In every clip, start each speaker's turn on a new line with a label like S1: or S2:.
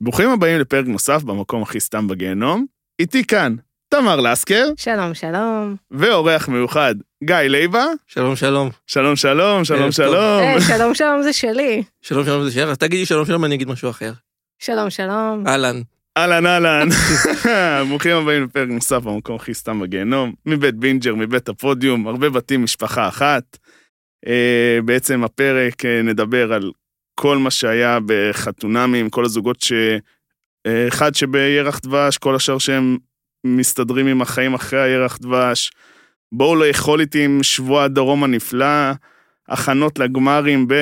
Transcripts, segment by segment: S1: ברוכים הבאים לפרק נוסף במקום הכי סתם בגיהנום. איתי כאן תמר לסקר
S2: שלום, שלום.
S1: ואורח מיוחד גיא לייבה.
S3: שלום שלום.
S1: שלום שלום, שלום
S3: ערב טוב.
S1: שלום.
S2: אה, שלום, שלום זה שלי.
S3: שלום שלום זה שאלה, תגידי שלום שלום אני אגיד משהו אחר.
S2: שלום, שלום.
S3: אהלן.
S1: אהלן אהלן. ברוכים הבאים לפרק נוסף במקום הכי סתם בגיהנום. מבית בינג'ר, מבית הפודיום, הרבה בתים, משפחה אחת. אה, בעצם הפרק אה, נדבר על כל מה שהיה בחתונמים, כל הזוגות ש... אה, אחד שבירח דבש, כל השאר שהם מסתדרים עם החיים אחרי הירח דבש. בואו לאכול איתי עם שבוע הדרום הנפלא, הכנות לגמרים ב...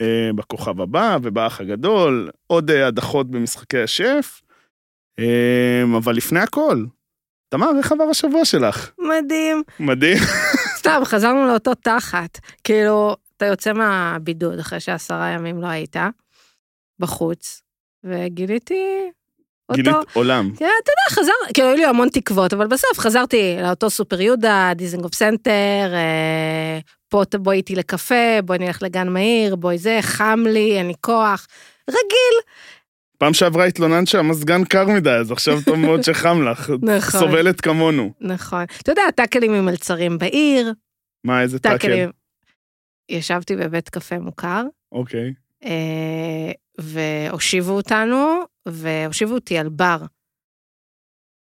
S1: אה, בכוכב הבא ובאח הגדול, עוד אה, הדחות במשחקי השף. אמ, אבל לפני הכל, תמר, איך עבר השבוע שלך?
S2: מדהים.
S1: מדהים.
S2: סתם, חזרנו לאותו תחת. כאילו, אתה יוצא מהבידוד אחרי שעשרה ימים לא היית, בחוץ, וגיליתי אותו.
S1: גילית עולם.
S2: כן, אתה יודע, חזר, כאילו, היו לי המון תקוות, אבל בסוף חזרתי לאותו סופר יהודה, דיזנגוף סנטר, אה, פה ת- בוא איתי לקפה, בואי נלך לגן מהיר, בואי זה, חם לי, אין לי כוח. רגיל.
S1: פעם שעברה התלוננת שהמזגן קר מדי, אז עכשיו טוב מאוד שחם לך.
S2: נכון.
S1: סובלת כמונו.
S2: נכון. אתה יודע, טאקלים עם מלצרים בעיר,
S1: מה, איזה טאקל?
S2: טאקלים. ישבתי בבית קפה מוכר,
S1: אוקיי.
S2: אה, והושיבו אותנו, והושיבו אותי על בר.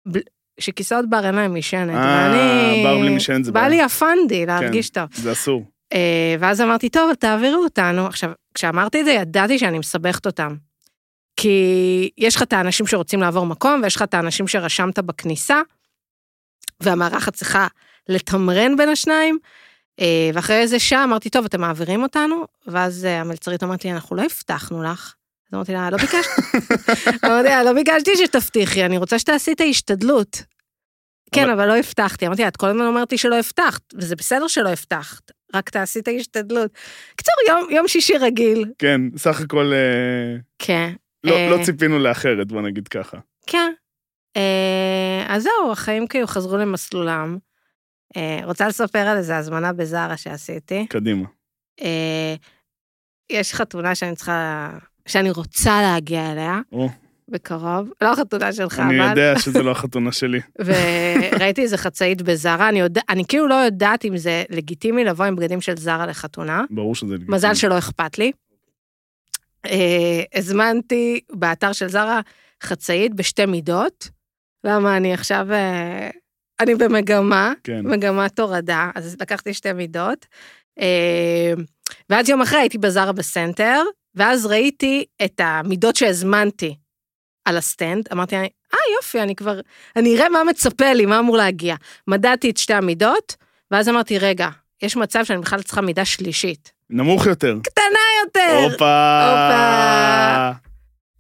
S2: בל- שכיסאות בר אין להם משענת,
S1: אה,
S2: ואני...
S1: בר בלי משענת זה
S2: בא
S1: בעיה. כן.
S2: לי הפנדי להרגיש טוב.
S1: זה אסור.
S2: אה, ואז אמרתי, טוב, תעבירו אותנו. עכשיו, כשאמרתי את זה, ידעתי שאני מסבכת אותם. כי יש לך את האנשים שרוצים לעבור מקום, ויש לך את האנשים שרשמת בכניסה, והמערכת צריכה לתמרן בין השניים. אה, ואחרי איזה שעה אמרתי, טוב, אתם מעבירים אותנו? ואז אה, המלצרית אמרת לי, אנחנו לא הבטחנו לך. אז אמרתי לה, לא ביקשתי. אמרתי לה, לא ביקשתי שתבטיחי, אני רוצה שתעשי את ההשתדלות. כן,
S1: אבל-
S2: אבל לא הבטחתי. אמרתי לה, את כל הזמן אומרת לי שלא הבטחת, וזה בסדר שלא הבטחת, רק תעשי את ההשתדלות. קצור, יום, יום שישי רגיל.
S1: כן, סך הכל אה,
S2: כן.
S1: לא-
S2: אה.
S1: לא ציפינו לאחרת, בוא נגיד ככה.
S2: כן. אה, אז זהו, החיים כאילו חזרו למסלולם. אה, רוצה לספר על איזה הזמנה בזארה שעשיתי.
S1: קדימה.
S2: אה, יש חתונה שאני צריכה, שאני רוצה להגיע אליה
S1: או,
S2: בקרוב. לא החתונה שלך,
S1: אני
S2: אבל...
S1: יודע שזה לא החתונה שלי.
S2: וראיתי איזה חצאית בזארה, אני, יודע, אני כאילו לא יודעת אם זה לגיטימי לבוא עם בגדים של זארה לחתונה.
S1: ברור שזה... לגיטימי.
S2: מזל שלא אכפת לי. אה, הזמנתי באתר של זרה חצאית בשתי מידות. למה אני עכשיו... אה, אני במגמה,
S1: כן.
S2: מגמת הורדה, אז לקחתי שתי מידות. אה, ואז יום אחרי הייתי בזרה בסנטר, ואז ראיתי את המידות שהזמנתי על הסטנד, אמרתי, אה יופי, אני כבר, אני אראה מה מצפה לי, מה אמור להגיע. מדדתי את שתי המידות, ואז אמרתי, רגע, יש מצב שאני בכלל צריכה מידה שלישית.
S1: נמוך יותר.
S2: יותר.
S1: הופה.
S2: הופה.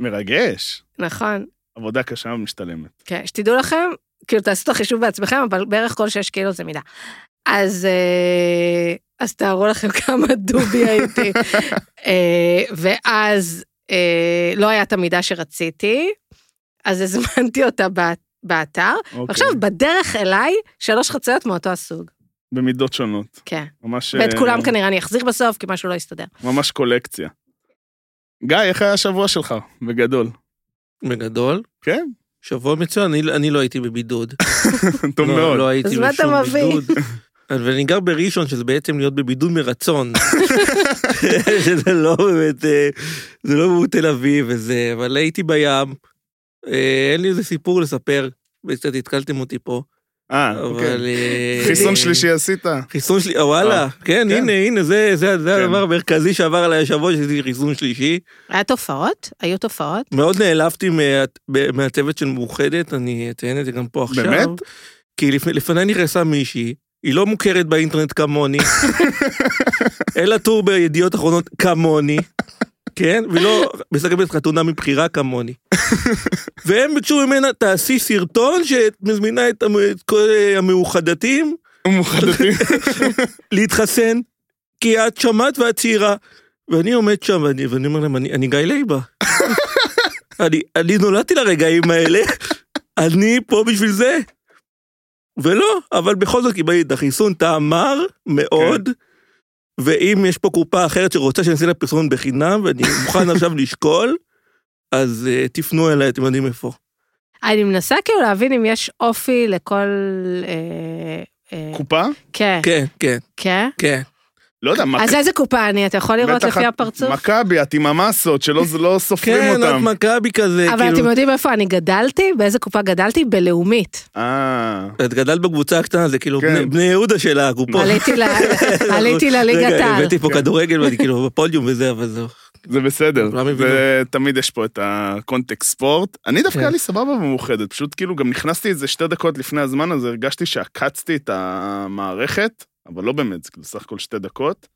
S1: מרגש.
S2: נכון.
S1: עבודה קשה ומשתלמת.
S2: כן, שתדעו לכם, כאילו תעשו את החישוב בעצמכם, אבל בערך כל 6 קילו זה מידה. אז, אה, אז תארו לכם כמה דובי הייתי. אה, ואז אה, לא היה את המידה שרציתי, אז הזמנתי אותה באת- באתר.
S1: אוקיי.
S2: ועכשיו, בדרך אליי, שלוש חציות מאותו הסוג.
S1: במידות שונות.
S2: כן.
S1: ממש...
S2: ואת
S1: אה,
S2: כולם כנראה אני אחזיר בסוף, כי משהו לא יסתדר.
S1: ממש קולקציה. גיא, איך היה השבוע שלך? בגדול.
S3: לא, בגדול.
S1: כן.
S3: שבוע מצוין, אני, אני לא הייתי בבידוד.
S1: טוב
S3: לא,
S1: מאוד.
S3: לא הייתי
S2: אז מה אתה
S3: בשום
S2: מביא?
S3: בידוד. ואני גר בראשון, שזה בעצם להיות בבידוד מרצון. שזה לא באמת, אה, זה לא מאוד תל אביב וזה, אבל הייתי בים. אה, אין לי איזה סיפור לספר, קצת התקלתם אותי פה,
S1: אה, אוקיי.
S3: אבל... אה,
S1: חיסון שלישי עשית?
S3: חיסון שלי, אה, וואלה, כן,
S1: כן.
S3: הנה, הנה, זה, זה, זה
S1: כן.
S3: הדבר המרכזי שעבר עליי השבוע, שעשיתי חיסון שלישי.
S2: היה תופעות? היו תופעות?
S3: מאוד נעלבתי מה- ב- מהצוות של מאוחדת, אני אציין את זה גם פה עכשיו.
S1: באמת?
S3: כי לפני- לפניי נכנסה מישהי, היא לא מוכרת באינטרנט כמוני, אין לה טור בידיעות אחרונות כמוני, כן? ולא מסכמת חתונה מבחירה כמוני. והם ביקשו ממנה, תעשי סרטון שאת מזמינה את המ- את כל אה, המאוחדתים
S1: מאוחדתי.
S3: להתחסן, כי את שמעת ואת צעירה. ואני עומד שם, ואני, ואני אומר להם, אני, אני גיא לייבה. אני, אני נולדתי לרגעים האלה, אני פה בשביל זה. ולא, אבל בכל זאת קיבלתי את החיסון, טעם מר
S1: כן.
S3: מאוד, ואם יש פה קופה אחרת שרוצה שאני אעשה לה פרסומת בחינם, ואני מוכן עכשיו לשקול, אז אה, תפנו אליי, אתם יודעים איפה.
S2: אני מנסה כאילו להבין אם יש אופי לכל... אה, אה,
S1: קופה?
S2: כן,
S3: כן, כן,
S2: כן.
S3: כן.
S1: לא יודע,
S2: אז איזה קופה אני? אתה יכול לראות
S1: בטח
S2: לפי
S1: את-
S2: הפרצוף?
S1: מכבי, את עם המסות, שלא לא סופרים
S3: כן,
S1: אותם.
S3: את מכבי כזה,
S2: אבל אתם
S3: כאילו.
S2: יודעים איפה אני גדלתי? באיזה קופה גדלתי? בלאומית.
S1: אה,
S3: את גדלת בקבוצה הקטנה, זה כאילו
S1: כן.
S3: בני- בני יהודה של הקופות.
S2: עליתי ל- עליתי לליגת
S3: רגע,
S2: העל.
S3: הבאתי פה
S1: כן.
S3: כדורגל ואני כאילו בפודיום וזה, אבל זהו.
S1: זה בסדר.
S3: כולם הבינו.
S1: זה- תמיד יש פה את הקונטקסט ספורט. אני דווקא
S3: כן.
S1: היה לי סבבה במאוחדת, פשוט כאילו גם נכנסתי איזה שתי דקות לפני הזמן, אז הרגשתי שעקצתי את המערכת, אבל לא באמת, זה כאילו סך הכל שתי דקות.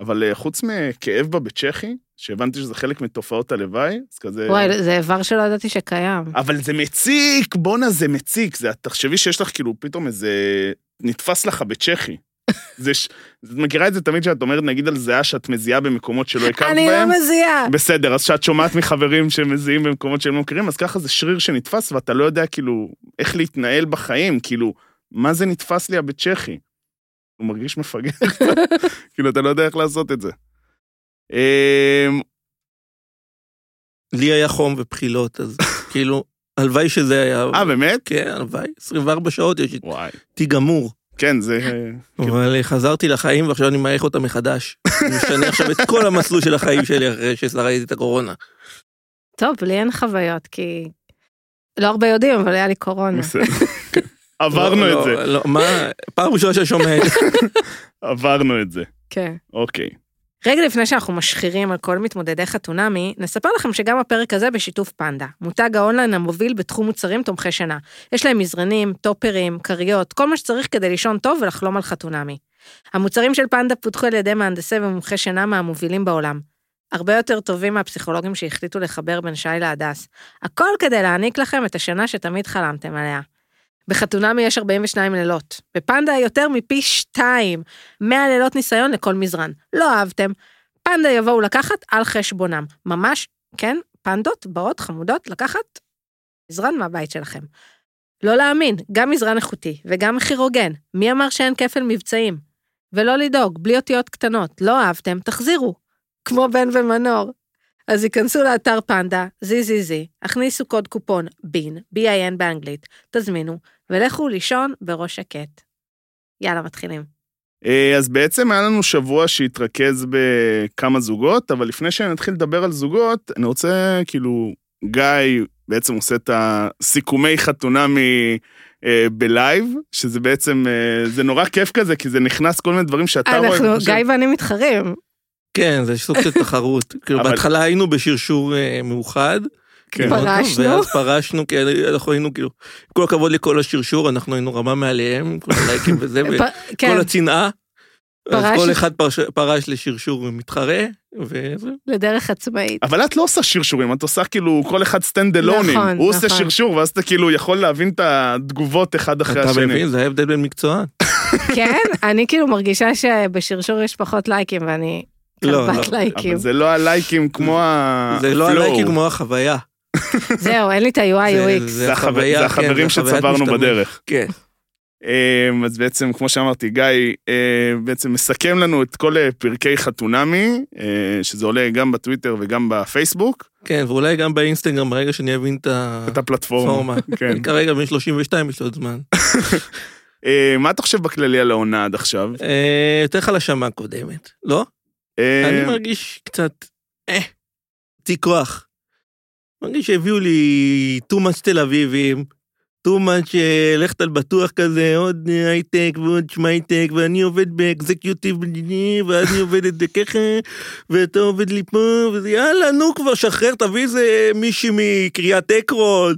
S1: אבל אה, חוץ מכאב בה בצ'כי, שהבנתי שזה חלק מתופעות הלוואי, אז כזה...
S2: וואי, לא- זה איבר שלא ידעתי שקיים.
S1: אבל זה מציק, בואנה זה מציק, זה, תחשבי שיש לך כאילו פתאום איזה... נתפס לך בצ'כי. זה ש... את מכירה את זה תמיד שאת אומרת, נגיד על זיעה שאת מזיעה במקומות שלא הכרת
S2: אני
S1: בהם?
S2: לא מזיעה.
S1: בסדר, אז שאת שומעת מחברים שמזיעים במקומות שהם לא מכירים, אז ככה זה שריר שנתפס ואתה לא יודע כאילו איך להתנהל בחיים, כאילו, מה זה נתפס לי הבית צ'כי? הוא מרגיש מפגר, כאילו, אתה לא יודע איך לעשות את זה. אמ,
S3: לי היה חום ובחילות, אז כאילו, הלוואי שזה היה.
S1: אה, באמת?
S3: כן, הלוואי. 24 שעות יש
S1: וואי.
S3: איתי גמור.
S1: כן, זה...
S3: אבל חזרתי לחיים ועכשיו אני מעריך אותם מחדש. אני משנה עכשיו את כל המסלול של החיים שלי אחרי ששרדתי את הקורונה.
S2: טוב, לי אין חוויות, כי... לא הרבה יודעים, אבל היה לי קורונה.
S1: בסדר. עברנו
S3: לא,
S1: את זה,
S3: לא, לא, מה, פעם ראשונה שאני שומע את זה.
S1: עברנו את זה.
S2: כן.
S1: אוקיי.
S2: רגע לפני שאנחנו משחירים על כל מתמודדי חתונמי, נספר לכם שגם הפרק הזה בשיתוף פנדה, מותג האונליין המוביל בתחום מוצרים תומכי שינה. יש להם מזרנים, טופרים, כריות, כל מה שצריך כדי לישון טוב ולחלום על חתונמי. המוצרים של פנדה פותחו על ידי מהנדסי ומומחי שינה מהמובילים בעולם. הרבה יותר טובים מהפסיכולוגים שהחליטו לחבר בין שי להדס. הכל כדי להעניק לכם את השינה שתמיד חלמתם עליה. בחתונמי יש 42 לילות, בפנדה יותר מפי שתיים, 100 לילות ניסיון לכל מזרן. לא אהבתם, פנדה יבואו לקחת על חשבונם. ממש, כן, פנדות באות חמודות לקחת מזרן מהבית שלכם. לא להאמין, גם מזרן איכותי וגם מחיר הוגן. מי אמר שאין כפל מבצעים? ולא לדאוג, בלי אותיות קטנות. לא אהבתם, תחזירו. כמו בן ומנור. אז היכנסו לאתר פנדה, ZZZ, הכניסו קוד קופון בין, BIN באנגלית, תזמינו, ולכו לישון בראש שקט. יאללה, מתחילים.
S1: אה, אז בעצם היה לנו שבוע שהתרכז בכמה זוגות, אבל לפני שנתחיל לדבר על זוגות, אני רוצה, כאילו, גיא בעצם עושה את הסיכומי חתונמי אה, בלייב, שזה בעצם, אה, זה נורא כיף כזה, כי זה נכנס כל מיני דברים שאתה רואה.
S2: אנחנו,
S1: ואתה חושב,
S2: גיא ואני מתחרים.
S3: כן, זה סוג של תחרות. כאילו,
S1: אבל-
S3: בהתחלה היינו בשרשור אה, מאוחד.
S1: כן.
S3: מאוד טוב,
S2: פרשנו.
S3: ואז פרשנו, כי אנחנו היינו כאילו, עם כל הכבוד לכל השרשור, אנחנו היינו רמה מעליהם, עם כל הלייקים וזה, וכל
S2: פ- כן,
S3: הצנעה. אז
S2: פרש-
S3: כל אחד פרש- פרש לשרשור מתחרה, וזה.
S2: לדרך עצמאית.
S1: אבל את לא עושה שרשורים, את עושה כאילו כל אחד סטנד אלונים.
S2: נכון,
S1: הוא עושה
S2: נכון.
S1: שרשור, ואז אתה כאילו יכול להבין את התגובות אחד אחרי
S3: אתה
S1: השני.
S3: מבין, זה ההבדל בין מקצוען.
S2: כן, אני כאילו מרגישה שבשרשור יש פחות לייקים ואני
S3: לא,
S2: כלבת
S3: לא.
S2: לייקים.
S1: אבל זה לא הלייקים כמו ה...
S3: זה לא
S1: flow.
S3: הלייקים כמו החוויה.
S2: זהו, אין לי את ה-UI UX.
S1: זה החבר-
S3: החוויה,
S1: זה
S3: כן,
S1: החברים
S3: זה חוויית
S1: שצברנו
S3: משתמש.
S1: בדרך.
S3: כן.
S1: אמ, אז בעצם, כמו שאמרתי, גיא אה, בעצם מסכם לנו את כל אה, פרקי חתונמי, אה, שזה עולה גם בטוויטר וגם בפייסבוק,
S3: כן, ואולי גם באינסטגרם, ברגע שאני אבין את
S1: את הפלטפורמה.
S3: הפלטפורמה.
S1: כן.
S3: כרגע בן 32 יש לו עוד זמן.
S1: אה, מה אתה חושב בכללי על העונה עד עכשיו?
S3: אה, יותר חלשה קודמת, לא?
S1: אה,
S3: אני מרגיש קצת, אה, אותי כוח. מרגיש שהביאו לי too much תל אביבים, too much אה, לכת על בטוח כזה, עוד אה, הייטק ועוד שמייטק, ואני עובד באקזקיוטיב, מדיני, ואז אני עובדת ככה, ואתה עובד לי פה, וזה יאללה, נו כבר, שחרר, תביא איזה מישהי מקריית עקרון,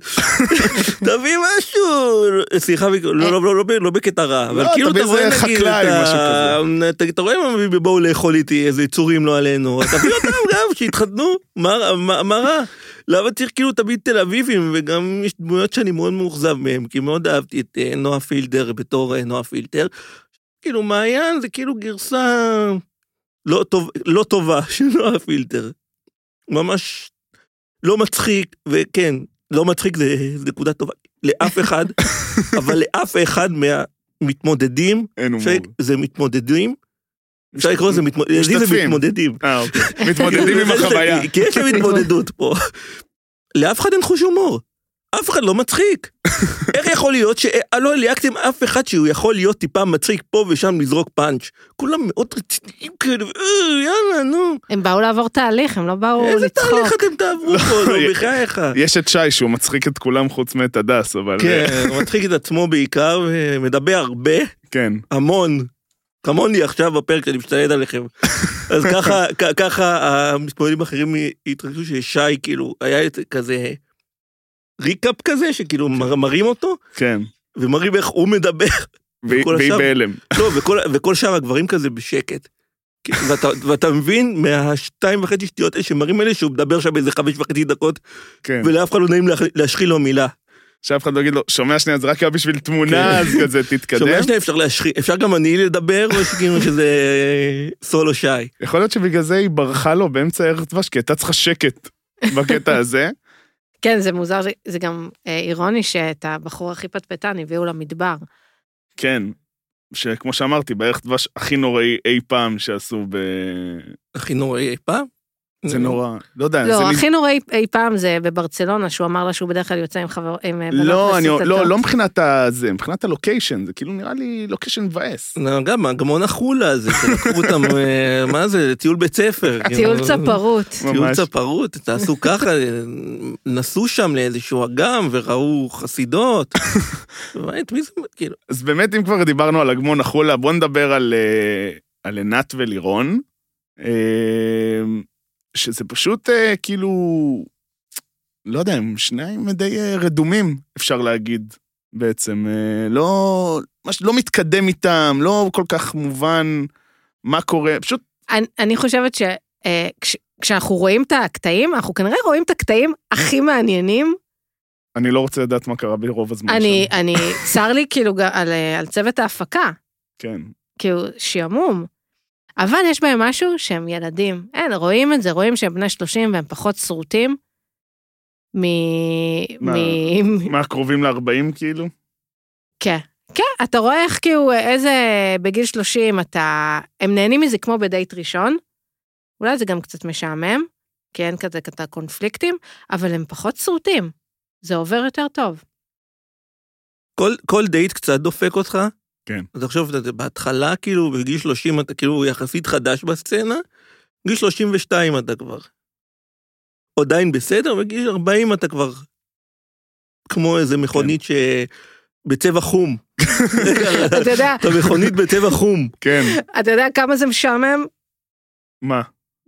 S3: תביא משהו, סליחה, לא, לא, לא, לא, ב- לא בקטע רע, אבל
S1: לא,
S3: כאילו
S1: תביא
S3: אתה רואה
S1: איזה
S3: נגיד
S1: חקלאי,
S3: את ה-
S1: משהו כזה.
S3: אתה אתה רואה מה מביא בואו לאכול איתי איזה יצורים לא עלינו, אז תביא אותם גם שיתחתנו, מה- מה מה רע? למה צריך כאילו תמיד תל אביבים וגם יש דמויות שאני מאוד מאוכזב מהם, כי מאוד אהבתי את אה, נועה פילדר בתור אה, נועה פילטר. כאילו מעיין זה כאילו גרסה לא טוב- לא טובה של נועה פילטר. ממש לא מצחיק, וכן, לא מצחיק זה זה נקודה טובה לאף אחד, אבל לאף אחד מהמתמודדים
S1: אין הומור.
S3: אפשר- זה מתמודדים, אפשר לקרוא לזה מתמודדים,
S1: משתתפים.
S3: זה מתמודדים.
S1: אה, אוקיי. מתמודדים עם החוויה.
S3: כי יש להם התמודדות פה. לאף אחד אין חוש הומור. אף אחד לא מצחיק. איך יכול להיות שלא ליהקתם אף אחד שהוא יכול להיות טיפה מצחיק פה ושם לזרוק פאנץ'? כולם מאוד רציניים כאלה, "אה, יאללה, נו.
S2: הם באו לעבור תהליך, הם לא באו לצחוק.
S3: איזה תהליך אתם תעברו פה, נו,
S1: י-
S3: בחייך.
S1: יש את שי שהוא מצחיק את כולם חוץ מאת הדס, אבל... אה,
S3: כן, הוא מצחיק את עצמו בעיקר, ומדבר הרבה,
S1: כן.
S3: המון. כמוני עכשיו בפרק שאני משתלט עליכם. אז ככה, כ- ככה המתמודדים האחרים התרגשו ששי, כאילו, היה את- כזה ריקאפ כזה, שכאילו מר- מראים אותו,
S1: כן.
S3: ומראים איך הוא מדבר.
S1: והיא
S3: וכל
S1: והיא
S3: השאר-
S1: בהלם.
S3: לא, וכל, וכל שאר הגברים כזה בשקט. כאילו, ואתה, ואתה מבין מהשתיים וחצי שטויות האלה שמראים האלה שהוא מדבר שם איזה חמש וחצי דקות
S1: כן.
S3: ולאף אחד לא נעים להח- להשחיל לו מילה.
S1: שאף אחד לא יגיד לו, שומע שנייה, זה רק היה בשביל
S3: כן.
S1: תמונה, אז כזה תתקדם.
S3: שומע שנייה אפשר להשחיל, אפשר גם אני לדבר או שכאילו שזה אה, סולו שי.
S1: יכול להיות שבגלל זה היא ברחה לו באמצע ערך דבש, כי הייתה צריכה שקט בקטע הזה.
S2: כן, זה מוזר, זה- זה גם אה, אירוני שאת הבחור הכי פטפטן הביאו למדבר.
S1: כן. שכמו שאמרתי, בערך דבש הכי נוראי אי פעם שעשו ב...
S3: הכי נוראי אי אה, פעם.
S1: זה נורא. לא יודע, זה...
S2: לא,
S1: נ-
S2: הכי נוראי אי פעם זה בברצלונה, שהוא אמר לה שהוא בדרך כלל יוצא עם חבר... עם אה, בנות
S1: לא, אני, לא,
S2: מסוטטות.
S1: לא מבחינת הזה, מבחינת הלוקיישן, זה כאילו נראה לי לוקיישן מבאס.
S3: לא, גם הגמון החולה הזה, שלקחו אותם, אה, מה זה, טיול בית ספר.
S2: טיול
S3: כאילו.
S2: צפרות.
S3: טיול
S1: ממש.
S3: צפרות, תעשו ככה, אה, נסעו שם לאיזשהו אגם וראו חסידות. מה, את מי זה, כאילו,
S1: אז באמת, אם כבר דיברנו על אגמון החולה, בואו נדבר על, אה, על עינת ולירון, אה, שזה פשוט אה, כאילו, לא יודע, הם שניים די אה, רדומים, אפשר להגיד, בעצם. אה, לא, מש, לא מתקדם איתם, לא כל כך מובן מה קורה, פשוט,
S2: אני, אני חושבת שכשאנחנו רואים את הקטעים, אנחנו כנראה רואים את הקטעים הכי מעניינים.
S1: אני לא רוצה לדעת מה קרה ברוב הזמן
S2: אני,
S1: שם.
S2: אני, צר לי כאילו גם על, אה, על צוות ההפקה,
S1: כן,
S2: כאילו שעמום. אבל יש בהם משהו שהם ילדים. אין, רואים את זה, רואים שהם בני 30 והם פחות שרוטים מ...
S1: מה?
S2: מ... מ-
S1: מהקרובים ל-40 כאילו.
S2: כן. כן, אתה רואה איך כאילו, איזה... בגיל 30 אתה... הם נהנים מזה כמו בדייט ראשון. אולי זה גם קצת משעמם, כי אין כזה כזה קונפליקטים, אבל הם פחות שרוטים. זה עובר יותר טוב.
S3: כל, כל דייט קצת דופק אותך.
S1: כן.
S3: אז עכשיו, אתה- בהתחלה, כאילו, בגיל 30 אתה כאילו יחסית חדש בסצנה, בגיל 32 אתה כבר. עדיין בסדר, בגיל 40 אתה כבר כמו איזה מכונית ש... בצבע חום.
S2: אתה יודע,
S3: אתה מכונית בצבע חום.
S1: כן,
S2: אתה יודע כמה זה משעמם?
S1: מה?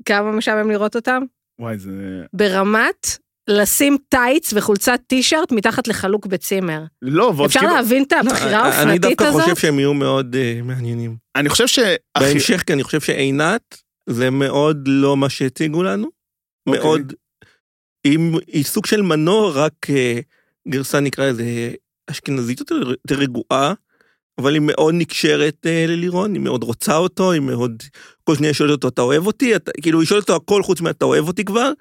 S2: כמה משעמם לראות אותם?
S1: וואי, זה...
S2: ברמת לשים טייץ וחולצת טישרט מתחת לחלוק בצימר.
S1: לא, ועוד
S2: אפשר
S1: כאילו...
S2: להבין את הבחירה
S3: אה, אני
S2: האופנתית
S3: דווקא חושב
S2: הזאת?
S3: שהם יהיו מאוד אה, מעניינים.
S1: אני חושב שהכי...
S3: בהמשך, כי אני חושב שעינת, זה מאוד לא מה שהציגו לנו.
S1: אוקיי.
S3: מאוד, עם, היא סוג של מנור, רק אה, גרסה נקרא לזה אשכנזית יותר, יותר רגועה, אבל היא מאוד נקשרת אה, ללירון, היא מאוד רוצה אותו, היא מאוד, כל שניה שואלת אותו, אתה אוהב אותי? אתה, כאילו, היא שואלת אותו הכל חוץ מאתה אוהב אותי כבר,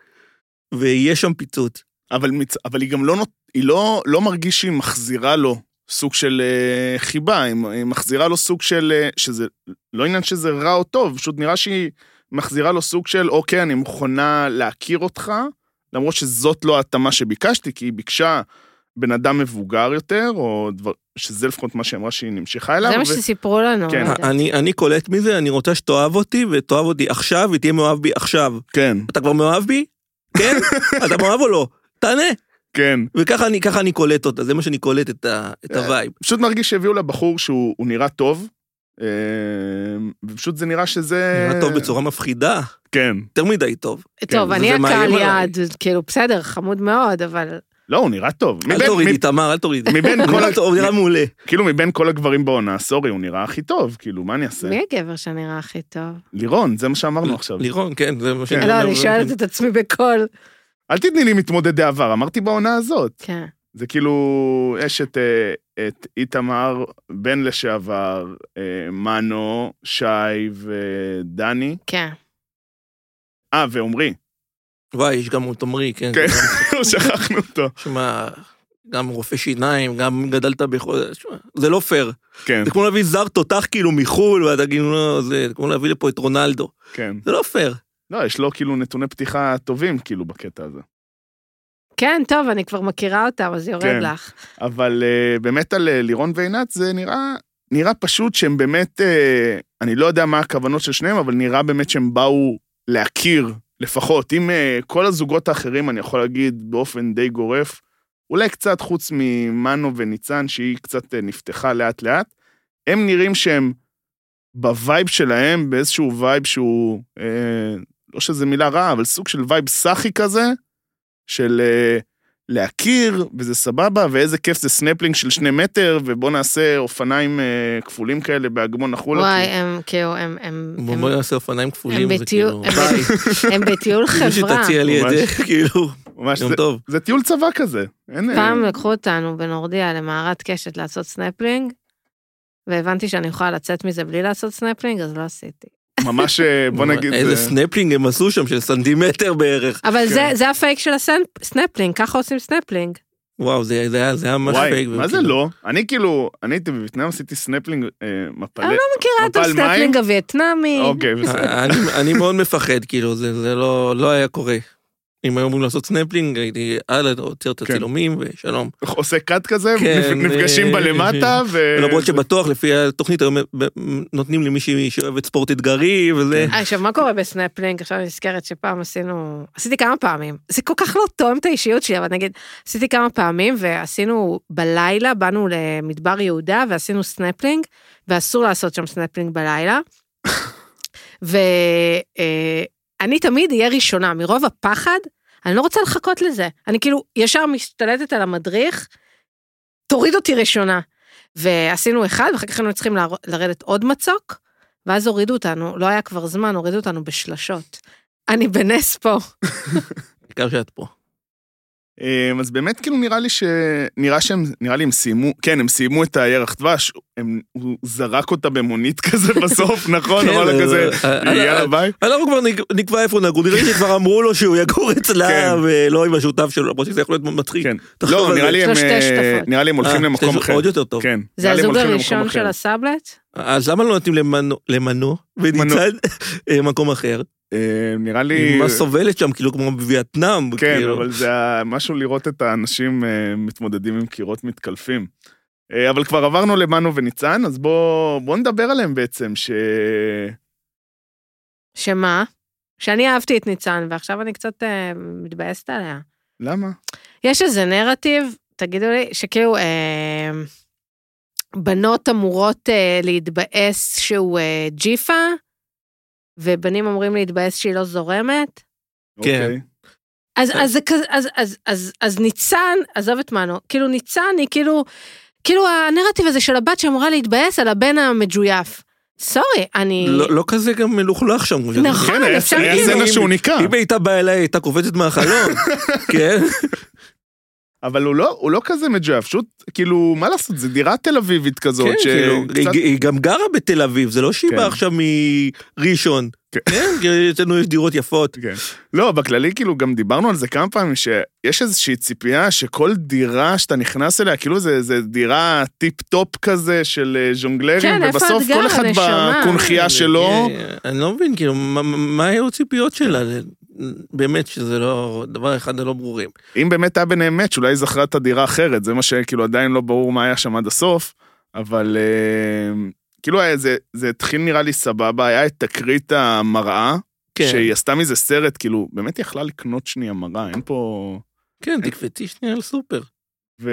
S3: ויש שם פיצוץ.
S1: אבל, מצ... אבל היא גם לא, נות... היא לא, לא מרגיש שהיא מחזירה לו סוג של אה, חיבה, היא, היא מחזירה לו סוג של, אה, שזה לא עניין שזה רע או טוב, פשוט נראה שהיא מחזירה לו סוג של, אוקיי, אני מוכנה להכיר אותך, למרות שזאת לא ההתאמה שביקשתי, כי היא ביקשה בן אדם מבוגר יותר, או דבר, שזה לפחות מה שהיא אמרה שהיא נמשכה אליו.
S2: זה מה שסיפרו לנו.
S1: כן.
S2: לא יודעת.
S3: אני, אני קולט מזה, אני רוצה שתאהב אותי, ותאהב אותי עכשיו, ותהיה מאוהב בי עכשיו.
S1: כן,
S3: אתה כבר מאוהב בי? כן? אתה מאוהב או לא? תענה.
S1: כן.
S3: וככה אני, ככה אני קולט אותה, זה מה שאני קולט את, ה, את
S1: אה,
S3: הווייב.
S1: פשוט מרגיש שהביאו לה בחור שהוא הוא נראה טוב, אה, ופשוט זה נראה שזה...
S3: נראה טוב בצורה מפחידה,
S1: כן.
S3: יותר מדי טוב.
S2: טוב,
S3: כן,
S2: אני
S3: זה
S2: הקהל
S3: מאיים עליי.
S2: יעד, כאילו, בסדר, חמוד מאוד, אבל
S1: לא, הוא נראה טוב.
S3: אל
S1: מבין-
S3: תורידי,
S1: מבין-
S3: תמר, אל תורידי.
S1: מבין
S3: הוא
S1: כל
S3: נראה
S1: ה-
S3: טוב, הוא נראה מעולה.
S1: כאילו מבין כל הגברים בעונה, סורי, הוא נראה הכי טוב, כאילו, מה אני אעשה?
S2: מי הגבר שנראה הכי טוב?
S1: לירון, זה מה שאמרנו עכשיו.
S3: לירון, כן, זה מה שאני...
S2: לא, אני שואלת את עצמי בקול.
S1: אל תתני לי מתמודדי עבר, אמרתי בעונה הזאת.
S2: כן.
S1: זה כאילו, יש את, אה, את איתמר, בן לשעבר, אה, מנו, שי ודני.
S2: כן.
S1: אה, ועומרי.
S3: וואי, יש גם את עמרי, כן.
S1: כן. שכחנו אותו.
S3: שמע, גם רופא שיניים, גם גדלת בכל... שמע, זה לא פייר.
S1: כן,
S3: זה כמו להביא זר תותח כאילו מחול, ואתה כאילו, לא, זה כמו להביא לפה את רונלדו.
S1: כן.
S3: זה לא פייר.
S1: לא, יש לו כאילו נתוני פתיחה טובים, כאילו, בקטע הזה.
S2: כן, טוב, אני כבר מכירה אותם, אז יורד
S1: כן.
S2: לך.
S1: אבל אה, באמת על אה, לירון ועינת זה נראה, נראה פשוט שהם באמת, אה, אני לא יודע מה הכוונות של שניהם, אבל נראה באמת שהם באו להכיר, לפחות. אם אה, כל הזוגות האחרים, אני יכול להגיד באופן די גורף, אולי קצת חוץ ממנו וניצן, שהיא קצת אה, נפתחה לאט-לאט, הם נראים שהם בווייב שלהם, באיזשהו וייב שהוא, אה, לא שזה מילה רעה, אבל סוג של וייב סאחי כזה, של... אה, להכיר, וזה סבבה, ואיזה כיף זה סנפלינג של שני מטר, ובוא נעשה אופניים אה, כפולים כאלה באגמון
S3: לא
S1: החולה.
S2: וואי, הם כאילו, הם... הם- הם-
S3: בוא נעשה אופניים כפולים, זה
S2: בטיול-
S3: כאילו,
S2: הם
S3: ביי.
S2: הם בטיול
S3: אם
S2: חברה.
S3: שתציע לי את זה, כאילו,
S1: ממש,
S3: יום
S1: זה,
S3: טוב.
S1: זה טיול צבא כזה. אין, אה,
S2: פעם לקחו אותנו בנורדיה למערת קשת לעשות סנפלינג, והבנתי שאני יכולה לצאת מזה בלי לעשות סנפלינג, אז לא עשיתי.
S1: ממש, אה, בוא נגיד,
S3: איזה
S1: זה-
S3: סנפלינג הם עשו שם של סנטימטר בערך.
S2: אבל
S1: כן.
S2: זה- זה הפייק של הסנפלינג, ככה עושים סנפלינג.
S3: וואו, זה זה היה זה היה ממש
S1: וואי,
S3: פייק.
S1: מה זה
S3: וכאילו-
S1: לא? אני כאילו, אני הייתי בווייטנאם, עשיתי סנפלינג אה, מפלה.
S2: אני לא מכירה את
S1: מפל מים?
S2: הסנפלינג הווייטנאמי.
S1: אוקיי,
S3: אה.
S1: בסדר.
S3: אני- אני מאוד מפחד, כאילו, זה זה לא לא היה קורה. אם היו אמורים לעשות סנפלינג, הייתי הלאה, עוצר את
S1: כן.
S3: הצילומים ושלום.
S1: עושה קאט כזה,
S3: כן,
S1: נפגשים
S3: אה,
S1: בלמטה, ו...
S3: למרות שבטוח, לפי התוכנית, היום ב- נותנים למישהי שאוהבת ספורט
S1: כן.
S3: אתגרי וזה.
S2: אה, עכשיו, מה קורה בסנפלינג? עכשיו אני נזכרת שפעם עשינו, עשיתי כמה פעמים. זה כל כך לא תואם את האישיות שלי, אבל נגיד, עשיתי כמה פעמים ועשינו בלילה, באנו למדבר יהודה ועשינו סנפלינג, ואסור לעשות שם סנפלינג בלילה. ואני תמיד אהיה ראשונה, מרוב הפחד, אני לא רוצה לחכות לזה. אני כאילו ישר משתלטת על המדריך, תוריד אותי ראשונה. ועשינו אחד, ואחר כך היינו צריכים לר- לרדת עוד מצוק, ואז הורידו אותנו, לא היה כבר זמן, הורידו אותנו בשלשות. אני בנס פה.
S3: בעיקר שאת פה.
S1: אמ, אז באמת כאילו נראה לי ש... נראה שהם, נראה לי הם סיימו, כן, הם סיימו את הירח דבש, הם, הוא זרק אותה במונית כזה בסוף, נכון?
S3: כן,
S1: אמר
S3: אה,
S1: לה כזה,
S3: אה, אה,
S1: יאללה ביי.
S3: אנחנו כבר נק- נקבע איפה נגור, נראה לי שכבר אמרו לו שהוא יגור
S1: כן.
S3: אצלה ולא עם השותף שלו, למרות שזה יכול להיות מצחיק.
S1: כן.
S3: תחשוב
S1: לא,
S3: על
S1: נראה
S3: זה.
S1: לי
S2: יש
S1: הם,
S2: לו שתי
S1: אה,
S2: שותפות.
S1: נראה לי הם הולכים
S3: אה,
S1: למקום
S3: זה
S1: אחר.
S3: עוד יותר טוב.
S1: כן.
S2: זה
S1: נראה לי הם
S2: הזוג
S1: הולכים למקום
S2: הראשון
S1: אחר.
S2: של הסאבלט?
S3: אז למה לא נותנים למנו, למנו וניצן אה, מקום אחר?
S1: אה, נראה לי...
S3: היא ממש סובלת שם, כאילו כמו
S1: כן,
S3: בווייטנאם. כאילו.
S1: אבל זה ה- משהו לראות את האנשים אה, מתמודדים עם קירות מתקלפים. אה, אבל כבר עברנו למנו וניצן, אז בואו בוא נדבר עליהם בעצם, ש...
S2: שמה? שאני אהבתי את ניצן, ועכשיו אני קצת אה, מתבאסת עליה.
S1: למה?
S3: כן.
S2: יש איזה נרטיב, תגידו לי, שכאילו אה, בנות אמורות אה, להתבאס שהוא אה, ג'יפה, ובנים אמורים להתבאס שהיא לא זורמת.
S3: כן.
S1: אוקיי.
S2: אז, אז, זה כזה- אז, אז, אז, אז ניצן, עזוב את מנו, כאילו ניצן היא כאילו, כאילו הנרטיב הזה של הבת שאמורה להתבאס על הבן המג'ויף. סורי, אני...
S3: לא, לא כזה גם מלוכלך שם. כמו שזה-
S2: נכון.
S1: כן, היה
S2: אפשר
S1: היה
S2: כאילו-
S1: סצנה שהוא ניקה.
S3: אם הייתה באה אליי, הייתה קופצת מהחלון. כן.
S1: אבל הוא לא, הוא לא כזה מג'ואב, פשוט, כאילו, מה לעשות, זה דירה תל אביבית כזאת,
S3: כן,
S1: ש...
S3: כאילו,
S1: קצת-
S3: היא, היא גם גרה בתל אביב, זה לא שהיא
S1: כן.
S3: באה עכשיו מראשון.
S1: כן.
S3: כן, כאילו, אצלנו יש דירות יפות.
S1: כן. לא, בכללי, כאילו, גם דיברנו על זה כמה פעמים, שיש איזושהי ציפייה שכל דירה שאתה נכנס אליה, כאילו, זה, זה דירה טיפ-טופ כזה של אה, ז'ונגלרים,
S2: כן, איפה
S1: ובסוף
S2: את
S1: כל
S2: גרה,
S1: אחד
S2: נשמה? כן.
S1: בקונכייה שלו.
S3: אה, אני לא מבין, כאילו, מה- מה היו הציפיות שלה? זה- באמת שזה לא, דבר אחד הלא ברורים.
S1: אם באמת היה ביניהם מאץ', אולי היא זכרה את הדירה אחרת, זה מה שכאילו עדיין לא ברור מה היה שם עד הסוף, אבל אה, כאילו, היה- זה, זה התחיל נראה לי סבבה, היה את תקרית המראה. כן.
S3: כן.
S1: שהיא עשתה מזה סרט, כאילו, באמת היא יכלה לקנות שנייה מראה, אין פה...
S3: כן, תקפצי שנייה לסופר.
S1: ו...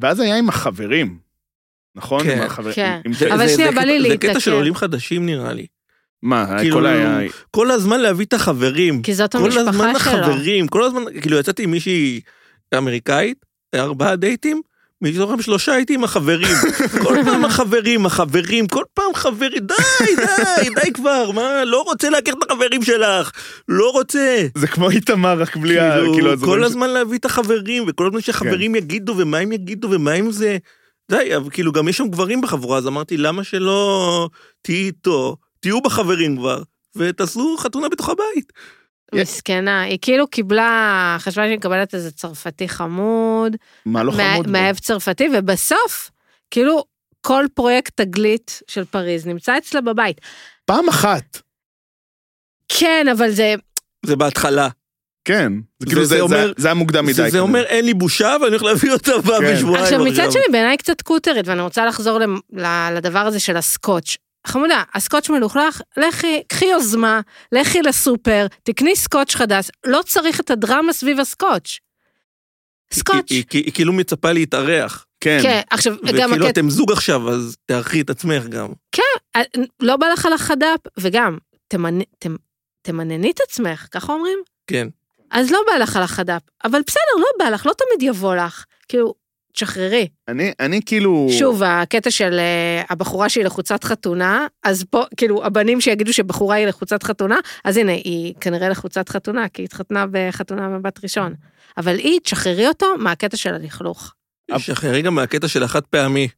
S1: ואז היה עם החברים, נכון?
S3: כן.
S1: עם החברים.
S2: כן.
S1: עם...
S3: זה-
S2: אבל
S3: זה-
S2: שנייה,
S3: זה
S2: בא לי
S3: קטע- זה
S2: להתעכב.
S3: קטע של עולים חדשים נראה לי.
S1: מה,
S3: כאילו-
S1: כל היה...
S3: כל הזמן להביא את החברים.
S2: כי זאת
S3: כל הזמן
S2: כן, המשפחה שלו.
S3: החברים. כל הזמן, כאילו יצאתי עם מישהי אמריקאית, ארבעה דייטים, מתוכם שלושה הייתי עם החברים. כל פעם החברים, החברים, כל פעם חברים, די, די, די כבר, מה, לא רוצה להכיר את החברים שלך, לא רוצה.
S1: זה כמו איתמר, רק בלי ה... כאילו,
S3: כאילו,
S1: הדברים כן.
S3: כל הזמן להביא את החברים, וכל הזמן שחברים יגידו, ומה אם יגידו, ומה אם זה... די, אבל כאילו, גם יש שם גברים בחבורה, אז אמרתי, למה שלא תהיי איתו, תהיו בחברים כבר, ותעשו חתונה בתוך הבית.
S2: מסכנה, היא כאילו קיבלה, חשבה שהיא מקבלת איזה צרפתי חמוד,
S1: ש- מה לא
S2: מה-
S1: חמוד? בו?
S2: מאהב צרפתי, ובסוף, כאילו, כל פרויקט תגלית של פריז נמצא אצלה בבית.
S1: פעם אחת.
S2: כן, אבל זה,
S3: זה בהתחלה.
S1: כן. זה
S3: זה-
S1: כאילו,
S3: זה
S1: זה- זה
S3: אומר-
S1: זה היה מוקדם מדי.
S3: זה, זה
S1: כזה. כן.
S3: אומר אין לי בושה ואני הולך להביא אותה בשבועיים
S2: עכשיו, מצד שני, בעיניי קצת קוטרית, ואני רוצה לחזור למ- ל- לדבר הזה של הסקוץ'. חמודה, הסקוץ' מלוכלך, לכי, קחי יוזמה, לכי לסופר, תקני סקוץ' חדש, לא צריך את הדרמה סביב הסקוץ'. סקוץ'.
S3: היא, היא, היא, היא כאילו מצפה להתארח.
S1: כן.
S2: כן, עכשיו, גם
S3: וכאילו
S2: הקטע,
S3: אתם זוג עכשיו, אז תארחי את עצמך גם.
S2: לא בא לך לחד"פ, וגם, תמנ- ת- תמנני את עצמך, ככה אומרים?
S3: כן.
S2: אז לא בא לך לחד"פ, אבל בסדר, לא בא לך, לא תמיד יבוא לך. כאילו, תשחררי.
S1: אני, אני כאילו...
S2: שוב, הקטע של אה, הבחורה שהיא לחוצת חתונה, אז פה, כאילו, הבנים שיגידו שבחורה היא לחוצת חתונה, אז הנה, היא כנראה לחוצת חתונה, כי היא התחתנה בחתונה מבט ראשון. אבל היא, תשחררי אותו מהקטע של הלכלוך.
S3: שחררי גם מהקטע של החד פעמי.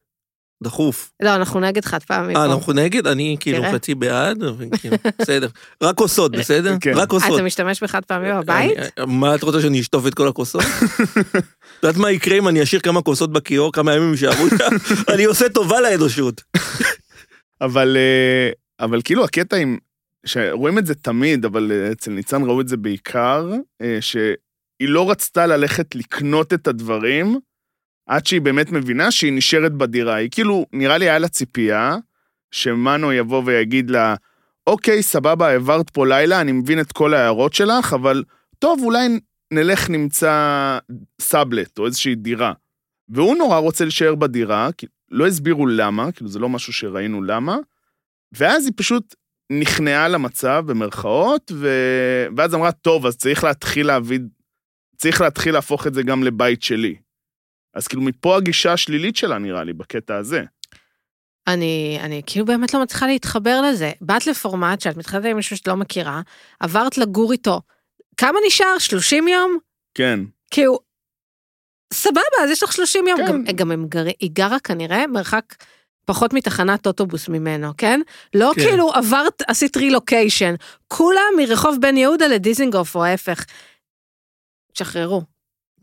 S3: דחוף.
S2: לא, אנחנו נגד חד פעמי.
S3: אה,
S2: פה.
S3: אנחנו נגד? אני כאילו
S2: תראה.
S3: חצי בעד, אבל כאילו, בסדר. רק כוסות, בסדר?
S1: כן.
S3: רק
S2: אה,
S3: כוסות.
S2: אתה משתמש בחד פעמי בבית?
S3: לא אה, אני- מה את רוצה שאני אשטוף את כל הכוסות? את יודעת מה יקרה אם אני אשאיר כמה כוסות בכיור, כמה ימים הם יישארו שם? אני עושה טובה לאנושות.
S1: אבל, אה, אבל כאילו הקטע עם, שרואים את זה תמיד, אבל אה, אצל ניצן ראו את זה בעיקר, אה, שהיא לא רצתה ללכת לקנות את הדברים, עד שהיא באמת מבינה שהיא נשארת בדירה. היא כאילו, נראה לי היה לה ציפייה, שמנו יבוא ויגיד לה, אוקיי, סבבה, העברת פה לילה, אני מבין את כל ההערות שלך, אבל טוב, אולי נלך נמצא סאבלט או איזושהי דירה. והוא נורא רוצה להישאר בדירה, כי לא הסבירו למה, כאילו זה לא משהו שראינו למה, ואז היא פשוט נכנעה למצב, במרכאות, ו... ואז אמרה, טוב, אז צריך להתחיל להביא, צריך להתחיל להפוך את זה גם לבית שלי. אז כאילו מפה הגישה השלילית שלה, נראה לי, בקטע הזה.
S2: אני, אני כאילו באמת לא מצליחה להתחבר לזה. באת לפורמט שאת מתחתנת עם מישהו שאת לא מכירה, עברת לגור איתו. כמה נשאר? 30 יום?
S1: כן.
S2: כאילו, סבבה, אז יש לך 30 יום.
S1: כן.
S2: גם, גם הם גר, היא גרה כנראה מרחק פחות מתחנת אוטובוס ממנו, כן? לא
S3: כן.
S2: כאילו עברת, עשית רילוקיישן. כולם מרחוב בן יהודה לדיזינגוף, או ההפך. שחררו.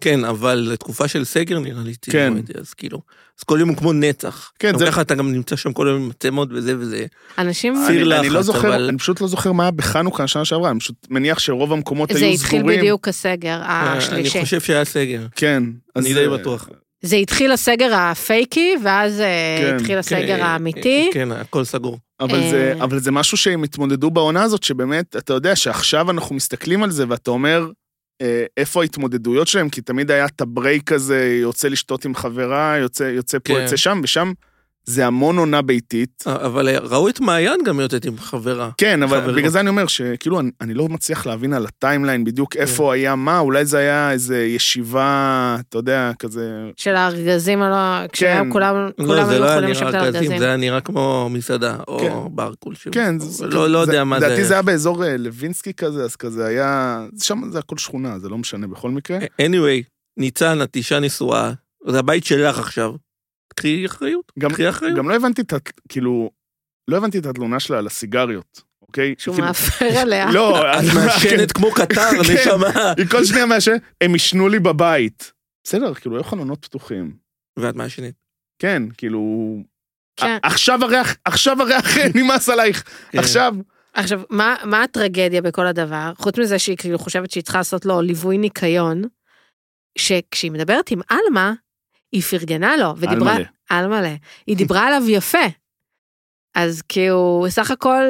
S3: כן, אבל לתקופה של סגר נראה לי, תראו
S1: כן.
S3: את זה, אז כאילו, אז כל יום הוא כמו נצח.
S1: כן,
S3: גם
S1: זה-
S3: ככה אתה גם נמצא שם כל היום עם מצלמות וזה וזה.
S2: אנשים...
S3: סיר
S1: אני, אני
S3: לחץ,
S1: לא זוכר,
S3: אבל-
S1: אני פשוט לא זוכר מה היה בחנוכה השנה שעברה, אני פשוט מניח שרוב המקומות היו
S2: זה
S1: סגורים.
S2: התחיל בדיוק הסגר
S3: אה, אני
S2: השלישי.
S3: חושב שהיה סגר.
S1: כן. אז
S3: אני
S1: זה-
S3: די בטוח.
S2: זה התחיל הסגר הפייקי, ואז אה,
S1: כן,
S2: התחיל הסגר
S3: כן,
S2: האמיתי.
S3: כן, הכל סגור.
S1: אבל זה,
S2: אה.
S1: אבל זה משהו שהם התמודדו בעונה הזאת, שבאמת, אתה יודע שעכשיו אנחנו מסתכלים על זה ואתה אומר, אה, איפה ההתמודדויות שלהם? כי תמיד היה את הברייק הזה, יוצא לשתות עם חברה, יוצא, יוצא פה,
S3: כן.
S1: יוצא שם, ושם זה המון עונה ביתית.
S3: אה, אבל ראו את מעיין גם יוצאת עם חברה.
S1: כן, אבל
S3: חברות.
S1: בגלל זה אני אומר שכאילו, אני, אני לא מצליח להבין על הטיימליין
S3: כן.
S1: בדיוק איפה היה מה, אולי זה היה איזה ישיבה, אתה יודע, כזה...
S2: של הארגזים הלא... כשהיו כולם, כולם
S3: כן. לא, זה
S2: היו
S3: לא היה
S2: יכולים לשבת על
S3: נראה
S2: ארגזים.
S3: ארגזים, זה היה נראה כמו מסעדה או
S1: כן.
S3: בר כלשהו.
S1: כן, זה...
S3: לא לא יודע מה זה.
S1: לדעתי זה היה באזור אה, לוינסקי כזה, אז כזה היה... שם זה הכל שכונה, זה לא משנה בכל מקרה.
S3: כן. anyway, ניצן, את אישה נשואה, זה הבית שלך עכשיו. קחי אחריות,
S1: גם-
S3: קחי
S2: כן.
S3: אחריות.
S1: גם לא הבנתי את, הת- כאילו, לא הבנתי את התלונה שלה על הסיגריות, אוקיי?
S2: שהוא
S1: כאילו-
S2: מאפר עליה.
S3: אה,
S1: לא,
S3: את מעשנת כמו קטר,
S1: כן.
S3: נשמה.
S1: היא כל שנייה מעשנת, הם עישנו לי בבית. בסדר, כאילו, היו חלונות פתוחים.
S3: ואת מעשנת.
S1: כן, כאילו...
S2: כן.
S1: ע- עכשיו הריח, עכשיו הריח נמאס עלייך,
S3: כן.
S1: עכשיו.
S2: עכשיו, מה, מה הטרגדיה בכל הדבר? חוץ מזה שהיא כאילו חושבת שהיא צריכה לעשות לו ליווי ניקיון, שכשהיא מדברת עם עלמה, היא פרגנה לו, ודיברה...
S1: אלמלא.
S2: על מלא. היא דיברה עליו יפה. אז כאילו, סך הכל,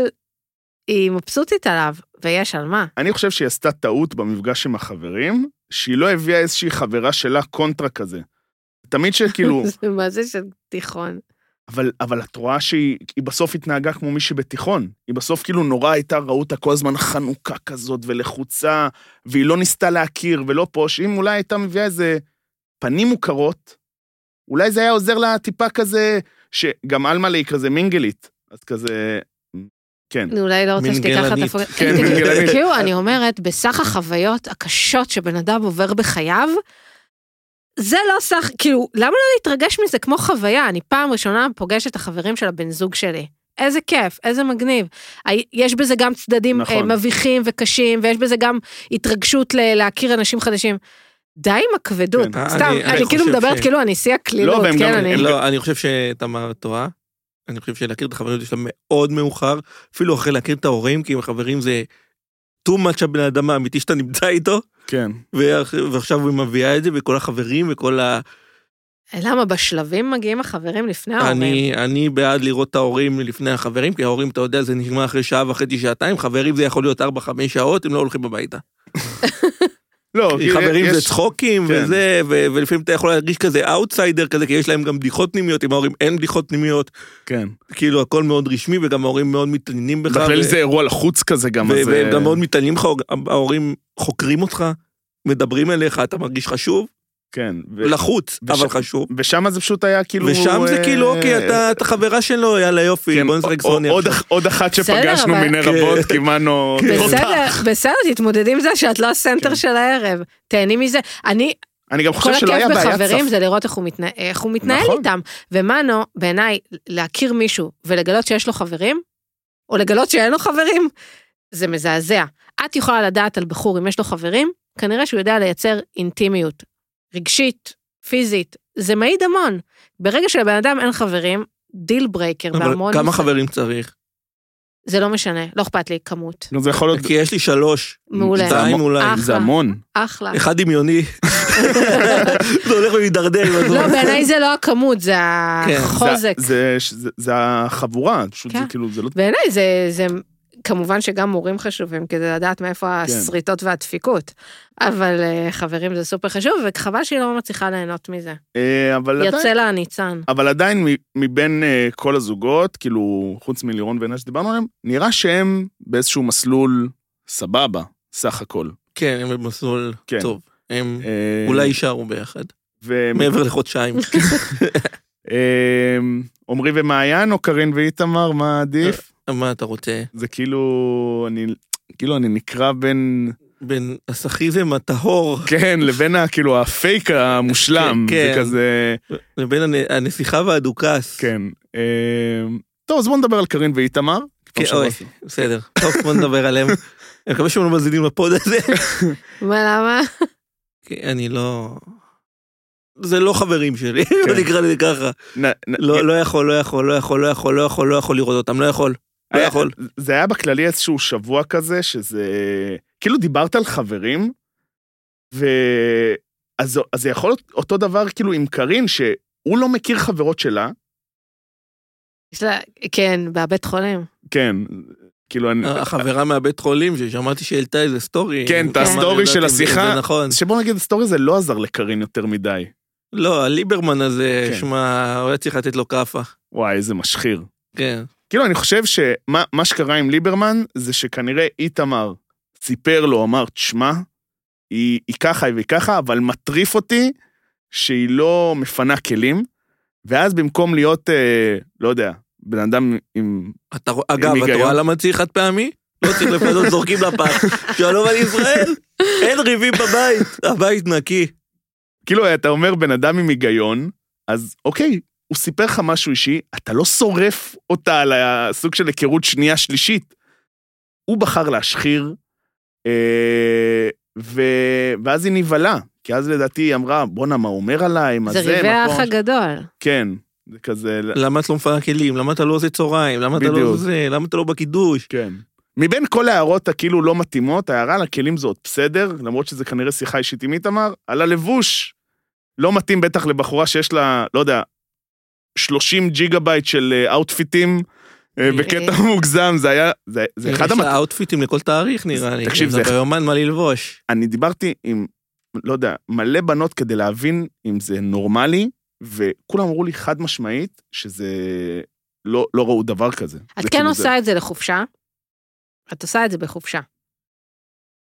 S2: היא מבסוטית עליו, ויש על מה.
S1: אני חושב שהיא עשתה טעות במפגש עם החברים, שהיא לא הביאה איזושהי חברה שלה קונטרה כזה. תמיד שכאילו,
S2: זה מה זה של תיכון.
S1: אבל, אבל את רואה שהיא היא בסוף התנהגה כמו מישהי בתיכון. היא בסוף כאילו נורא הייתה, ראו אותה כל הזמן חנוכה כזאת ולחוצה, והיא לא ניסתה להכיר ולא פה, שאם אולי הייתה מביאה איזה פנים מוכרות, אולי זה היה עוזר לה טיפה כזה, שגם עלמלה היא כזה מינגלית, אז כזה... כן.
S2: אני אולי לא רוצה שתיקח את
S3: מנגלנית.
S2: הפוגע.
S1: כן, מנגלנית.
S2: כאילו, אני אומרת, בסך החוויות הקשות שבן אדם עובר בחייו, זה לא סך, כאילו, למה לא להתרגש מזה כמו חוויה? אני פעם ראשונה פוגשת את החברים של הבן זוג שלי. איזה כיף, איזה מגניב. הי- יש בזה גם צדדים
S1: נכון.
S2: נכון. מביכים וקשים, ויש בזה גם התרגשות ל- להכיר אנשים חדשים. די עם הכבדות.
S1: כן.
S2: סתם,
S3: אה, אני-
S2: אני,
S3: אני
S2: כאילו
S3: חושב
S2: מדברת
S3: ש-
S2: כאילו אני שיא
S1: לא,
S2: הקלילות,
S1: והם
S2: כן,
S1: גם-
S2: אני...
S1: הם-
S3: לא, אני חושב שתמר טועה. אני חושב שלהכיר את החברים זה שלה מאוד מאוחר, אפילו אחרי להכיר את ההורים, כי עם החברים זה too much הבן אדם האמיתי שאתה נמצא איתו.
S1: כן.
S3: ואח- ועכשיו היא מביאה את זה, וכל החברים וכל ה...
S2: למה בשלבים מגיעים החברים לפני ההורים?
S3: אני, אני בעד לראות את ההורים לפני החברים, כי ההורים, אתה יודע, זה נגמר אחרי שעה וחצי, שעתיים, חברים זה יכול להיות 4-5 שעות, הם לא הולכים הביתה.
S1: לא, כי
S3: חברים
S1: יש-
S3: זה צחוקים
S1: כן.
S3: וזה, ו- ולפעמים אתה יכול להרגיש כזה אאוטסיידר כזה, כי יש להם גם בדיחות פנימיות, עם ההורים אין בדיחות פנימיות,
S1: כן.
S3: כאילו הכל מאוד רשמי, וגם ההורים מאוד מתעניינים בך.
S1: בכלל
S3: ו-
S1: זה אירוע לחוץ כזה גם,
S3: ו-
S1: אז...
S3: והם
S1: אה,
S3: גם מאוד מתעניינים לך, ההורים חוקרים אותך, מדברים אליך, אתה מרגיש חשוב,
S1: כן. ו-
S3: לחוץ,
S1: וש-
S3: אבל חשוב.
S1: ושם זה פשוט היה כאילו...
S3: ושם זה
S1: אה,
S3: כאילו, אוקיי, אתה אתה חברה שלו, יאללה יופי,
S1: כן,
S3: בוא נשחק
S1: עוד-
S3: סוני.
S1: עוד
S3: עכשיו.
S1: אח- עוד אחת
S2: בסדר,
S1: שפגשנו
S2: אבל- כן.
S1: מיני
S3: כן.
S1: רבות, קימנו...
S2: בסדר, בסדר, תתמודדי עם זה שאת לא
S1: כן.
S2: הסנטר של הערב. תהני מזה. אני,
S1: אני גם
S2: כל
S1: חושב שלא היה
S2: הכיף
S1: בעיה
S2: בחברים
S1: צפ...
S2: זה לראות איך הוא מתנהל, איך הוא מתנהל
S1: נכון.
S2: איתם. ומנו, בעיניי, להכיר מישהו ולגלות שיש לו חברים, או לגלות שאין לו חברים, זה מזעזע. את יכולה לדעת על בחור אם יש לו חברים, כנראה שהוא יודע לייצר אינטימיות. רגשית, פיזית, זה מעיד המון. ברגע שלבן אדם אין חברים, דיל ברייקר
S3: אבל
S2: בהמון...
S3: כמה
S2: נושא-
S3: חברים צריך?
S2: זה לא משנה, לא אכפת לי כמות.
S1: נו, זה יכול להיות...
S3: כי יש לי שלוש,
S2: מעולה.
S1: זה
S3: שתיים
S1: המון-
S3: אולי,
S2: אה.
S1: זה
S2: כן. אחלה.
S1: המון.
S2: אחלה.
S3: אחד דמיוני. זה הולך ומידרדר. עם
S2: לא,
S3: הזמן.
S2: בעיניי זה לא הכמות, זה
S3: כן, זה-
S2: החוזק.
S1: זה- זה- זה- זה החבורה, פשוט זה
S2: כן.
S1: כאילו, זה לא...
S2: בעיניי זה, זה כמובן שגם מורים חשובים כדי לדעת מאיפה
S1: כן.
S2: הסריטות והדפיקות. אבל אה, חברים זה סופר חשוב וחבל שהיא לא מצליחה ליהנות מזה.
S1: אה, אבל עדיין...
S2: יוצא לה הניצן.
S1: אבל עדיין מ- מבין אה, כל הזוגות, כאילו, חוץ מלירון ועינת שדיברנו עליהם, נראה שהם באיזשהו מסלול סבבה, סך הכל.
S3: כן, הם במסלול
S1: כן.
S3: טוב. הם
S1: אה,
S3: אולי יישארו ביחד.
S1: והם-
S3: מעבר לחודשיים.
S2: כן.
S1: אה, עמרי ומעיין או קארין ואיתמר, מה עדיף?
S3: מה אתה רוצה?
S1: זה כאילו, אני... כאילו אני נקרע בין,
S3: בין הסכיזם הטהור
S1: כן, לבין ה- כאילו הפייק המושלם,
S3: כן,
S1: זה
S3: כן.
S1: כזה,
S3: לבין הנ- הנסיכה והדוכס.
S1: כן. אה, טוב, אז בואו נדבר על קארין ואיתמר. פעם שעברה
S3: כן, אוי.
S1: עשו-
S3: בסדר. טוב, בוא נדבר עליהם. אני מקווה שהם לא מאזינים לפוד הזה.
S2: מה למה?
S3: כי אני לא... זה לא חברים שלי,
S1: כן.
S3: בוא נקרא לזה ככה.
S1: נ- אה, נ-
S3: לא, לא יכול, לא יכול, לא יכול, לא יכול, לא יכול, לא יכול לראות אותם, לא יכול. לא
S1: היה-
S3: יכול.
S1: זה היה בכללי איזשהו שבוע כזה, שזה... כאילו דיברת על חברים, ו... אז, אז זה יכול להיות אותו דבר כאילו עם קארין, שהוא לא מכיר חברות שלה,
S2: יש לה, כן, בבית חולים.
S1: כן, כאילו,
S3: אה.
S1: אני...
S3: החברה מהבית חולים ששמעתי שהעלתה איזה סטורי.
S1: כן, את
S3: כמה
S1: הסטורי
S3: יודעת
S1: של
S3: אם זה-
S1: השיחה.
S3: זה נכון.
S1: שבוא נגיד, הסטורי הזה לא עזר לקארין יותר מדי.
S3: לא, הליברמן הזה,
S1: כן.
S3: שמע, הוא היה צריך לתת לו כאפה.
S1: וואי, איזה משחיר.
S3: כן.
S1: כאילו, אני חושב שמה מה שקרה עם ליברמן, זה שכנראה איתמר סיפר לו, אמר, תשמע, היא, היא ככה, היא ככה, אבל מטריף אותי שהיא לא מפנה כלים, ואז במקום להיות, אה, לא יודע, בן אדם עם...
S3: אתה, רוא- אגב, אתה
S1: היגיון.
S3: רואה למה צריך חד פעמי? לא צריך לפנות, זורקים לפח. שלום על ישראל, אין ריבים בבית, הבית נקי.
S1: כאילו, אתה אומר, בן אדם עם היגיון, אז אוקיי, הוא סיפר לך משהו אישי, אתה לא שורף אותה על הסוג של היכרות שנייה שלישית. הוא בחר להשחיר, אה, ו... ואז היא נבהלה, כי אז לדעתי היא אמרה, בואנה, מה הוא אומר עליי, מה
S2: זה
S1: זה,
S2: ריבי
S1: מה
S2: האח
S1: פה?"
S2: הגדול.
S1: כן, זה כזה,
S3: למה את לא מפנה כלים? למה אתה לא עושה צהריים? למה אתה
S1: בדיוק.
S3: לא זה? למה אתה לא בקידוש?
S1: כן. מבין כל ההערות הכאילו לא מתאימות, ההערה על הכלים זה עוד בסדר, למרות שזה כנראה שיחה אישית עם איתמר, על הלבוש. לא מתאים בטח לבחורה שיש לה, לא יודע, 30 ג'יגה בייט של אה, אאוטפיטים,
S2: אוקיי.
S1: אה, בקטע מוגזם, זה היה, זה זה
S2: כן,
S1: אחד
S3: יש
S1: המת...
S3: לה האוטפיטים לכל תאריך נראה לי.
S1: תקשיב,
S3: זה
S1: זה-
S3: ביומן מה ללבוש.
S1: אני דיברתי עם, לא יודע, מלא בנות כדי להבין אם זה נורמלי, וכולם אמרו לי חד משמעית שזה... לא, לא ראו דבר כזה.
S2: את
S1: זה
S2: כן
S1: כאילו זה
S2: עושה את זה לחופשה. את עושה את זה בחופשה.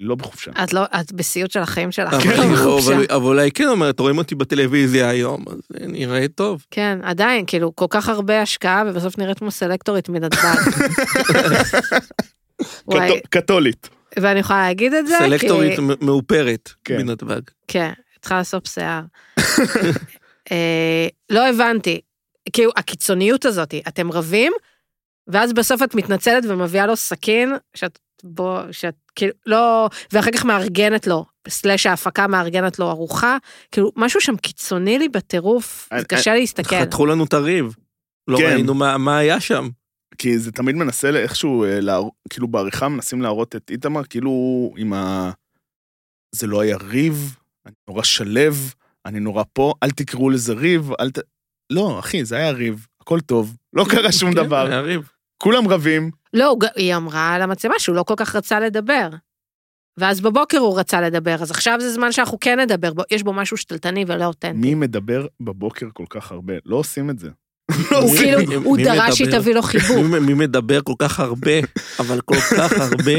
S1: לא בחופשה.
S2: את לא, את בסיוט של החיים שלך.
S1: כן,
S3: אבל
S2: לא
S3: היא-
S2: בחופשה.
S3: אבל- אבל אולי כן אומרת, רואים אותי בטלוויזיה היום, אז זה נראה טוב.
S2: כן, עדיין, כאילו, כל כך הרבה השקעה, ובסוף נראית כמו סלקטורית מנתב"ג. וואי,
S1: קתו- קתולית.
S2: ואני יכולה להגיד את זה,
S3: סלקטורית
S2: כי...
S3: מ- מאופרת
S1: כן.
S3: מנתב"ג.
S2: כן, צריכה לעשות שיער. אה, לא הבנתי. כאילו, הקיצוניות הזאת, אתם רבים, ואז בסוף את מתנצלת ומביאה לו סכין, שאת... בוא, שאת כאילו לא, ואחר כך מארגנת לו, סלאש ההפקה מארגנת לו ארוחה, כאילו משהו שם קיצוני לי בטירוף,
S1: אני-
S2: זה קשה להסתכל.
S3: חתכו לנו את הריב. לא
S1: כן.
S3: ראינו מה מה היה שם.
S1: כי זה תמיד מנסה לא- איכשהו, אה, להר... כאילו בעריכה מנסים להראות את איתמר, כאילו עם ה... זה לא היה ריב, אני נורא שלב, אני נורא פה, אל תקראו לזה ריב, אל ת... לא, אחי, זה היה ריב, הכל טוב, לא קרה שום
S3: כן,
S1: דבר,
S3: היה ריב.
S1: כולם רבים,
S2: לא, הוא ג- היא אמרה למצלמה שהוא לא כל כך רצה לדבר. ואז בבוקר הוא רצה לדבר, אז עכשיו זה זמן שאנחנו כן נדבר, בו, יש בו משהו שתלטני ולא אותנטי.
S1: מי מדבר בבוקר כל כך הרבה? לא עושים את זה. לא
S2: הוא
S3: מי-
S1: עושים.
S2: כאילו,
S3: מי-
S2: הוא
S3: מי
S2: דרש שהיא
S3: מדבר?
S2: תביא לו חיבוק.
S3: מי- מי מדבר כל כך הרבה, אבל כל כך הרבה.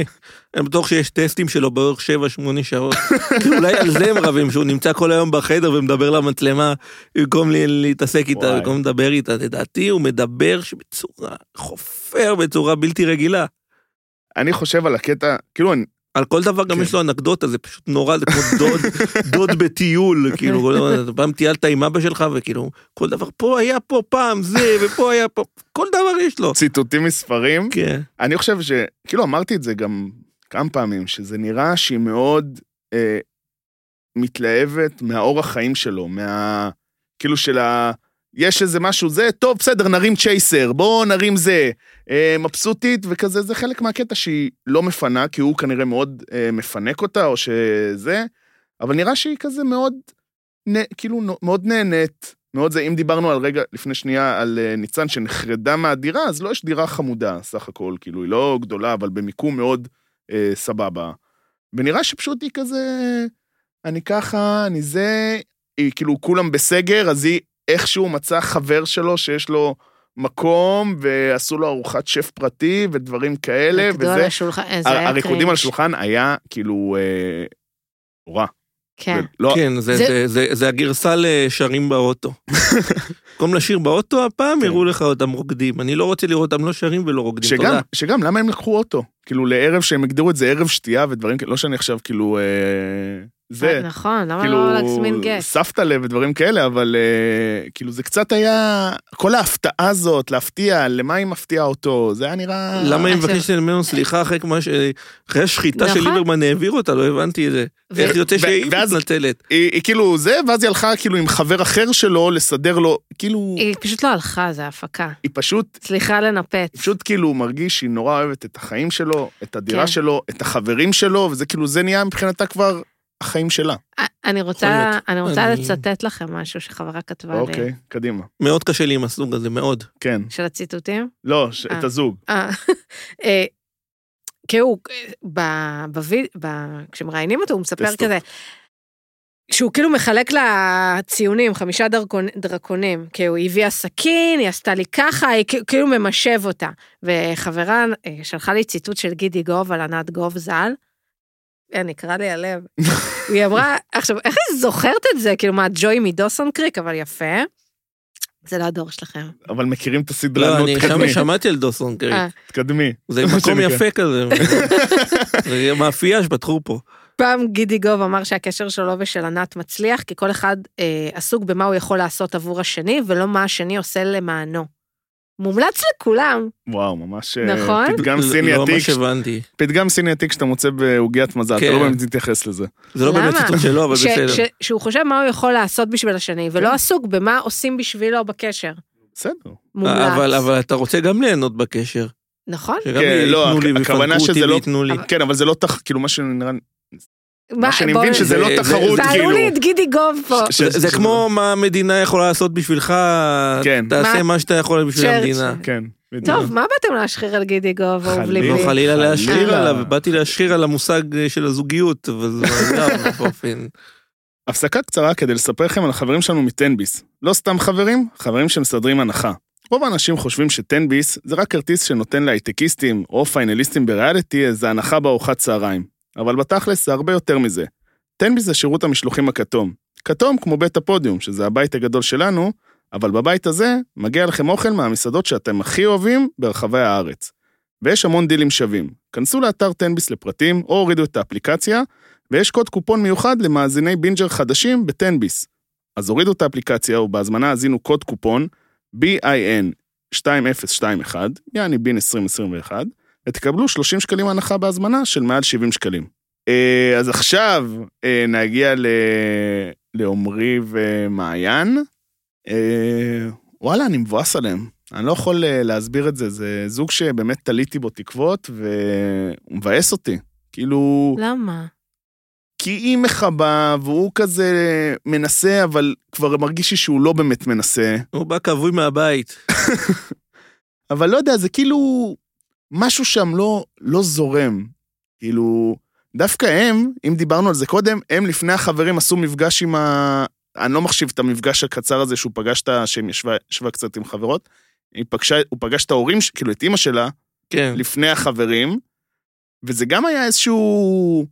S3: אני בטוח שיש טסטים שלו בערך 7-8 שעות. כי אולי על זה הם רבים, שהוא נמצא כל היום בחדר ומדבר למצלמה, במקום ל- להתעסק איתה,
S1: וואי.
S3: במקום לדבר איתה. לדעתי הוא מדבר בצורה, חופר בצורה בלתי רגילה.
S1: אני חושב על הקטע, כאילו, אני-
S3: על כל דבר גם
S1: כן.
S3: יש לו אנקדוטה, זה פשוט נורא, זה כמו דוד, דוד בטיול, כאילו, כל דבר, אתה פעם טיילת עם אבא שלך, וכאילו, כל דבר, פה היה פה פעם זה, ופה היה פה, כל דבר יש לו.
S1: ציטוטים מספרים,
S3: כן.
S1: אני חושב ש... כאילו, אמרתי את זה גם כמה פעמים, שזה נראה שהיא מאוד אה, מתלהבת מהאורח חיים שלו, מה... כאילו של ה... יש איזה משהו, זה, טוב, בסדר, נרים צ'ייסר, בואו נרים זה. אה, מבסוטית וכזה, זה חלק מהקטע שהיא לא מפנה, כי הוא כנראה מאוד אה, מפנק אותה, או שזה, אבל נראה שהיא כזה מאוד, נה, כאילו, נו- מאוד נהנית. מאוד זה, אם דיברנו על רגע, לפני שנייה, על אה, ניצן שנחרדה מהדירה, אז לא יש דירה חמודה, סך הכל, כאילו, היא לא גדולה, אבל במיקום מאוד אה, סבבה. ונראה שפשוט היא כזה, אני ככה, אני זה, היא כאילו, כולם בסגר, אז היא איכשהו מצאה חבר שלו שיש לו מקום, ועשו לו ארוחת שף פרטי, ודברים כאלה,
S2: רקדו על
S1: וזה.
S2: השולחן, אה, זה היה
S1: הריקודים על
S2: קרינג'.
S1: השולחן היה, כאילו, אה, נורא.
S2: כן.
S1: לא,
S3: כן, זה,
S2: זה-
S3: זה... זה, זה, זה הגרסה לשרים באוטו. במקום לשיר באוטו, הפעם
S1: כן.
S3: הראו לך אותם רוקדים. אני לא רוצה לראות אותם לא שרים ולא רוקדים,
S1: שגם,
S3: תודה.
S1: שגם, למה הם לקחו אוטו? כאילו, לערב שהם הגדירו את זה ערב שתייה ודברים כאלה, לא שאני עכשיו כאילו... אה, זה,
S2: נכון, למה
S1: כאילו,
S2: לא להזמין גט?
S1: סבתא לב ודברים כאלה, אבל אה, כאילו זה קצת היה... כל ההפתעה הזאת, להפתיע, למה היא מפתיעה אותו, זה היה נראה...
S3: למה היא
S2: עכשיו-
S3: מבקשת ממנו סליחה אחרי מה ש... אחרי השחיטה
S2: נכון.
S3: שליברמן העביר אותה, לא הבנתי את זה.
S2: ו-
S3: איך יוצא
S1: ו-
S3: שהיא
S1: ואז-
S3: מתנצלת?
S1: היא, היא כאילו זה, ואז היא הלכה כאילו עם חבר אחר שלו לסדר לו, כאילו, היא,
S2: היא פשוט לא הלכה, זה הפקה.
S1: היא פשוט,
S2: סליחה לנפץ.
S1: היא פשוט כאילו מרגיש שהיא נורא אוהבת את החיים שלו, את הדירה
S2: כן.
S1: שלו, את החברים שלו, וזה כאילו, זה נהיה מבחינתה כבר החיים שלה.
S2: אה, אני
S3: יכול
S2: רוצה,
S3: להיות.
S2: אני רוצה
S3: אני-
S2: לצטט לכם משהו שחברה כתבה לי,
S1: אוקיי, קדימה.
S3: מאוד קשה לי עם הסוג הזה, מאוד.
S1: כן.
S2: של הציטוטים.
S1: לא, ש-
S2: אה.
S1: את הזוג.
S2: אה, אה, כי הוא, אה, ב- בויד- ב- כשמראיינים אותו, הוא מספר
S1: טסטות.
S2: כזה, שהוא כאילו מחלק לציונים, חמישה דרקונ, דרקונים, כי הוא הביאה סכין, היא עשתה לי ככה, היא כא- כאילו ממשב אותה. וחברה אה, שלחה לי ציטוט של גידי גוב על ענת גוב ז"ל, אה, נקרע לי הלב. היא אמרה, עכשיו, איך היא זוכרת את זה? כאילו, מה, ג'וי מדוסון קריק, אבל יפה. זה לא הדור שלכם.
S1: אבל מכירים את הסדרה,
S3: לא,
S1: נו,
S3: אני
S1: תקדמי,
S3: שם שמעתי על דוסון קרי.
S2: אה.
S1: תקדמי.
S3: זה
S1: מה
S3: מקום
S1: שנקרא.
S3: יפה כזה. זה מאפייה שבחרו פה.
S2: פעם גידי גוב אמר שהקשר שלו ושל ענת מצליח, כי כל אחד אה, עסוק במה הוא יכול לעשות עבור השני, ולא מה השני עושה למענו. מומלץ לכולם.
S1: וואו, ממש... אה,
S2: נכון?
S1: פתגם
S3: לא-
S1: סיני
S3: לא
S1: עתיק,
S3: ממש הבנתי.
S1: פתגם סיני עתיק שאתה מוצא בעוגיית מזל, אתה
S3: כן.
S1: לא באמת מתייחס לזה.
S3: זה לא
S2: למה?
S3: באמת ציטוט שלו, אבל
S2: ש-
S3: בסדר.
S2: ש- שהוא חושב מה הוא יכול לעשות בשביל השני, ולא
S1: כן.
S2: עסוק במה עושים בשבילו בקשר.
S1: בסדר.
S2: מומלץ.
S3: אה, אבל- אבל אתה רוצה גם ליהנות בקשר.
S2: נכון?
S3: שגם
S1: כן, לא,
S3: ייתנו לי
S1: הכ- הכוונה
S3: ויפנקו אותי
S1: שזה לא-
S3: וייתנו לי.
S1: כן, אבל זה לא תח... כאילו, מה שנראה...
S2: מה,
S1: מה שאני
S2: בוא-
S1: מבין שזה לא
S3: זה-
S1: תחרות,
S2: תעלו
S1: כאילו.
S2: לי את גידי גוב פה.
S1: ש-
S3: זה- זה
S1: ש-
S3: כמו מה המדינה יכולה לעשות בשבילך,
S1: לא- כן.
S3: תעשה
S2: מה-
S3: מה שאתה יכול בשביל
S2: צ'רצ'יל.
S3: המדינה.
S1: כן, בדיוק.
S2: טוב, מה באתם להשחיר על גידי גוב, אהוב
S1: חלילה.
S2: ליבי?
S3: לא חלילה להשחיר
S1: חלילה.
S3: עליו, באתי להשחיר על המושג אה, של הזוגיות, אבל זה לא באופן...
S1: הפסקה קצרה כדי לספר לכם על החברים שלנו מ-10ביס. לא סתם חברים, חברים שמסדרים הנחה. רוב האנשים חושבים ש-10ביס זה רק כרטיס שנותן להייטקיסטים או פיינליסטים בריאליטי איזה הנחה בארוחת צהריים. אבל בתכלס זה הרבה יותר מזה. 10ביס זה שירות המשלוחים הכתום. כתום כמו בית הפודיום, שזה הבית הגדול שלנו, אבל בבית הזה מגיע לכם אוכל מהמסעדות שאתם הכי אוהבים ברחבי הארץ. ויש המון דילים שווים. כנסו לאתר 10ביס לפרטים, או הורידו את האפליקציה, ויש קוד קופון מיוחד למאזיני בינג'ר חדשים בטנביס. אז הורידו את האפליקציה, ובהזמנה הזינו קוד קופון BIN 2021, יעני בין 2021, ותקבלו 30 שקלים הנחה בהזמנה של מעל 70 שקלים. אה, אז עכשיו אה, נגיע ל- לעומרי ומעיין. אה, וואלה, אני מבואס עליהם. אני לא יכול אה, להסביר את זה, זה זוג שבאמת תליתי בו תקוות, והוא מבאס אותי. כאילו...
S2: למה?
S1: כי היא מכבה, והוא כזה מנסה, אבל כבר מרגיש לי שהוא לא באמת מנסה.
S3: הוא בא כבוי מהבית.
S1: אבל לא יודע, זה כאילו... משהו שם לא, לא זורם. כאילו, דווקא הם, אם דיברנו על זה קודם, הם לפני החברים עשו מפגש עם ה... אני לא מחשיב את המפגש הקצר הזה שהוא פגש את ה... שהם ישבה, ישבה קצת עם חברות. היא פגשה, הוא פגש את ההורים, ש- כאילו את אימא שלה,
S3: כן.
S1: לפני החברים, וזה גם היה איזשהו...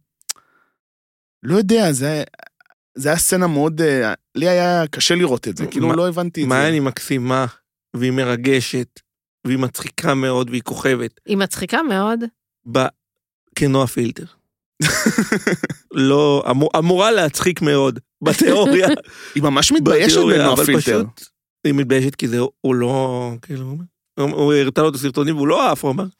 S1: לא יודע, זה, היה- זה היה סצנה מאוד... אה, לי היה קשה לראות את זה, כאילו
S3: מה-
S1: לא הבנתי את
S3: מעיין
S1: זה.
S3: היא מקסימה, והיא מרגשת, והיא מצחיקה מאוד, והיא כוכבת.
S2: היא מצחיקה מאוד.
S3: ב... כנועה פילטר. לא, אמור, אמורה להצחיק מאוד, בתיאוריה.
S1: היא ממש מתביישת
S3: בתיאוריה,
S1: בנועה
S3: אבל
S1: פילטר.
S3: פשוט היא מתביישת כי זה, הוא לא, כאילו, הוא- הוא הראה לו את הסרטונים והוא לא עף, הוא אמר.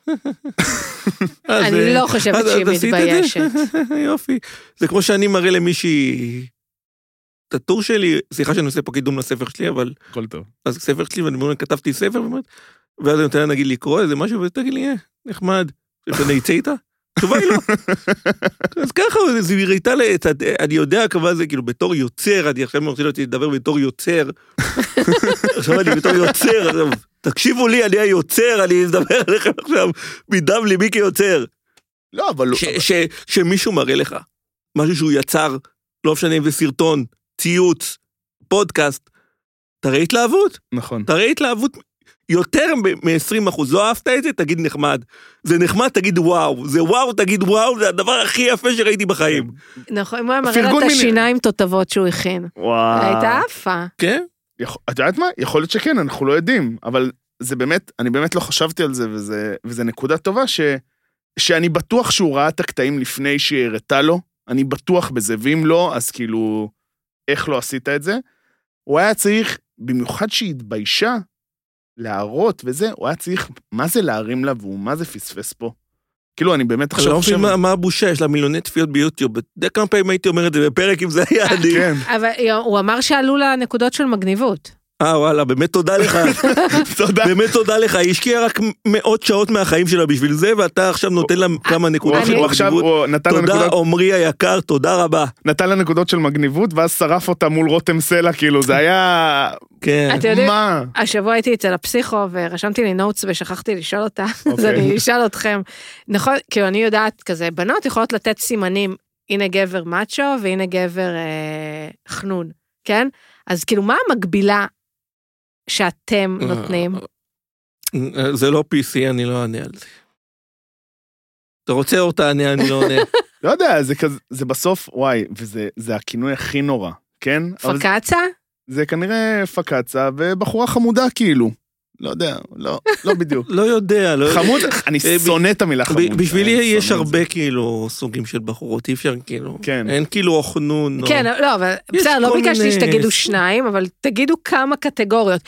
S3: אז,
S2: אני
S3: אה,
S2: לא חושבת
S3: אז- אז
S2: שהיא
S3: עשית את זה?
S2: מתביישת.
S3: יופי. זה כמו שאני מראה למישהי... את הטור שלי, סליחה שאני עושה פה קידום לספר שלי, אבל
S1: הכל טוב.
S3: אז ספר שלי, ואני אומר, כתבתי ספר, ואומרת, ואז אני נותן לה נגיד לקרוא איזה משהו, ותגיד לי, אה, נחמד, שאני אצא איתה? התשובה היא לא. אז ככה, אז היא ראיתה לי את ה... אני יודע כמה זה, כאילו, בתור יוצר, אני עכשיו מרשה אותי לדבר בתור יוצר. עכשיו אני בתור יוצר, עכשיו, תקשיבו לי, אני היוצר, אני מדבר עליכם עכשיו מדם ליבי כיוצר.
S1: לא, אבל...
S3: ש- ש- שמישהו מראה לך משהו שהוא יצר, לא משנה אם זה סרטון, ציוץ, פודקאסט, תראה התלהבות,
S1: נכון.
S3: תראה התלהבות יותר מ-20 אחוז. לא אהבת את זה? תגיד נחמד. זה נחמד, תגיד וואו. זה וואו, תגיד וואו, זה הדבר הכי יפה שראיתי בחיים.
S1: כן.
S2: נכון, אם הוא היה מראה לה
S1: פרגון
S2: את
S1: מיני.
S2: השיניים תותבות שהוא הכין.
S1: וואו.
S2: הייתה עפה.
S3: כן?
S1: יכול- את יודעת מה? יכול להיות שכן, אנחנו לא יודעים, אבל זה באמת, אני באמת לא חשבתי על זה, וזה, וזה נקודה טובה ש, שאני בטוח שהוא ראה את הקטעים לפני שהיא הראתה לו, אני בטוח בזה, ואם לא, אז כאילו, איך לא עשית את זה? הוא היה צריך, במיוחד שהיא התביישה, להראות וזה, הוא היה צריך, מה זה להרים לה והוא, מה זה פספס פה? כאילו, אני באמת
S3: אני
S1: עכשיו
S3: לא מבין מה- מה הבושה, יש לה מיליוני צפיות ביוטיוב. אתה יודע כמה פעמים הייתי אומר את זה בפרק אם זה היה אני.
S1: כן,
S2: אבל הוא אמר שעלו לה נקודות של מגניבות.
S3: אה, וואלה, באמת תודה לך.
S1: תודה.
S3: באמת תודה לך, היא השקיעה רק מאות שעות מהחיים שלה בשביל זה, ואתה עכשיו נותן לה כמה נקודות של
S2: אני-
S1: הוא עכשיו,
S3: מגניבות.
S1: הוא נתן לה
S3: תודה
S1: נקודות
S3: עמרי היקר, תודה רבה.
S1: נתן לה נקודות של מגניבות, ואז שרף אותה מול רותם סלע, כאילו, זה היה...
S3: כן.
S2: אתה יודע,
S1: מה?
S2: השבוע הייתי אצל הפסיכו ורשמתי לי נוטס ושכחתי לשאול אותה, אז
S1: אוקיי.
S2: אני אשאל אתכם. נכון, כאילו אני יודעת כזה, בנות יכולות לתת סימנים, הנה גבר מאצ'ו והנה גבר אה, חנון, כן? אז כאילו מה המקבילה שאתם
S1: אה,
S2: נותנים?
S3: זה לא PC, אני לא אענה על זה. אתה רוצה או תענה, אני לא עונה.
S1: לא יודע, זה כזה, זה בסוף, וואי, וזה זה הכינוי הכי נורא, כן? אבל זה,
S2: פקצה?
S1: זה כנראה פקצה ובחורה חמודה, כאילו. לא יודע, לא, לא בדיוק.
S3: לא יודע, לא יודע.
S1: חמוד, אני
S3: אה, ב-
S1: שונא את המילה חמוד.
S3: ב- בשבילי
S1: אני
S3: יש
S1: שונא את זה.
S3: הרבה כאילו סוגים של בחורות, אי אפשר כאילו,
S1: כן.
S3: אין כאילו אוכנון. או-
S2: כן, לא, אבל
S3: יש
S2: בסדר, לא
S3: כל
S2: ביקשתי
S3: מיני-
S2: שתגידו שניים, אבל תגידו כמה קטגוריות.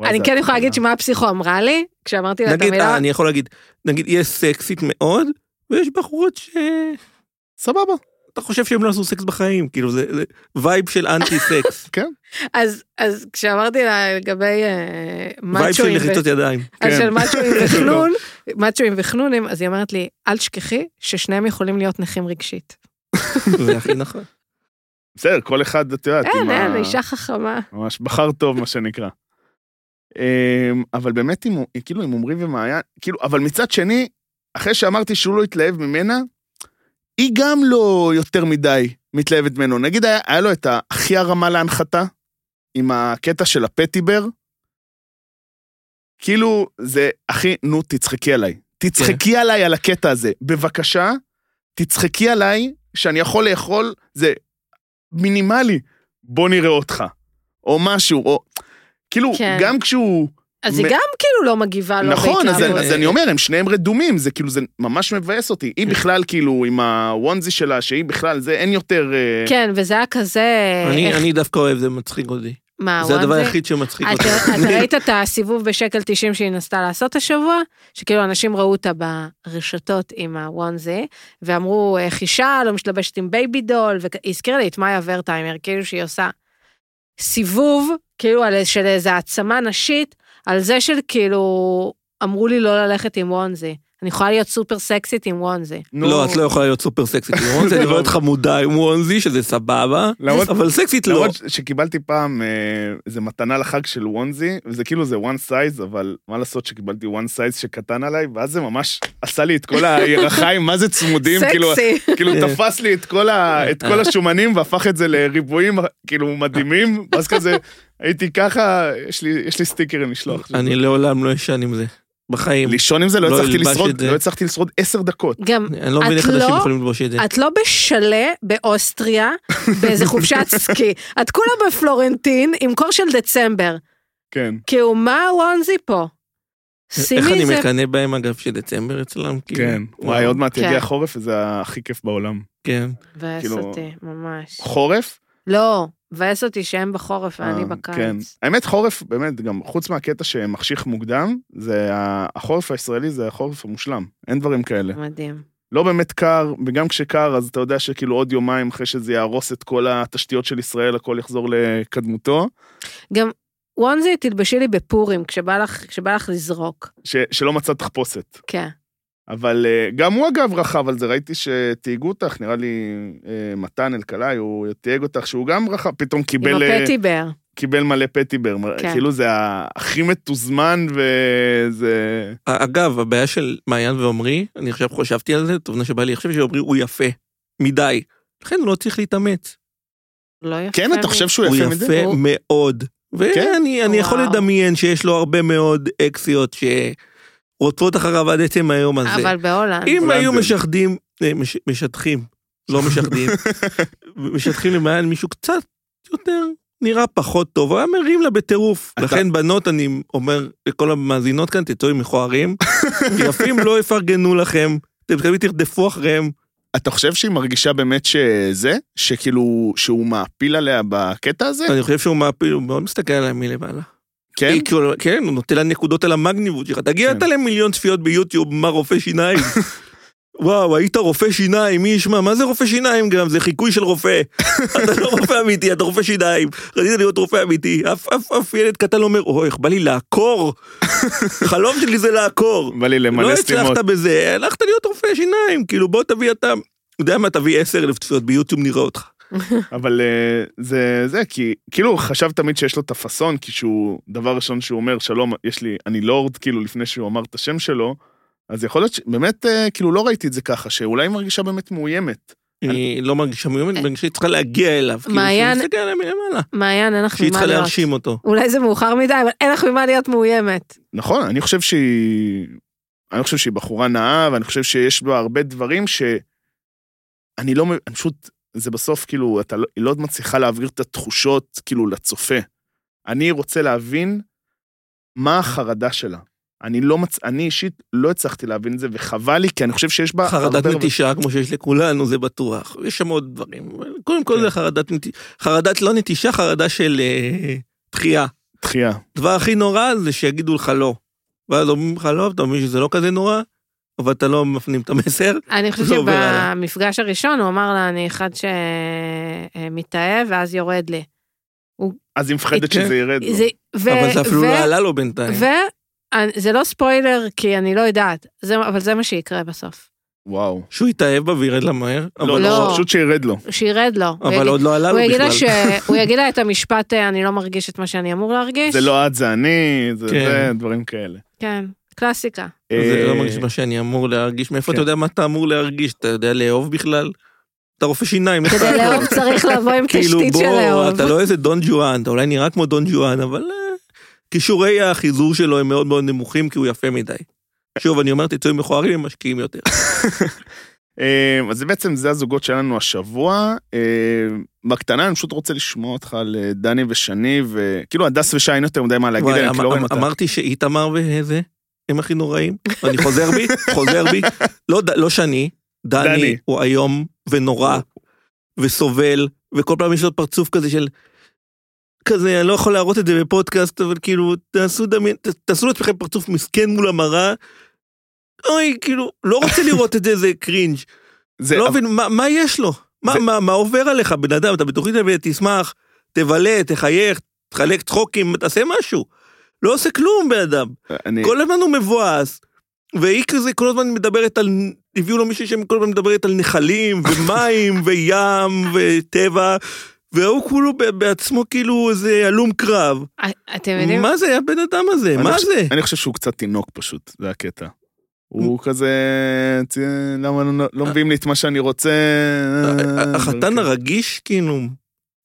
S1: וואי,
S2: אני
S1: זה
S2: כן יכולה
S1: התחלה.
S2: להגיד שמה הפסיכו אמרה לי, כשאמרתי לה את
S3: נגיד,
S2: המילה,
S3: אה, אני יכול להגיד, נגיד, היא סקסית מאוד, ויש בחורות שאתה
S1: סבבה,
S3: חושב שהם לא עשו סקס בחיים, כאילו זה זה וייב של אנטי סקס,
S1: כן.
S2: אז, אז כשאמרתי לה לגבי אה,
S3: וייב של
S2: מאצ'ואים, ו...
S3: לחיצות ידיים.
S2: אז
S1: כן.
S2: של מאצ'ואים וחנון, מאצ'ואים וחנונים, אז היא אומרת לי, אל תשכחי ששניהם יכולים להיות נכים רגשית.
S3: זה הכי נכון.
S1: בסדר, כל אחד, את יודעת,
S2: אין,
S1: עם ה-
S2: אין, אה, אישה חכמה.
S1: ממש בחר טוב, מה שנקרא. אמ, אבל באמת, אם, כאילו, עם עמרי ומעיין, כאילו, אבל מצד שני, אחרי שאמרתי שהוא לא התלהב ממנה, היא גם לא יותר מדי מתלהבת ממנו. נגיד, היה, היה לו את הכי הרמה להנחתה, עם הקטע של הפטיבר. כאילו, זה, אחי, נו, תצחקי עליי. תצחקי עליי על הקטע הזה. בבקשה, תצחקי עליי, שאני יכול לאכול, זה מינימלי. בוא נראה אותך. או משהו, או... כאילו,
S2: כן.
S1: גם כשהוא...
S2: אז היא
S1: מ-
S2: גם כאילו לא מגיבה לו
S1: נכון, אז,
S2: בהתלהבות.
S1: אז אני אומר, הם שניהם רדומים, זה כאילו, זה ממש מבאס אותי. היא בכלל, כאילו, עם הוונזי שלה, שהיא בכלל, זה אין יותר... אה,
S2: כן, וזה היה כזה...
S3: אני-
S2: אה, איך-
S3: אני דווקא אוהב, זה מצחיק אותי.
S2: מה,
S3: זה הדבר
S2: וואן
S3: היחיד שמצחיק
S2: אתה
S3: אותי.
S2: אתה ראית את הסיבוב בשקל 90 שהיא נסתה לעשות השבוע? שכאילו אנשים ראו אותה ברשתות עם הוונזי, ואמרו, איך אישה לא משתלבשת עם בייבי דול, והיא הזכירה לי את מאיה ורטהיימר, כאילו שהיא עושה סיבוב, כאילו על איזה- של איזו העצמה נשית, על זה של כאילו, אמרו לי לא ללכת עם וונזי. אני יכולה להיות סופר סקסית עם וונזה.
S1: נו,
S3: לא, את לא יכולה להיות סופר סקסית עם וונזי, אני אומרת חמודה עם וונזי, שזה סבבה,
S1: למרות-
S3: אבל סקסית לא.
S1: למרות ש- שקיבלתי פעם אה, איזה מתנה לחג של וונזי, וזה כאילו זה one size, אבל מה לעשות שקיבלתי one size שקטן עליי, ואז זה ממש עשה לי את כל הירחיים, מה זה צמודים, כאילו,
S2: סקסי.
S1: כאילו תפס לי את כל, ה, את כל השומנים והפך את זה לריבועים כאילו מדהימים, ואז כזה הייתי ככה, יש לי, יש לי סטיקרים לשלוח.
S3: אני לעולם לא אשן עם זה, בחיים.
S1: לישון עם זה לא
S3: לא
S1: הצלחתי
S3: ילבש
S1: לשרוד,
S3: את זה.
S1: לא הצלחתי לשרוד עשר דקות.
S2: גם,
S3: אני לא מבין איך
S2: את
S3: אנשים
S2: לא-
S3: יכולים לבוש את זה.
S2: את לא בשלה באוסטריה, באיזה חופשת סקי. את כולה בפלורנטין עם קור של דצמבר.
S1: כן.
S2: כאילו, מה הוונזי פה?
S3: איך
S2: שימי
S3: אני
S2: זה...
S3: מקנא בהם אגב שדצמבר אצלם? כאילו?
S1: כן. וואי, עוד מעט יגיע
S2: כן.
S1: חורף, וזה הכי כיף בעולם.
S3: כן.
S2: מבאס
S1: כאילו-
S2: אותי, ממש.
S1: חורף?
S2: לא, מבאס אותי שהם בחורף ואני
S1: אה, כן.
S2: בקיץ.
S1: האמת, חורף, באמת, גם חוץ מהקטע שמחשיך מוקדם, זה ה- החורף הישראלי זה החורף המושלם. אין דברים כאלה.
S2: מדהים.
S1: לא באמת קר, וגם כשקר, אז אתה יודע שכאילו עוד יומיים אחרי שזה יהרוס את כל התשתיות של ישראל, הכל יחזור לקדמותו.
S2: גם וונזי תלבשי לי בפורים כשבא לך, כשבא לך לזרוק.
S1: ש, שלא מצאת תחפושת.
S2: כן.
S1: אבל אה, גם הוא אגב רכב על זה, ראיתי שתהיגו אותך, נראה לי אה, מתן אלקלעי, הוא תייג אותך, שהוא גם רכב, פתאום
S2: עם
S1: קיבל, אה,
S2: הפטי בר.
S1: קיבל מלא פטיבר.
S2: כן.
S1: כאילו זה הכי מתוזמן וזה...
S3: אגב, הבעיה של מעיין ועמרי, אני עכשיו חשבתי על זה, תובנה שבאה לי עכשיו שעמרי הוא יפה, מדי. לכן לא צריך להתאמץ.
S2: לא יפה.
S1: כן, אתה
S2: מ-
S1: חושב שהוא
S3: הוא
S1: יפה מדי? כן?
S3: יפה מאוד. ואני אני יכול
S2: וואו.
S3: לדמיין שיש לו הרבה מאוד אקסיות שרודפות אחריו עד עצם היום הזה.
S2: אבל בהולנד.
S3: אם
S1: הולנד
S3: היו
S1: זה-
S3: משחדים, אה, מש- משטחים, לא משחדים, משטחים למען מישהו קצת יותר נראה פחות טוב, הוא היה מרים לה בטירוף.
S1: אתה-
S3: לכן בנות, אני אומר לכל המאזינות כאן, תצאו עם מכוערים, יפים לא יפרגנו לכם, אתם חייבים תרדפו אחריהם.
S1: אתה חושב שהיא מרגישה באמת שזה? שכאילו, שהוא מעפיל עליה בקטע הזה?
S3: אני חושב שהוא מעפיל, הוא מאוד מסתכל עליה מלמעלה.
S1: כן?
S3: אה, היא כאילו, כן, הוא נותן לה נקודות על המגניבות שלך. תגיע
S1: כן.
S3: אתה למיליון צפיות ביוטיוב, מה רופא שיניים. וואו, היית רופא שיניים, מי ישמע, מה זה רופא שיניים גם? זה חיקוי של רופא. אתה לא רופא אמיתי, אתה רופא שיניים. רצית להיות רופא אמיתי. אף, אף, אף ילד קטן לא אומר, אוי, איך בא לי לעקור. חלום שלי זה לעקור.
S1: בא לי
S3: לא
S1: למלא סתימות.
S3: הצלחת בזה, הלכת להיות רופא שיניים. כאילו, בוא תביא אתה, יודע מה, תביא עשר אלף צפיות ביוטיוב, נראה אותך.
S1: אבל אה, זה זה כי כאילו חשב תמיד שיש לו את הפאסון כי שהוא דבר ראשון שהוא אומר שלום יש לי אני לורד כאילו לפני שהוא אמר את השם שלו. אז יכול להיות שבאמת אה, כאילו לא ראיתי את זה ככה שאולי היא מרגישה באמת מאוימת.
S3: היא לא מרגישה
S1: אה.
S3: מיומנת, היא מרגישה שהיא צריכה להגיע אליו. כאילו, שהוא
S2: מעיין-
S3: מסתכל עליה מלמעלה.
S2: מעיין, אין לך
S3: שהיא
S2: ממה
S3: צריכה
S2: להיות.
S3: להרשים אותו.
S2: אולי זה מאוחר מדי, אבל אין לך ממה להיות מאוימת.
S1: נכון אני חושב שהיא אני חושב שהיא בחורה נאה ואני חושב שיש בה הרבה דברים שאני לא מבין, אני פשוט זה בסוף כאילו אתה לא, היא לא מצליחה להעביר את התחושות כאילו לצופה. אני רוצה להבין מה החרדה שלה. אני לא מצ... אני אישית לא הצלחתי להבין את זה, וחבל לי, כי אני חושב שיש בה...
S3: חרדת
S1: הרבה-
S3: נטישה, כמו שיש לכולנו, זה בטוח. יש שם עוד דברים. אבל קודם כל
S1: כן.
S3: זה חרדת נטישה, חרדת לא נטישה, חרדה של אה, דחייה.
S1: דחייה.
S3: הדבר הכי נורא זה שיגידו לך לא. ואז אומרים לך לא, אתה מבין שזה לא כזה נורא, אבל אתה לא מפנים את המסר.
S2: אני חושבת
S3: זה לא עובר הלאה.
S2: שבמפגש הראשון הוא אמר לה, אני אחד שמתאהב ואז יורד לי.
S1: אז היא מפחדת
S3: כן.
S1: שזה ירד. לו.
S2: זה- ו-
S3: אבל זה אפילו
S2: ו-
S3: לא עלה לו בינתיים.
S2: וזה לא ספוילר, כי אני לא יודעת, זה- אבל זה מה שיקרה בסוף.
S1: וואו.
S3: שהוא יתאהב בה וירד לה מהר, אבל
S1: לא,
S2: לא.
S1: לא, פשוט שירד לו.
S2: שירד לו. הוא
S3: אבל
S2: יגיד-
S3: עוד לא עלה לו
S2: הוא יגיד לה
S3: בכלל.
S2: ש- הוא יגיד לה את המשפט, "אה, אני לא מרגיש את מה שאני אמור להרגיש.
S1: זה לא את, זה אני, זה
S3: כן.
S1: זה, דברים כאלה.
S2: כן, קלאסיקה.
S3: זה לא
S1: אה,
S3: מרגיש מה שאני אמור להרגיש. מאיפה
S1: כן.
S3: אתה יודע מה אתה אמור להרגיש? אתה יודע לאהוב בכלל? אתה רופא שיניים, לך
S2: כדי
S3: הכל.
S2: לאהוב צריך לבוא עם
S3: לא- כאילו
S2: תשתית של
S3: בוא,
S2: לאהוב.
S3: אתה לא איזה דון ג'ואן, אתה אולי נראה כמו דון ג'ואן, אבל אה, כישורי החיזור שלו הם מאוד מאוד נמוכים, כי הוא יפה מדי. שוב, אני אומר, תצאו עם מכוערים, הם משקיעים יותר.
S1: אמ, אז זה בעצם זה הזוגות שלנו השבוע. אמ, בקטנה אני פשוט רוצה לשמוע אותך על אה, דני ושני, וכאילו הדס ושי אין יותר מדי מה להגיד,
S3: וואי,
S1: אני
S3: אמ-
S1: כאילו לא רואה
S3: אמ-
S1: אותה.
S3: אמרתי שאיתמר וזה, הם הכי נוראים. אני חוזר בי, חוזר בי. לא ד- לא שני,
S1: דני.
S3: דני הוא איום ונורא, וסובל, וכל פעם יש לו פרצוף כזה של... כזה, אני לא יכול להראות את זה בפודקאסט, אבל כאילו, תעשו דמיין, ת- תעשו לעצמכם פרצוף מסכן מול המראה. אוי, כאילו, לא רוצה לראות את זה, זה קרינג'.
S1: זה-
S3: לא
S1: אבל-
S3: מבין, מה- מה יש לו? מה-
S1: זה-
S3: מה מה עובר עליך, בן אדם? אתה בתוכנית אבל תשמח, תבלה, תחייך, תחלק צחוקים, תעשה משהו. לא עושה כלום, בן אדם.
S1: אה, אני-
S3: כל הזמן הוא מבואס. והיא כזה כל הזמן מדברת על, הביאו לו מישהי שכל הזמן מדברת על נחלים, ומים, וים, וטבע, והוא כולו ב- בעצמו כאילו איזה הלום קרב.
S2: אה, אתם יודעים,
S3: מה זה הבן אדם הזה?
S1: אני
S3: מה
S1: חושב-
S3: זה?
S1: אני חושב שהוא קצת תינוק פשוט, זה הקטע. הוא כזה, "צ- למה לא- לא מביאים לי את מה שאני רוצה? אה,
S3: אה- החתן
S1: דברים כאלה.
S3: הרגיש כאילו.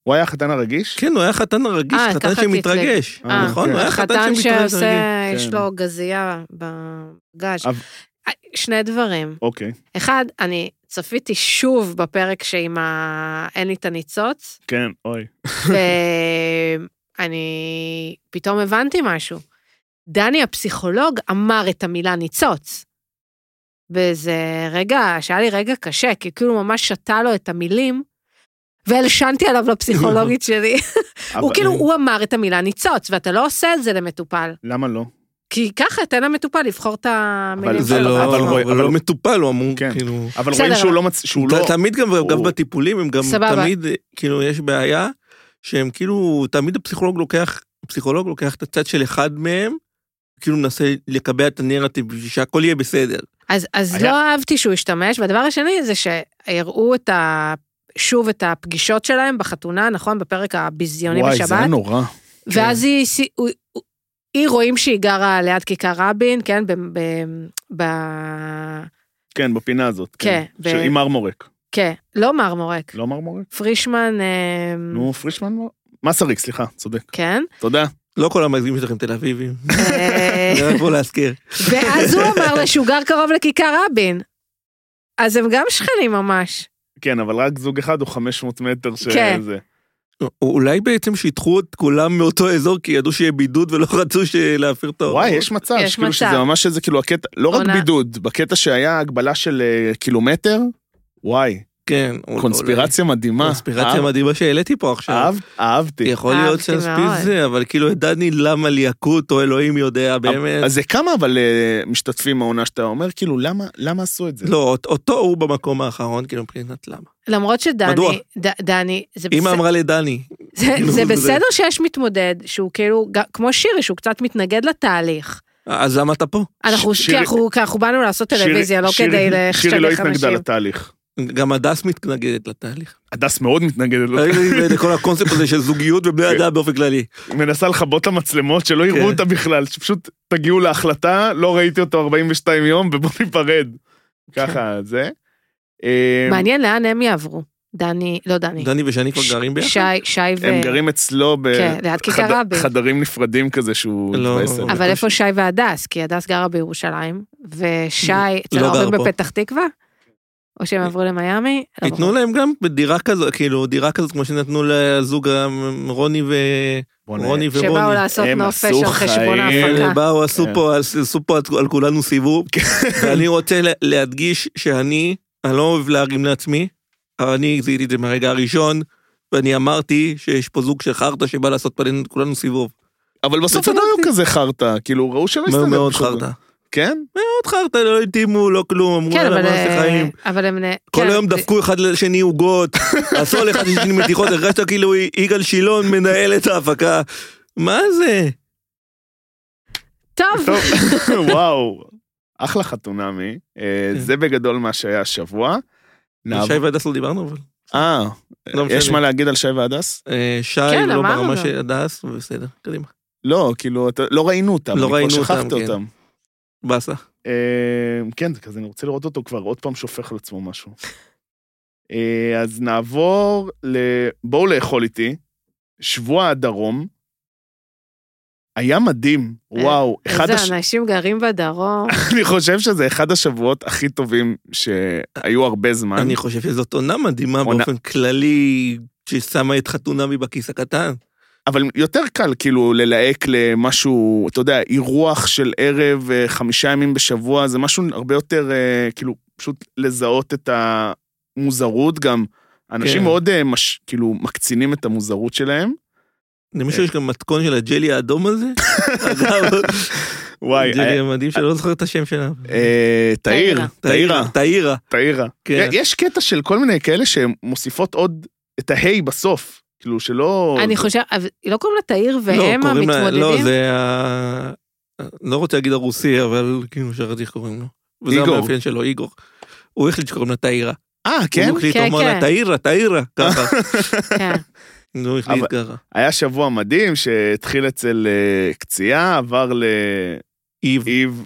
S1: הוא היה החתן הרגיש?
S3: כן, הוא היה חתן הרגיש,
S2: אה,
S3: חתן
S2: ככה
S3: שמתרגש.
S1: אה,
S3: נכון? הוא היה
S2: חתן
S3: חתן שמתרגש.
S2: שעושה,
S1: כן.
S2: יש לו גזייה בגש.
S1: אבל-
S2: שני דברים.
S1: אוקיי,
S2: אחד, אני צפיתי שוב בפרק שעם ה... אין לי את הניצוץ,
S1: כן, אוי.
S2: ואני פתאום הבנתי משהו. דני הפסיכולוג אמר את המילה ניצוץ. וזה רגע, שהיה לי רגע קשה, כי כאילו ממש שתה לו את המילים, והלשנתי עליו לפסיכולוגית שלי. הוא
S1: אבל-
S2: כאילו, הוא אמר את המילה ניצוץ, ואתה לא עושה את זה למטופל.
S1: למה לא?
S2: כי ככה, תן למטופל לבחור את המילים
S1: אבל
S3: זה
S2: שלו
S3: לא,
S1: אבל
S2: בעצמו.
S1: רואי-
S3: אבל לא מטופל, הוא אמור
S1: כן.
S3: כאילו.
S1: אבל
S2: בסדר,
S1: רואים שהוא
S2: אבל-
S1: לא מצ... שהוא
S3: ת-
S1: לא...
S3: תמיד גם,
S1: הוא-
S3: גם בטיפולים, הם גם
S2: סבבה.
S3: תמיד, אה, כאילו, יש בעיה שהם כאילו, תמיד הפסיכולוג לוקח, הפסיכולוג לוקח את הצד של אחד מהם, כאילו מנסה לקבע את הנרטיב בשביל שהכל יהיה בסדר.
S2: אז, אז
S1: היה-
S2: לא אהבתי שהוא השתמש, והדבר השני זה שהראו את ה... שוב את הפגישות שלהם בחתונה, נכון? בפרק הביזיוני
S1: וואי, זה היה כן.
S2: בשבת.
S1: נורא.
S2: ואז היא, סי- הוא- הוא- היא רואים שהיא גרה ליד כיכר רבין, כן? ב... ב, ב
S1: כן, בפינה הזאת.
S2: כן, ב-
S1: של- עם מרמורק.
S2: כן, לא מרמורק.
S1: לא מרמורק?
S2: פרישמן, אה,
S1: נו, פרישמן מר... מסריק, סליחה, צודק.
S2: כן.
S1: תודה.
S3: לא כל המאזינים שלכם תל אביבים,
S2: אה,
S3: זה רק פה להזכיר.
S2: ואז הוא אמר לה שהוא גר קרוב לכיכר רבין. אז הם גם שכנים ממש.
S1: כן, אבל רק זוג אחד הוא 500 מטר שזה.
S2: כן.
S3: א- אולי בעצם שידחו את כולם מאותו אזור כי ידעו שיהיה בידוד ולא רצו ש- להפר את ההוראות.
S1: וואי, יש מצב,
S2: יש
S1: כאילו
S2: מצב.
S1: שזה ממש איזה, כאילו הקטע, לא רק
S2: עונה-
S1: בידוד, בקטע שהיה הגבלה של אה, קילומטר, וואי,
S3: כן. אול-
S1: קונספירציה מדהימה.
S3: אולי. קונספירציה
S1: אהב-
S3: מדהימה שהעליתי פה עכשיו.
S1: אהב, אהבתי.
S3: יכול להיות
S2: אהבתי מאוד.
S3: שעשתי זה, אבל כאילו, דני, למה ליקוט או אלוהים יודע באמת.
S1: אז זה כמה אבל אה, משתתפים מהעונה שאתה אומר, כאילו, למה למה עשו את זה?
S3: לא, אות- אותו הוא במקום האחרון, כאילו, מבחינת למה. למרות
S2: שדני,
S3: מדוע?
S2: ד- דני, זה
S3: אמא
S2: בסדר.
S3: אמרה לדני,
S2: זה,
S3: כאילו,
S2: זה
S3: זה-
S2: בסדר שיש מתמודד שהוא כאילו, ג- כמו שירי, שהוא קצת מתנגד לתהליך.
S3: אז למה אתה פה?
S2: אנחנו,
S1: ש-
S2: כי
S1: שירי-
S2: אנחנו, כי אנחנו באנו לעשות טלוויזיה,
S1: שירי-
S2: לא
S1: שירי-
S2: כדי לחשב
S1: שירי לא
S2: איך
S1: התנגדה
S2: אנשים.
S1: לתהליך.
S3: גם הדס מתנגדת לתהליך.
S1: הדס מאוד מתנגדת
S3: אה,
S1: לתהליך.
S3: לכל הקונספט הזה של זוגיות ובני
S1: לא. כן.
S3: אדם באופן כללי.
S1: מנסה לכבות את המצלמות, שלא
S3: כן.
S1: יראו אותה בכלל, שפשוט תגיעו להחלטה, לא ראיתי אותו 42 יום ובוא ניפרד. ככה זה. אה,
S2: כן. מעניין לאן הם יעברו. דני, לא דני.
S3: דני ושני כבר
S2: ש-
S3: גרים ביחד?
S2: שי, שי ו...
S1: אה, הם גרים אצלו ב...
S2: כן, ליד כיכר
S1: חד-
S2: רבין.
S1: חדרים נפרדים כזה שהוא
S3: לא,
S1: התבאס עליהם.
S2: אבל איפה שי והדס? כי הדס גרה בירושלים, ושי אצל
S3: לא גר
S2: ההורים
S3: פה.
S2: בפתח תקווה? או שהם עברו למיאמי? לא
S3: ייתנו
S2: ברור.
S3: להם גם בדירה כזו, כאילו, דירה כזאת כמו שנתנו לזוג המ- רוני ו...
S1: בוא'נה,
S3: רוני ו-
S2: שבאו
S3: ורוני.
S2: לעשות
S1: הם
S2: נופש
S1: עשו
S2: על חשבון
S1: חיים.
S3: אלה
S2: ההפקה.
S3: אה, באו, עשו
S1: כן.
S3: פה, עשו פה על כולנו סיבוב.
S2: כן.
S3: ואני רוצה לה- להדגיש שאני, אני לא אוהב להרים לעצמי, אבל אני זיהיתי את זה מהרגע הראשון, ואני אמרתי שיש פה זוג של חרטא שבא לעשות עלינו כולנו סיבוב.
S1: אבל בסוף הם לא היו כזה חרטא, כאילו ראו שלא
S3: מאוד מאוד
S1: פשוט.
S3: חרטא.
S1: כן?
S3: מאוד חרטא, לא התאימו, לא כלום, אמרו
S2: כן,
S3: יאללה,
S2: אבל...
S3: מה נעשה
S2: אה,
S3: חיים.
S2: אבל הם... נ-
S3: כל
S2: כן,
S3: היום
S2: זה-
S3: דפקו אחד לשני עוגות, עשו על אחד לשני מתיחות, הרגשת כאילו יגאל שילון מנהל את ההפקה. מה זה?
S2: טוב,
S1: טוב, וואו, אחלה חתונמי, אה,
S3: כן.
S1: זה בגדול מה שהיה השבוע.
S3: שי
S1: נעב-
S3: והדס לא דיברנו אבל.
S1: אה,
S3: לא
S1: יש
S3: משנה.
S1: מה להגיד על שי והדס?
S3: אה, שי
S2: כן,
S3: לא
S2: אמרנו.
S3: ברמה של הדס, בסדר, קדימה.
S1: לא, כאילו, אתה- לא ראינו אותם,
S3: לא
S1: אני כבר
S3: ראינו אותם,
S1: שכחת
S3: כן.
S1: אותם.
S3: באסה.
S1: אה, כן, זה כזה, אני רוצה לראות אותו כבר עוד פעם שופך על עצמו משהו. אה, אז נעבור ל... בואו לאכול איתי, שבוע הדרום. היה מדהים,
S2: אה,
S1: וואו. אחד הש-
S2: איזה אנשים גרים בדרום.
S1: אני חושב שזה אחד השבועות הכי טובים שהיו הרבה זמן.
S3: אני חושב שזאת עונה מדהימה
S1: עונה-
S3: באופן כללי, ששמה את חתונמי בכיס הקטן.
S1: אבל יותר קל כאילו ללהק למשהו, אתה יודע, אירוח של ערב אה, חמישה ימים בשבוע, זה משהו הרבה יותר, אה, כאילו, פשוט לזהות את המוזרות גם. אנשים
S3: כן.
S1: מאוד, אה, מש, כאילו, מקצינים את המוזרות שלהם. אה.
S3: למישהו יש גם מתכון של הג'לי האדום הזה? אגב,
S1: וואי,
S3: הג'לי המדהים שלא זוכר את השם שלה.
S1: אה, תאיר,
S2: תאירה.
S1: תאירה,
S3: תאירה.
S1: תאירה.
S3: כן.
S1: יש קטע של כל מיני כאלה שמוסיפות עוד את ההיי בסוף, כאילו שלא...
S2: אני חושב, אבל לא קוראים לה תאיר
S3: לא,
S2: והם
S3: קוראים לה- לא,
S2: המתמודדים?
S3: זה ה... לא רוצה להגיד הרוסי, אבל כאילו שכחתי איך קוראים לו. וזה
S1: איגור.
S3: המאפיין שלו, איגור. הוא החליט שקוראים לה תאירה.
S1: אה, כן?
S3: הוא החליט, הוא
S2: כן,
S3: אמר לה
S2: כן.
S3: תאירה, תאירה, ככה.
S2: כן.
S3: נו, החליט
S1: אבל-
S3: ככה.
S1: היה שבוע מדהים שהתחיל אצל אה, קציעה, עבר
S3: איב.
S1: לאיב.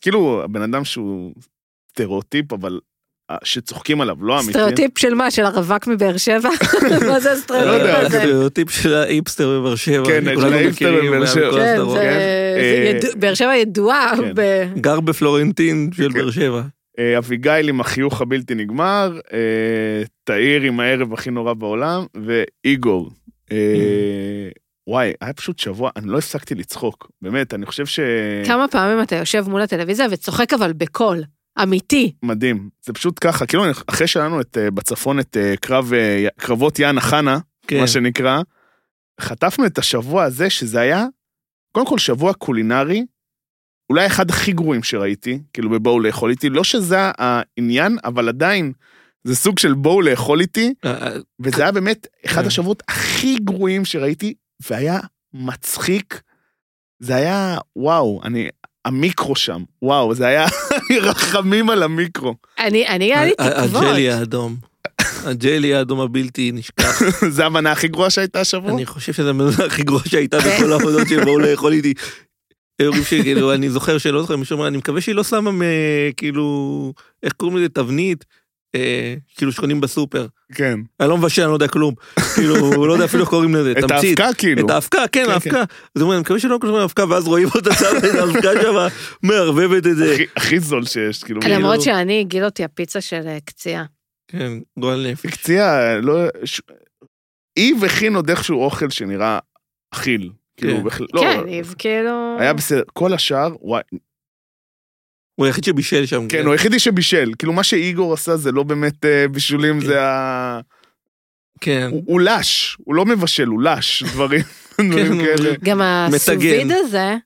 S1: כאילו, הבן אדם שהוא סטריאוטיפ, אבל אה, שצוחקים עליו, לא אמיתי.
S2: סטריאוטיפ של מה? של הרווק מבאר שבע? מה זה הסטריאוטיפ
S1: לא יודע.
S2: הזה?
S3: הסטריאוטיפ של האיפסטר בבאר שבע.
S1: כן,
S3: אני- כולנו
S1: של האיפסטר
S3: מכירים,
S1: בבאר
S3: היה
S1: שבע.
S3: בכל
S2: כן,
S3: הסדרות.
S2: זה- זה
S1: אה,
S2: ידוע- באר שבע ידועה
S1: כן.
S2: ב...
S3: גר בפלורנטין של
S1: כן.
S3: באר שבע.
S1: אה, אביגיל עם החיוך הבלתי נגמר, אה, תאיר עם הערב הכי נורא בעולם, ואיגור. אה,
S2: Mm.
S1: וואי, היה פשוט שבוע, אני לא הפסקתי לצחוק. באמת, אני חושב ש...
S2: כמה פעמים אתה יושב מול הטלוויזיה וצוחק אבל בקול, אמיתי.
S1: מדהים. זה פשוט ככה, כאילו, אני- אחרי שלנו את, אה, בצפון את אה, קרב, אה, י- קרבות יאנה חנה,
S3: כן.
S1: מה שנקרא, חטפנו את השבוע הזה, שזה היה, קודם כל, שבוע קולינרי, אולי אחד הכי גרועים שראיתי, כאילו בבואו לאכול איתי, לא שזה העניין, אבל עדיין, זה סוג של בואו לאכול איתי,
S3: אה, אה,
S1: וזה היה באמת אחד
S3: כן.
S1: השבועות הכי גרועים שראיתי, והיה מצחיק. זה היה, וואו, אני, המיקרו שם, וואו, זה היה רחמים על המיקרו.
S2: אני, אני, היה לי
S3: ה- ה-
S2: תקוות.
S3: הג'לי האדום. הג'לי האדום הבלתי נשכח.
S1: זה המנה הכי גרועה שהייתה השבוע?
S3: אני חושב שזו המדינה הכי גרועה שהייתה
S2: כן.
S3: בכל העבודות שבאו לאכול איתי. הם אומרים שכאילו, אני זוכר שלא זוכר, מישהו אמר, אני מקווה שהיא לא שמה מ- כאילו, איך קוראים לזה, תבנית, אה, כאילו שקונים בסופר.
S1: כן.
S3: אני לא מבשל, אני לא יודע כלום. כאילו, הוא לא יודע אפילו איך קוראים לזה,
S1: את
S3: תמצית.
S1: האבקה כאילו.
S3: את האבקה, כן,
S1: כן,
S3: האבקה. אז אומרים, אני מקווה שלא קוראים האבקה, ואז רואים אותה שם, את האבקה שמה, מערבבת את זה.
S1: הכי- הכי זול שיש, כאילו.
S3: אני-
S2: למרות
S3: כאילו-
S2: שאני, הגיל אותי הפיצה של אה, קציעה.
S3: כן, גועל נפש.
S1: הקציע, לא... ש- איב הכין עוד איכשהו אוכל שנראה אכיל. כאילו,
S3: כן.
S1: בכלל... לא,
S2: כן, היא כאילו...
S1: היה בסדר. כל השאר, וואי.
S3: הוא היחיד שבישל שם.
S1: כן, הוא היחידי שבישל. כאילו, מה שאיגור עשה זה לא באמת אה, בישולים,
S3: כן.
S1: זה ה...
S3: כן.
S1: הוא הוא לש, הוא לא מבשל, הוא לש. דברים דברים
S3: הוא-
S1: כאלה.
S2: גם הסוביד הזה,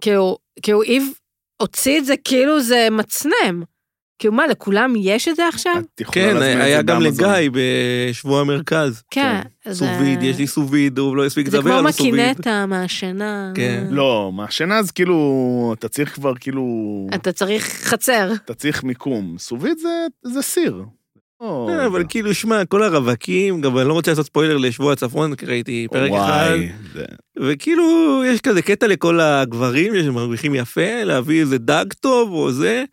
S2: כאילו, כאילו איב הוציא את זה כאילו זה מצנם. כאילו מה, לכולם יש את זה עכשיו?
S1: את יכולה
S3: כן,
S1: להזמין את זה
S3: היה גם
S1: באמזון.
S3: לגיא בשבוע המרכז.
S2: כן. זה-
S3: סוביד, יש לי סוביד, הוא לא הספיק
S2: זה
S3: לדבר
S2: כמו
S3: על סוביד.
S2: מקינטה מהשינה.
S3: כן.
S1: לא, מהשינה אז כאילו, אתה צריך כבר כאילו,
S2: אתה צריך חצר.
S1: אתה צריך מיקום. סובית זה- זה סיר. או,
S3: אה, אבל כאילו, שמע, כל הרווקים, גם אני לא רוצה לעשות ספוילר לשבוע הצפון, כי ראיתי פרק אחד,
S1: וואי, זה-
S3: וכאילו, יש כזה קטע לכל הגברים שמרוויחים יפה, להביא איזה דג טוב או זה,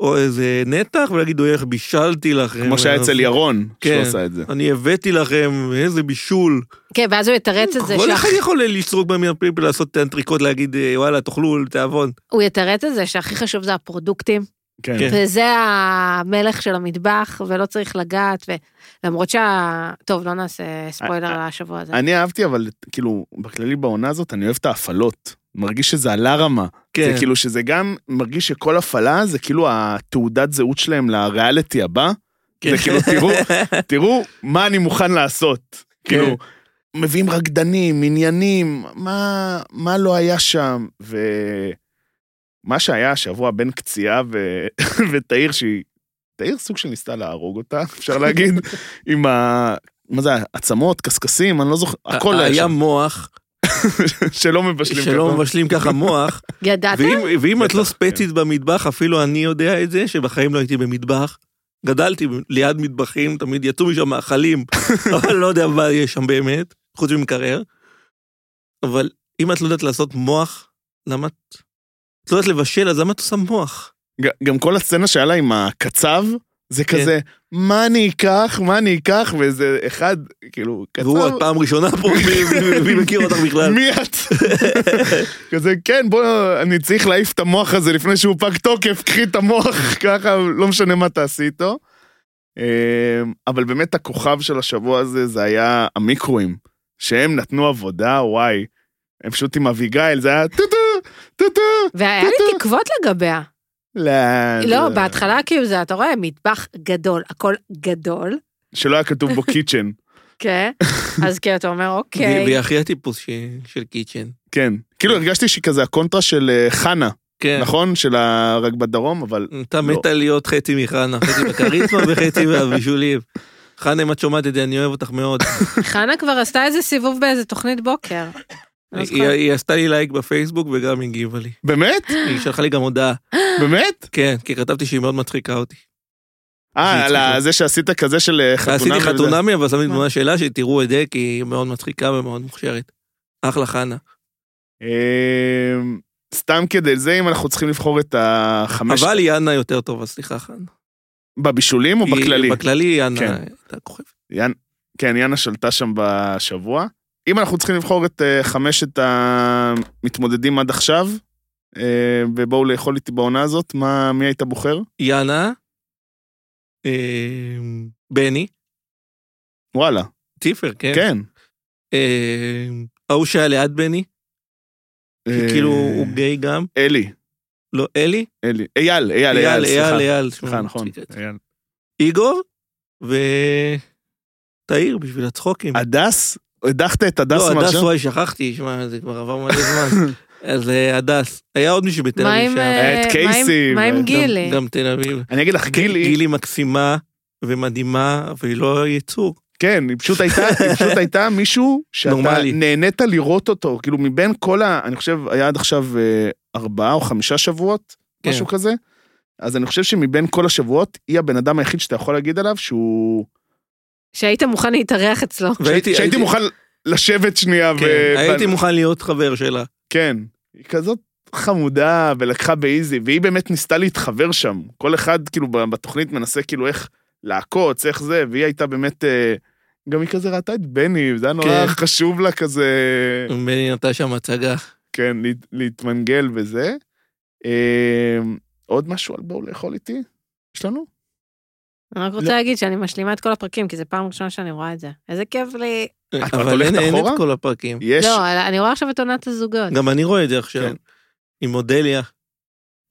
S3: או איזה נתח, ולהגיד, אוי, איך בישלתי לכם.
S1: כמו שהיה אצל ירון,
S3: כן.
S1: שהוא עשה את זה.
S3: אני הבאתי לכם איזה בישול.
S2: כן, ואז הוא יתרץ את זה,
S3: כל
S2: שאח-
S3: אחד יכול לצרוק במרפאים ולעשות אנטריקוט, להגיד, אה, וואלה, תאכלו תיאבון.
S2: הוא יתרץ את זה שהכי חשוב זה הפרודוקטים,
S1: כן.
S3: כן.
S2: וזה המלך של המטבח, ולא צריך לגעת, ולמרות שה... טוב, לא נעשה ספוילר
S1: אה,
S2: לשבוע הזה.
S1: אני אהבתי, אבל כאילו, בכללי בעונה הזאת, אני אוהב את ההפעלות. מרגיש שזה עלה רמה.
S3: כן.
S1: זה כאילו שזה גם מרגיש שכל הפעלה זה כאילו התעודת זהות שלהם לריאליטי הבא.
S3: כן.
S1: זה כאילו, תראו, תראו מה אני מוכן לעשות. כאילו,
S3: כן.
S1: מביאים רקדנים, עניינים, מה, מה לא היה שם. ומה שהיה השבוע בין קציעה ו... ותאיר, שהיא... תאיר סוג של ניסתה להרוג אותה, אפשר להגיד, עם ה... מה זה, עצמות, קשקשים, אני לא זוכר, הכל היה
S3: היה
S1: שם,
S3: מוח,
S1: שלא מבשלים
S3: שלא
S1: ככה.
S3: מבשלים ככה מוח,
S2: ידעת?
S3: ואם- ואם את לא
S1: בטח, כן.
S3: ספצית במטבח, אפילו אני יודע את זה, שבחיים לא הייתי במטבח. גדלתי ב- ליד מטבחים, תמיד יצאו משם מאכלים, אבל לא יודע מה יש שם באמת, חוץ ממקרר. אבל אם את לא יודעת לעשות מוח, למה את... את לא יודעת לבשל, אז למה את עושה מוח?
S1: ג- גם כל הסצנה שהיה לה עם הקצב, זה
S3: כן.
S1: כזה, מה אני אקח, מה אני אקח, ואיזה אחד, כאילו, קצב,
S3: והוא עוד פעם ראשונה פה, מי- מי- מי מכיר אותך בכלל?
S1: מי את? כזה, כן, בוא, אני צריך להעיף את המוח הזה לפני שהוא פג תוקף, קחי את המוח, ככה, לא משנה מה תעשי איתו. אמ, אבל באמת הכוכב של השבוע הזה, זה היה המיקרואים, שהם נתנו עבודה, וואי. הם פשוט עם אביגיל, זה היה טו-טו, טו-טו.
S2: והיה לי תקוות לגביה.
S1: לא,
S2: לא,
S1: זה-
S2: בהתחלה כאילו זה, אתה רואה, מטבח גדול, הכל גדול,
S1: שלא היה כתוב בו קיצ'ן.
S2: כן? אז כאילו אתה אומר,
S3: והיא
S2: אוקיי.
S3: והיא הכי הטיפוס ש- של קיצ'ן.
S1: כן. כאילו הרגשתי שהיא כזה הקונטרה של אה, חנה,
S3: כן.
S1: נכון? של ה- רק בדרום, אבל
S3: אתה
S1: לא.
S3: מתה להיות חצי מחנה, חצי בכריזמה וחצי בבישולים. חנה, אם את שומעת את זה, אני אוהב אותך מאוד.
S2: חנה כבר עשתה איזה סיבוב באיזה תוכנית בוקר. לא
S3: היא-
S2: זוכרת.
S3: היא עשתה לי לייק בפייסבוק וגם הגיבה לי.
S1: באמת?
S3: היא שלחה לי גם הודעה.
S1: באמת?
S3: כן, כי כתבתי שהיא מאוד מצחיקה אותי.
S1: אה, על
S3: מצחיק.
S1: ה- זה שעשית כזה של אה, חתונה.
S3: עשיתי
S1: וזה.
S3: חתונמי, אבל שמתי
S2: מה?
S3: תמונה שלה שתראו את זה, כי היא מאוד מצחיקה ומאוד מוכשרת. אחלה חנה.
S1: אה, סתם כדי זה, אם אנחנו צריכים לבחור את החמש...
S3: אבל היא אנה יותר טובה, סליחה חנה.
S1: בבישולים או
S3: היא-
S1: בכללי?
S3: בכללי היא אנה
S1: כן.
S3: הייתה כוכבת.
S1: יאן- כן, יאנה שלטה שם בשבוע. אם אנחנו צריכים לבחור את אה, חמשת המתמודדים עד עכשיו, אה, ובואו לאכול איתי בעונה הזאת, מה, מי היית בוחר?
S3: יאנה, אה, בני,
S1: וואלה,
S3: טיפר, כן.
S1: כן.
S3: אה, ההוא שהיה ליד בני,
S1: אה,
S3: כאילו הוא גיי גם.
S1: אלי,
S3: לא, אלי?
S1: אלי, אייל, אייל,
S3: אייל,
S1: אייל, סליחה.
S3: אייל, אייל. שמע,
S1: סליחה, נכון.
S3: מצחיק.
S1: אייל.
S3: איגור ו... תאיר בשביל הצחוקים.
S1: הדס? הדחת את הדס
S3: לא, הדס
S1: מהשם?
S3: וואי, שכחתי, שמע, זה כבר עבר מלא זמן. אז אה, הדס, היה עוד מישהו בתל
S2: מה
S3: אביב
S2: עם...
S3: שהיה.
S1: היה את
S2: אה, מה עם-
S1: קייסי,
S2: מה
S1: ו-
S2: עם
S1: גם-
S2: גילי?
S3: גם- גם תל אביב.
S1: אני אגיד לך, גילי,
S3: גילי מקסימה ומדהימה, אבל היא לא יצור.
S1: כן, היא פשוט הייתה, היא פשוט הייתה מישהו שאתה
S3: נורמלי.
S1: נהנית לראות אותו, כאילו מבין כל ה... אני חושב, היה עד עכשיו אה, ארבעה או חמישה שבועות,
S3: כן.
S1: משהו כזה. אז אני חושב שמבין כל השבועות, היא הבן אדם היחיד שאתה יכול להגיד עליו שהוא...
S2: שהיית מוכן להתארח אצלו.
S3: והייתי-
S1: שהייתי
S3: הייתי-
S1: מוכן אה, לשבת שנייה ו...
S3: כן, הייתי
S1: ו-
S3: מוכן להיות חבר שלה.
S1: כן. היא כזאת חמודה ולקחה באיזי, והיא באמת ניסתה להתחבר שם. כל אחד כאילו ב- בתוכנית מנסה כאילו איך לעקוץ, איך זה, והיא הייתה באמת... אה, גם היא כזה ראתה את בני, זה היה נורא
S3: כן.
S1: חשוב לה כזה...
S3: בני נתן שם הצגה.
S1: כן, להת- להתמנגל וזה. אה, עוד משהו על בואו לאכול איתי? יש לנו?
S2: אני רק רוצה להגיד שאני משלימה את כל הפרקים, כי זו פעם ראשונה שאני רואה את זה. איזה כיף לי.
S1: את
S3: אבל
S1: הולכת
S3: אין אין
S1: אחורה?
S3: את כל הפרקים.
S1: יש
S2: לא, אני רואה עכשיו את עונת הזוגות.
S3: גם אני רואה את זה עכשיו.
S1: כן.
S3: עם אודליה.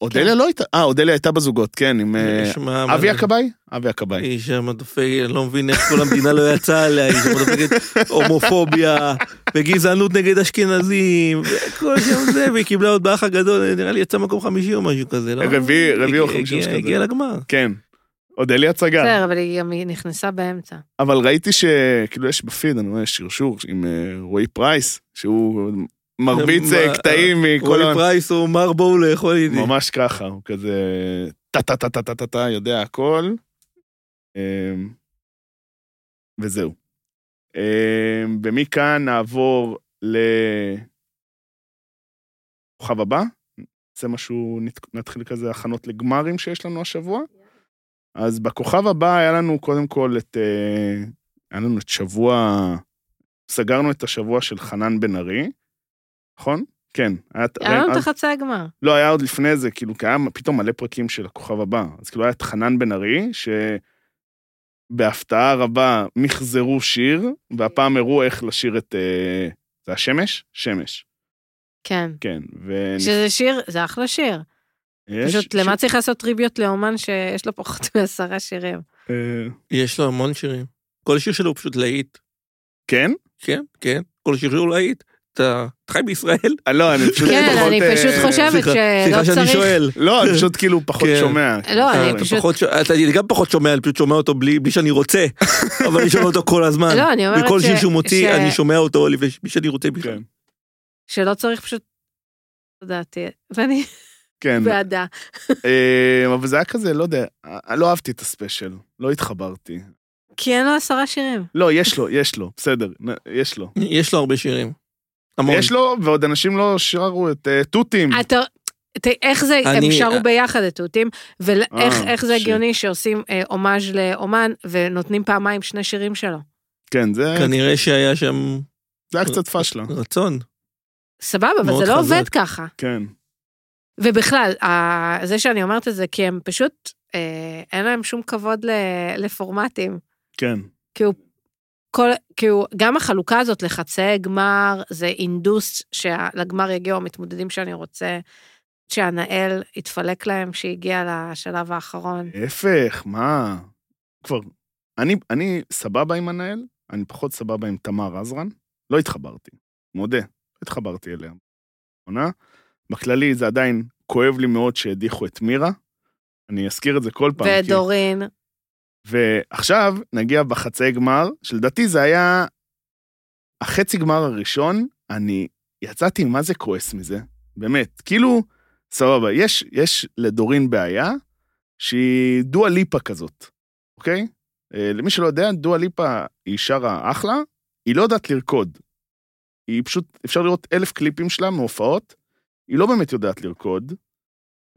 S1: אודליה לא הייתה, אה, אודליה הייתה בזוגות, כן, עם... אה,
S3: שמע, מה
S1: אבי
S3: זה-
S1: הכבאי? אבי הכבאי.
S3: היא שם דופקת, אני לא מבין איך כל המדינה לא יצאה עליה, היא שם דופקת הומופוביה וגזענות נגד אשכנזים, וכל שם זה, והיא קיבלה עוד באח הגדול, נראה לי יצא מקום חמישי או משהו כזה, לא?
S1: רביעי, רביעי או
S3: הגיע-
S1: חמישי, משהו
S3: הגיע-
S1: כזה.
S3: הגיע לגמר.
S1: כן. אודליה צגן.
S2: בסדר, אבל היא גם היא נכנסה באמצע.
S1: אבל ראיתי שכאילו יש בפיד, אני רואה שרשור עם אה, רועי פרייס, שהוא מרביץ
S3: מה-
S1: אה, קטעים מכל...
S3: רועי
S1: ה-
S3: פרייס הוא מר בואו לאכול איתי.
S1: ממש ככה, הוא כזה טה-טה-טה-טה-טה-טה, יודע הכל. אמ, וזהו. אמ, ומכאן נעבור לכוכב הבא. זה משהו, נת- נתחיל כזה הכנות לגמרים שיש לנו השבוע. אז בכוכב הבא היה לנו קודם כל את... אה, היה לנו את שבוע... סגרנו את השבוע של חנן בן ארי, נכון? כן. היה
S2: היה לנו
S1: אז-
S2: את החצי הגמר.
S1: לא, היה עוד לפני זה, כאילו, כי היה פתאום מלא פרקים של הכוכב הבא. אז כאילו היה את חנן בן ארי, שבהפתעה רבה מחזרו שיר, והפעם הראו איך לשיר את... אה, זה השמש? שמש,
S2: כן.
S1: כן. ו...
S2: שזה שיר, זה אחלה שיר.
S1: יש-
S2: פשוט למה צריך לעשות טריביות לאומן שיש לו פחות מעשרה שירים?
S1: אה,
S3: יש לו המון שירים. כל שיר שלו הוא פשוט להיט.
S1: כן?
S3: כן, כן. כל שיר שלו הוא להיט. אתה אתה חי בישראל?
S1: אה, לא, אני פשוט
S2: כן,
S1: פחות...
S2: אני
S1: אה,
S2: פשוט חושבת
S3: סליחה-
S2: שלא
S3: סליחה שאני
S2: צריך...
S3: שואל.
S1: לא, אני פשוט כאילו פחות
S3: כן.
S1: שומע.
S2: לא, אני
S1: אה,
S3: אתה
S2: פשוט-
S3: פחות ש- אתה אני גם פחות שומע, אני פשוט שומע אותו בלי בלי שאני רוצה, אבל אני שומע אותו כל הזמן.
S2: לא, אני אומרת
S3: וכל
S2: ש-
S3: שיר שהוא מוציא,
S2: ש-
S3: אני שומע אותו לפני ש- שאני רוצה בכלל.
S1: כן,
S2: שלא צריך פשוט... לדעתי, ואני
S1: כן.
S2: בעדה.
S1: אה, אבל זה היה כזה, לא יודע, אה, לא אהבתי את הספיישל, לא התחברתי.
S2: כי אין לו עשרה שירים.
S1: לא, יש לו, יש לו, בסדר, נ- יש לו.
S3: יש לו הרבה שירים. המון.
S1: יש כן. לו, ועוד אנשים לא שרו את אה, תותים.
S2: אתה... ת- איך זה, הם
S3: כן. אני-
S2: שרו ביחד את תותים, ואיך
S1: אה,
S2: איך זה
S1: שיט.
S2: הגיוני שעושים אה, הומאז' לאומן ונותנים פעמיים שני שירים שלו.
S1: כן, זה
S3: כנראה שהיה שם
S1: זה היה קצת פשלה.
S3: רצון.
S2: סבבה, אבל
S3: מאוד
S2: זה לא
S3: חזק.
S2: עובד ככה.
S1: כן.
S2: ובכלל, ה- זה שאני אומרת את זה, כי הם פשוט, אה, אין להם שום כבוד ל- לפורמטים.
S1: כן.
S2: כאילו, כל, כאילו, גם החלוקה הזאת לחצאי גמר, זה אינדוס שלגמר יגיעו המתמודדים שאני רוצה, שהנאל יתפלק להם שהגיע לשלב האחרון.
S1: להפך, מה? כבר, אני, אני סבבה עם הנהל, אני פחות סבבה עם תמר עזרן. לא התחברתי, מודה, לא התחברתי אליה. עונה. בכללי זה עדיין כואב לי מאוד שהדיחו את מירה. אני אזכיר את זה כל פעם. כאילו. כי-
S2: ודורין,
S1: ועכשיו נגיע בחצי גמר, שלדעתי זה היה החצי גמר הראשון, אני יצאתי, מה זה כועס מזה? באמת, כאילו, סבבה, יש, יש לדורין בעיה שהיא דואה ליפה כזאת, אוקיי? אה, למי שלא יודע, דואה ליפה היא שרה אחלה, היא לא יודעת לרקוד. היא פשוט, אפשר לראות אלף קליפים שלה מהופעות, היא לא באמת יודעת לרקוד,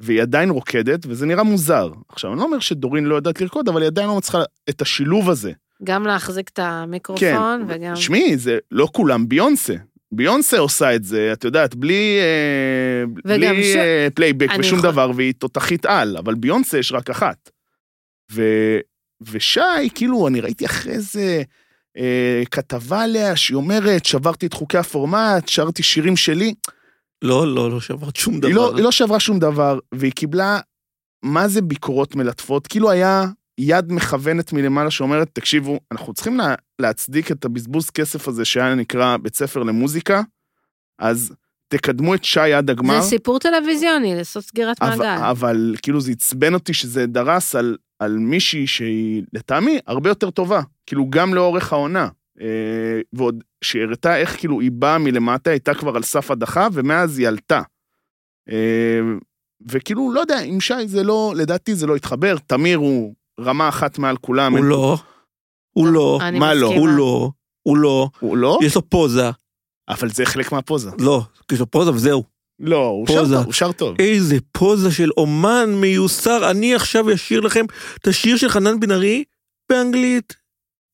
S1: והיא עדיין רוקדת, וזה נראה מוזר. עכשיו, אני לא אומר שדורין לא יודעת לרקוד, אבל היא עדיין לא מצליחה את השילוב הזה.
S2: גם להחזיק את
S1: כן,
S2: המיקרופון וגם...
S1: שמעי, זה לא כולם ביונסה. ביונסה עושה את זה, את יודעת, בלי, אה,
S2: וגם
S1: בלי
S2: ש-
S1: אה, פלייבק
S2: אני
S1: ושום
S2: יכול-
S1: דבר, והיא תותחית על, אבל ביונסה יש רק אחת. ו... ושי, כאילו, אני ראיתי אחרי זה אה, כתבה עליה שהיא אומרת, שברתי את חוקי הפורמט, שרתי שירים שלי.
S3: לא, לא, לא שברת שום דבר.
S1: היא לא, היא לא שברה שום דבר, והיא קיבלה, מה זה ביקורות מלטפות? כאילו היה יד מכוונת מלמעלה שאומרת, תקשיבו, אנחנו צריכים לה, להצדיק את הבזבוז כסף הזה שהיה נקרא בית ספר למוזיקה, אז תקדמו את שי עד הגמר.
S2: זה סיפור טלוויזיוני, לעשות סגירת
S1: אבל,
S2: מעגל.
S1: אבל כאילו זה עצבן אותי שזה דרס על, על מישהי שהיא לטעמי הרבה יותר טובה, כאילו גם לאורך העונה. אה, ועוד שהראתה איך כאילו היא באה מלמטה, הייתה כבר על סף הדחה, ומאז היא עלתה. אה, וכאילו, לא יודע, עם שי זה לא, לדעתי זה לא התחבר, תמיר הוא רמה אחת מעל כולם.
S3: הוא
S1: אין-
S3: לא. הוא לא.
S2: אני
S1: מה לא?
S3: הוא
S2: מסכימה.
S3: לא. הוא לא.
S1: הוא לא?
S3: יש לו פוזה.
S1: אבל זה חלק מהפוזה.
S3: לא. יש לו פוזה וזהו.
S1: לא, הוא שר
S3: פוזה.
S1: טוב, הוא שר טוב.
S3: איזה פוזה של אומן מיוסר. אני עכשיו אשיר לכם את השיר של חנן בן ארי באנגלית.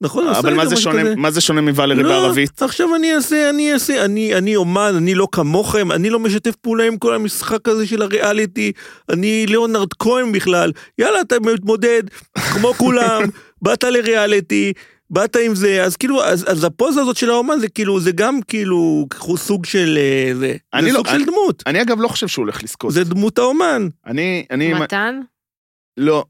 S3: נכון? הוא עשה
S1: אבל
S3: לי
S1: מה
S3: גם
S1: זה
S3: משהו
S1: שונה,
S3: כזה.
S1: מה זה שונה מוואלרי
S3: לא,
S1: בערבית?
S3: עכשיו אני אעשה, אני אעשה, אני, אני אומן, אני לא כמוכם, אני לא משתף פעולה עם כל המשחק הזה של הריאליטי, אני ליאונרד כהן בכלל, יאללה, אתה מתמודד, כמו כולם, באת לריאליטי, באת עם זה, אז כאילו, אז, אז הפוזה הזאת של האומן זה כאילו, זה גם כאילו קחו סוג של, אה, זה,
S1: אני
S3: זה
S1: לא-
S3: סוג
S1: אני-
S3: של דמות,
S1: אני אגב לא חושב שהוא הולך לזכות.
S3: זה דמות האומן.
S1: אני, אני,
S2: מתן?
S1: לא,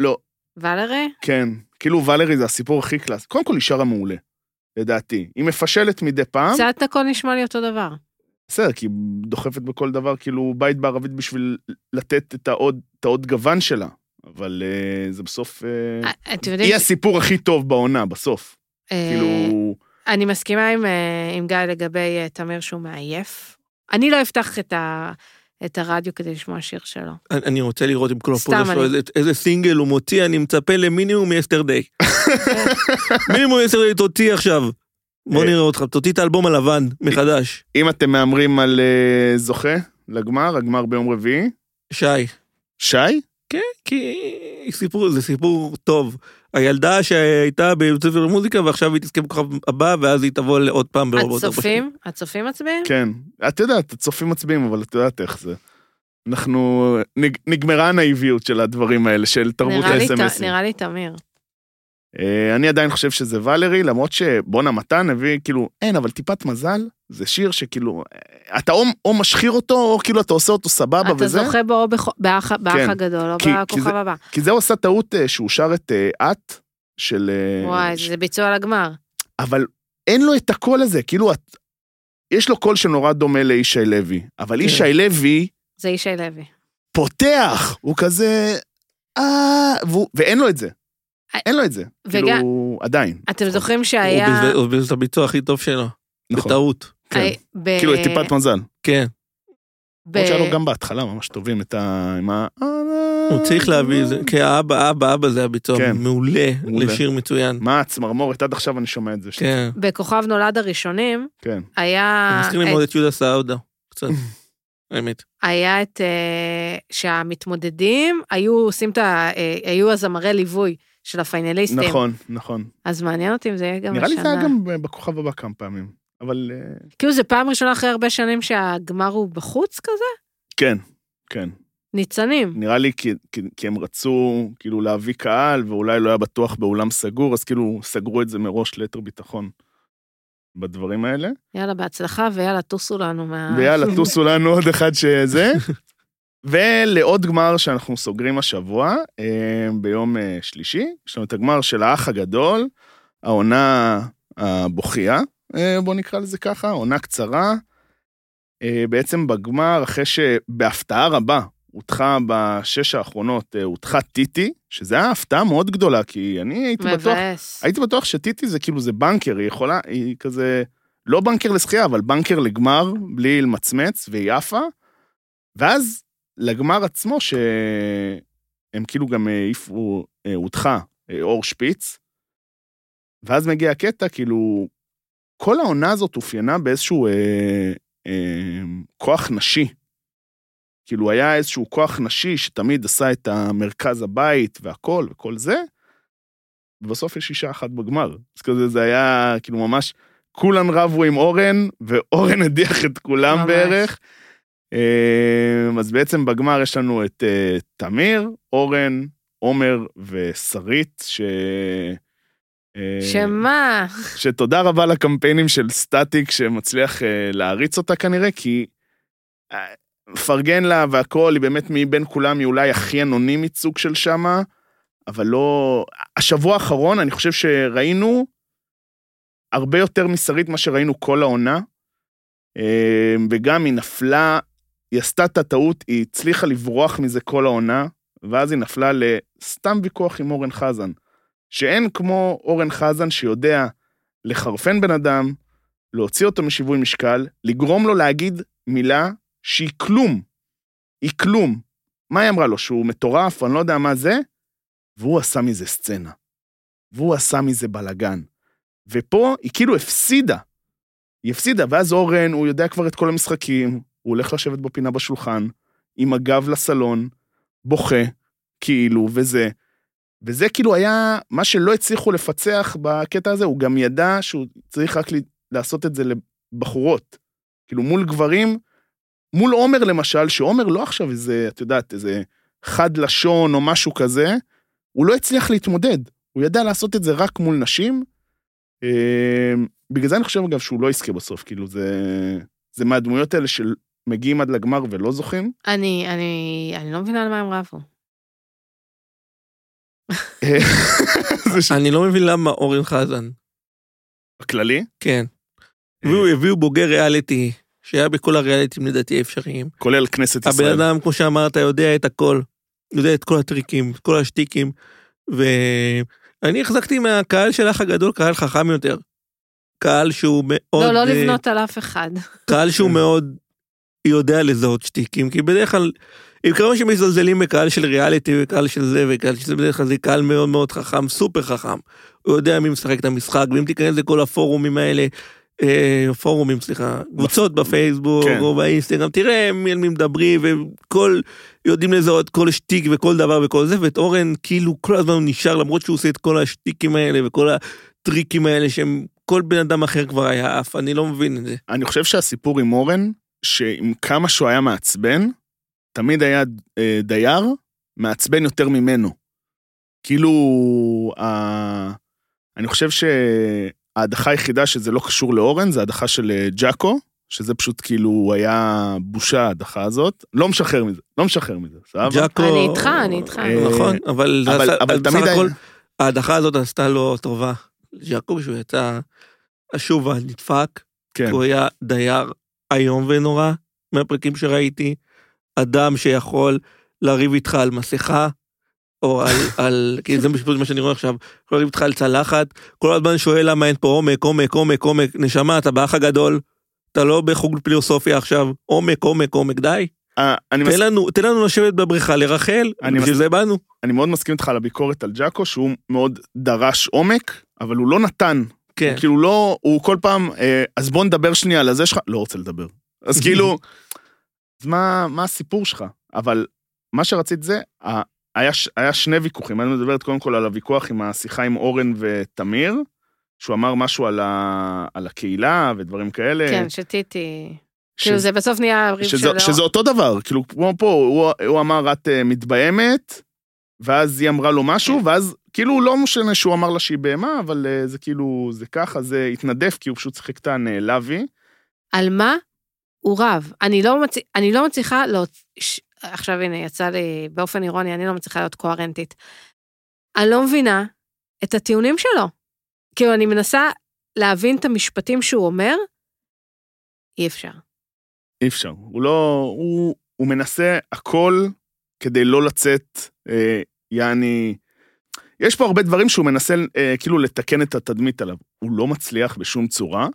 S1: לא,
S2: ולרי?
S1: כן. כאילו ולרי זה הסיפור הכי קלאס. קודם כל היא שרה מעולה, לדעתי. היא מפשלת מדי פעם,
S2: קצת הכל נשמע לי אותו דבר.
S1: בסדר, כי היא דוחפת בכל דבר, כאילו בית בערבית בשביל לתת את העוד, את העוד גוון שלה. אבל uh, זה בסוף... Uh,
S2: אה, אתם יודעים,
S1: היא הסיפור הכי טוב בעונה, בסוף.
S2: אה,
S1: כאילו...
S2: אני מסכימה עם, אה, עם גיא לגבי אה, תמיר שהוא מעייף. אני לא אפתח את, ה, את הרדיו כדי לשמוע שיר
S1: לא,
S2: שלו.
S3: אני- אני רוצה לראות אם כל
S2: סתם
S3: הפוזה שלו,
S2: אני-
S3: איזה, איזה סינגל הוא מוציא, אני מצפה למינימום יסטרדי. מינימום יסטרדי תוציא עכשיו. בוא
S1: אה.
S3: נראה אותך, תוציא את האלבום הלבן מחדש.
S1: אם אתם מהמרים על אה, זוכה לגמר, הגמר ביום רביעי,
S3: שי,
S1: שי?
S3: כי סיפור, זה סיפור טוב. הילדה שהייתה בבית ספר למוזיקה ועכשיו היא תזכה בכוכב הבא ואז היא תבוא לעוד פעם בעוד ארבע שנים.
S2: הצופים? הצופים מצביעים?
S1: לא, כן. את יודעת, הצופים מצביעים, אבל את יודעת איך זה. אנחנו... נג, נגמרה הנאיביות של הדברים האלה, של תרבות
S2: נראה לי ת-
S1: ה-SMSים.
S2: נראה לי תמיר.
S1: אה, אני עדיין חושב שזה ולרי, למרות שבואנה מתן הביא, כאילו, אין, אבל טיפת מזל, זה שיר שכאילו, אה, אתה או, או משחיר אותו, או כאילו אתה עושה אותו סבבה
S2: אתה
S1: וזה,
S2: זוכה בו או בכ- באח באח
S1: כן.
S2: הגדול או
S1: כי- כי
S2: בכוכב
S1: זה-
S2: הבא.
S1: כי זה הוא עשה טעות אה, שהוא שר את אה, את, של... אה,
S2: וואי,
S1: ש-
S2: זה ביצוע לגמר.
S1: אבל אין לו את הקול הזה, כאילו, את, יש לו קול שנורא דומה לישי לוי, אבל
S3: כן.
S1: ישי לוי
S2: זה ישי לוי.
S1: כאילו, פותח, הוא כזה, אה, והוא- ואין לו את זה.
S2: אה,
S1: אין לו את זה,
S2: וגם,
S1: כאילו, עדיין,
S2: אתם זוכרים
S3: הוא
S2: שהיה... אה,
S3: בזבז- הוא בזבז את הביצוע הכי טוב שלו,
S1: נכון.
S3: בטעות.
S1: כן.
S2: ב-
S1: כאילו, את טיפת מזל.
S3: כן,
S2: ב-
S1: למרות שהיה לו גם בהתחלה ממש טובים את ה... עם ה... אה,
S3: הוא צריך להביא את זה, כן. כי האבא, אבא, אבא זה הביצוע
S1: כן.
S3: מעולה
S1: מעולה.
S3: לשיר מצוין.
S1: מה הצמרמורת? עד עכשיו אני שומע את זה. שתי-
S3: כן.
S2: בכוכב נולד הראשונים,
S1: כן.
S2: היה... אה,
S3: מזכיר לי
S1: אה.
S2: את-
S3: מאוד את יהודה סעודה, קצת, האמת.
S2: היה את... אה, שהמתמודדים היו עושים את ה... אה, היו הזמרי ליווי של הפיינליסטים.
S1: נכון, נכון.
S2: אז מעניין אותי אם זה יהיה גם השנה.
S1: נראה לי זה היה גם בכוכב הבא כמה פעמים. אבל... אה,
S2: כאילו, זה פעם ראשונה אחרי הרבה שנים שהגמר הוא בחוץ כזה?
S1: כן, כן.
S2: ניצנים.
S1: נראה לי כי- כי- כי הם רצו כאילו להביא קהל, ואולי לא היה בטוח באולם סגור, אז כאילו סגרו את זה מראש ליתר ביטחון בדברים האלה.
S2: יאללה, בהצלחה, ויאללה, טוסו לנו מה...
S1: ויאללה, טוסו לנו עוד אחד שזה. ולעוד גמר שאנחנו סוגרים השבוע, אה, ביום אה, שלישי, יש לנו את הגמר של האח הגדול, העונה הבוכייה, אה, בוא נקרא לזה ככה, עונה קצרה. אה, בעצם בגמר, אחרי שבהפתעה רבה הודחה בשש האחרונות, אה, הודחה טיטי, שזה היה הפתעה מאוד גדולה, כי אני הייתי בטוח
S2: מבאס.
S1: הייתי בטוח שטיטי זה כאילו זה בנקר, היא יכולה, היא כזה לא בנקר לשחייה, אבל בנקר לגמר, בלי למצמץ, והיא עפה. ואז לגמר עצמו, שהם כאילו גם העיפו, אה, הודחה אה, אור שפיץ. ואז מגיע הקטע, כאילו, כל העונה הזאת אופיינה באיזשהו אה, אה, כוח נשי. כאילו, היה איזשהו כוח נשי שתמיד עשה את המרכז הבית והכל וכל זה, ובסוף יש אישה אחת בגמר. אז כזה, זה היה כאילו ממש, כולן רבו עם אורן, ואורן הדיח את כולם
S2: ממש.
S1: בערך. אה, אז בעצם בגמר יש לנו את אה, תמיר, אורן, עומר ושרית, ש... אה,
S2: שמה?
S1: שתודה רבה לקמפיינים של סטטיק שמצליח אה, להריץ אותה כנראה, כי אה, מפרגן לה והכל, היא באמת מבין כולם, היא אולי הכי אנונימית סוג של שמה, אבל לא... השבוע האחרון, אני חושב שראינו הרבה יותר משרית מה שראינו כל העונה, אה, וגם היא נפלה, היא עשתה את הטעות, היא הצליחה לברוח מזה כל העונה, ואז היא נפלה לסתם ויכוח עם אורן חזן. שאין כמו אורן חזן שיודע לחרפן בן אדם, להוציא אותו משיווי משקל, לגרום לו להגיד מילה שהיא כלום. היא כלום. מה היא אמרה לו? שהוא מטורף, אני לא יודע מה זה? והוא עשה מזה סצנה. והוא עשה מזה בלאגן. ופה היא כאילו הפסידה. היא הפסידה, ואז אורן, הוא יודע כבר את כל המשחקים, הוא הולך לשבת בפינה בשולחן, עם הגב לסלון, בוכה, כאילו, וזה. וזה כאילו היה מה שלא הצליחו לפצח בקטע הזה, הוא גם ידע שהוא צריך רק ל- לעשות את זה לבחורות. כאילו מול גברים, מול עומר למשל, שעומר לא עכשיו איזה, את יודעת, איזה חד לשון או משהו כזה, הוא לא הצליח להתמודד. הוא ידע לעשות את זה רק מול נשים. אה, בגלל זה אני חושב, אגב, שהוא לא יזכה בסוף, כאילו זה... זה מהדמויות האלה שמגיעים עד לגמר ולא זוכים.
S2: אני, אני, אני לא מבינה על מה הם רבו.
S1: זה ש...
S3: אני לא מבין למה אורן חזן,
S1: בכללי,
S3: כן.
S1: אה.
S3: הביאו- הביאו בוגר ריאליטי, שהיה בכל הריאליטים לדעתי האפשריים.
S1: כולל כנסת ישראל.
S3: הבן אדם, כמו שאמרת, יודע את הכל. יודע את כל הטריקים, את כל השטיקים. ואני החזקתי מהקהל של אח הגדול, קהל חכם יותר. קהל שהוא מאוד...
S2: לא, לא
S3: אה,
S2: לבנות על אף אחד.
S3: קהל שהוא
S1: כן.
S3: מאוד יודע לזהות שטיקים, כי בדרך כלל, עם כמה שמזלזלים בקהל של ריאליטי וקהל של זה וקהל של זה, בדרך כלל זה קהל מאוד מאוד חכם, סופר חכם. הוא יודע מי משחק את המשחק, ואם תיכנס לכל הפורומים האלה, אה, פורומים, סליחה, קבוצות בפייסבוק
S1: כן.
S3: או באינסטגרם, תראה מי על מי מדברים, וכל, יודעים לזהות כל שטיק וכל דבר וכל זה, ואת אורן כאילו כל הזמן הוא נשאר, למרות שהוא עושה את כל השטיקים האלה וכל הטריקים האלה שהם... כל בן אדם אחר כבר היה עף, אני לא מבין את זה.
S1: אני חושב שהסיפור עם אורן, שעם כמה שהוא היה מעצבן, תמיד היה אה, דייר מעצבן יותר ממנו. כאילו, אה, אני חושב שההדחה היחידה שזה לא קשור לאורן, זה הדחה של אה, ג'אקו, שזה פשוט כאילו היה בושה ההדחה הזאת. לא משחרר מזה, לא משחרר מזה, סבבה?
S3: ג'אקו...
S2: אני איתך, אני איתך.
S1: אה,
S3: נכון, אבל זה
S1: אבל,
S3: עשה-
S1: אבל
S3: בסך
S1: תמיד היה...
S3: הכל ההדחה הזאת עשתה לו טובה. ג'אקו, שהוא יצא השובה נדפק,
S1: כן,
S3: הוא היה דייר איום ונורא, מהפרקים שראיתי, אדם שיכול לריב איתך על מסכה, או על, על כי זה פשוט מה שאני רואה עכשיו, יכול לריב איתך על צלחת, כל הזמן שואל למה אין פה עומק, עומק, עומק, עומק, נשמה, אתה באח הגדול, אתה לא בחוג פילוסופיה עכשיו, עומק, עומק, עומק, די.
S1: אה, אני, מס...
S3: תן לנו, תן לנו לשבת בבריכה לרחל,
S1: אני
S3: בשביל
S1: מס-
S3: זה באנו.
S1: אני מאוד מסכים איתך על הביקורת על ג'אקו, שהוא מאוד דרש עומק, אבל הוא לא נתן
S3: כן.
S1: הוא כאילו לא, הוא כל פעם, אה, אז בוא נדבר שנייה על הזה שלך, לא רוצה לדבר. אז כאילו, אז מה, מה הסיפור שלך? אבל מה שרצית זה, ה- היה, ש- היה שני ויכוחים, אני מדברת קודם כל על הוויכוח עם השיחה עם אורן ותמיר, שהוא אמר משהו על, ה, על הקהילה ודברים כאלה.
S2: כן, שתיתי.
S1: אה, ש-
S2: כאילו זה בסוף נהיה ריב
S1: שזה,
S2: שלו.
S1: שזה אותו דבר, כאילו כמו פה, הוא, הוא אמר את אה, מתבהמת, ואז היא אמרה לו משהו, ואז כאילו לא משנה שהוא אמר לה שהיא בהמה, אבל אה, זה כאילו, זה ככה, זה התנדף, כי הוא פשוט שיחק את הנעלבי.
S2: על מה הוא רב. אני לא, מצ... אני לא מצליחה להוצ... ש... עכשיו הנה, יצא לי באופן אירוני, אני לא מצליחה להיות קוהרנטית. אני לא מבינה את הטיעונים שלו. כאילו, אני מנסה להבין את המשפטים שהוא אומר, אי אפשר.
S1: אי אפשר. הוא לא... הוא, הוא מנסה הכל כדי לא לצאת, אה, יעני... יש פה הרבה דברים שהוא מנסה אה, כאילו לתקן את התדמית עליו. הוא לא מצליח בשום צורה,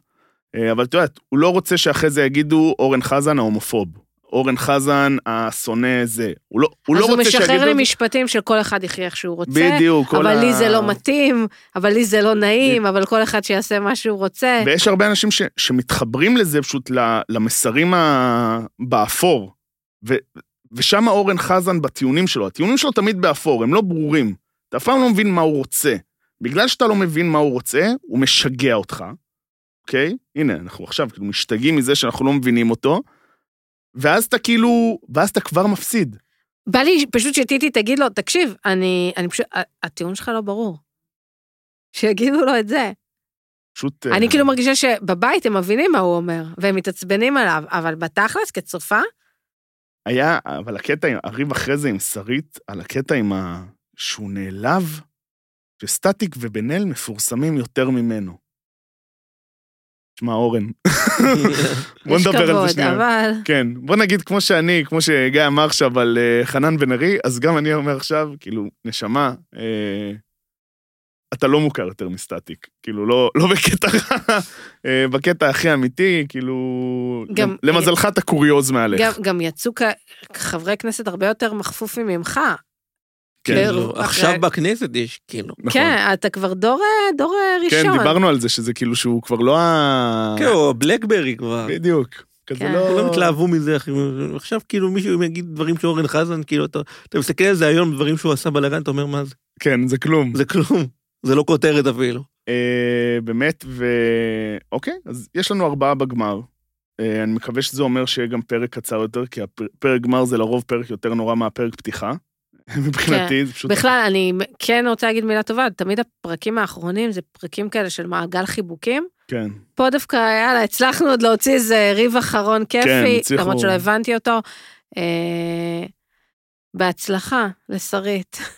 S1: אה, אבל את יודעת, הוא לא רוצה שאחרי זה יגידו אורן חזן ההומופוב. אורן חזן השונא זה. הוא לא, הוא לא
S2: אז הוא
S1: רוצה שיגידו...
S2: משחרר לי
S1: את זה.
S2: משפטים של כל אחד יחיה איך שהוא רוצה.
S1: בדיוק, כל
S2: אבל
S1: ה...
S2: לי זה לא מתאים, אבל לי זה לא נעים, אבל כל אחד שיעשה מה שהוא רוצה.
S1: ויש הרבה אנשים ש, שמתחברים לזה פשוט ל- למסרים ה... באפור. ו... ושם אורן חזן בטיעונים שלו, הטיעונים שלו תמיד באפור, הם לא ברורים. אתה אף פעם לא מבין מה הוא רוצה. בגלל שאתה לא מבין מה הוא רוצה, הוא משגע אותך, אוקיי? הנה, אנחנו עכשיו כאילו משתגעים מזה שאנחנו לא מבינים אותו, ואז אתה כאילו, ואז אתה כבר מפסיד.
S2: בא לי פשוט שטיטי תגיד לו, תקשיב, אני, אני פשוט, ה- הטיעון שלך לא ברור. שיגידו לו את זה.
S1: פשוט...
S2: אני
S1: אה,
S2: כאילו מרגישה שבבית הם מבינים מה הוא אומר, והם מתעצבנים עליו, אבל בתכלס, כצופה,
S1: היה, אבל הקטע, עם- הריב אחרי זה עם שרית, על הקטע עם ה... שהוא נעלב, שסטטיק ובן אל מפורסמים יותר ממנו. שמע, אורן,
S3: כן,
S1: בוא
S2: יש
S1: נדבר על זה
S2: כבוד,
S1: שנייה.
S2: אבל...
S1: כן, בוא נגיד כמו שאני, כמו שגיא אמר עכשיו על אה, חנן בן ארי, אז גם אני אומר עכשיו, כאילו, נשמה, אה, אתה לא מוכר יותר מסטטיק. כאילו, לא, לא בקטע רע, אה, בקטע הכי אמיתי, כאילו...
S2: גם-
S1: למזלך אתה קוריוז מעליך.
S2: גם, גם יצאו כ- חברי כנסת הרבה יותר מחפופים ממך.
S1: כן,
S2: כן,
S3: לא,
S2: אחרי-
S3: עכשיו בכנסת יש, כאילו.
S1: נכון.
S2: כן, אתה כבר דור, אה, דור אה, ראשון.
S1: כן, דיברנו על זה שזה כאילו שהוא כבר לא ה...
S3: כן, או בלקברי כבר.
S1: בדיוק. כזה
S2: כן.
S1: לא...
S3: כולם התלהבו מזה, אחי. עכשיו כאילו מישהו יגיד דברים שאורן חזן, כאילו אתה אתה מסתכל על זה היום, דברים שהוא עשה בלאגן, אתה אומר מה זה?
S1: כן, זה כלום.
S3: זה כלום. זה לא כותרת אפילו.
S1: אה, באמת, ו... אוקיי, אז יש לנו ארבעה בגמר. אה, אני מקווה שזה אומר שיהיה גם פרק קצר יותר, כי הפר- פרק גמר זה לרוב פרק יותר נורא מהפרק פתיחה. מבחינתי, זה פשוט...
S2: בכלל, אני כן רוצה להגיד מילה טובה, תמיד הפרקים האחרונים זה פרקים כאלה של מעגל חיבוקים.
S1: כן.
S2: פה דווקא, יאללה, הצלחנו עוד להוציא איזה ריב אחרון כיפי,
S1: כן, הצליחו.
S2: למרות שלא הבנתי אותו. אה, בהצלחה לשרית.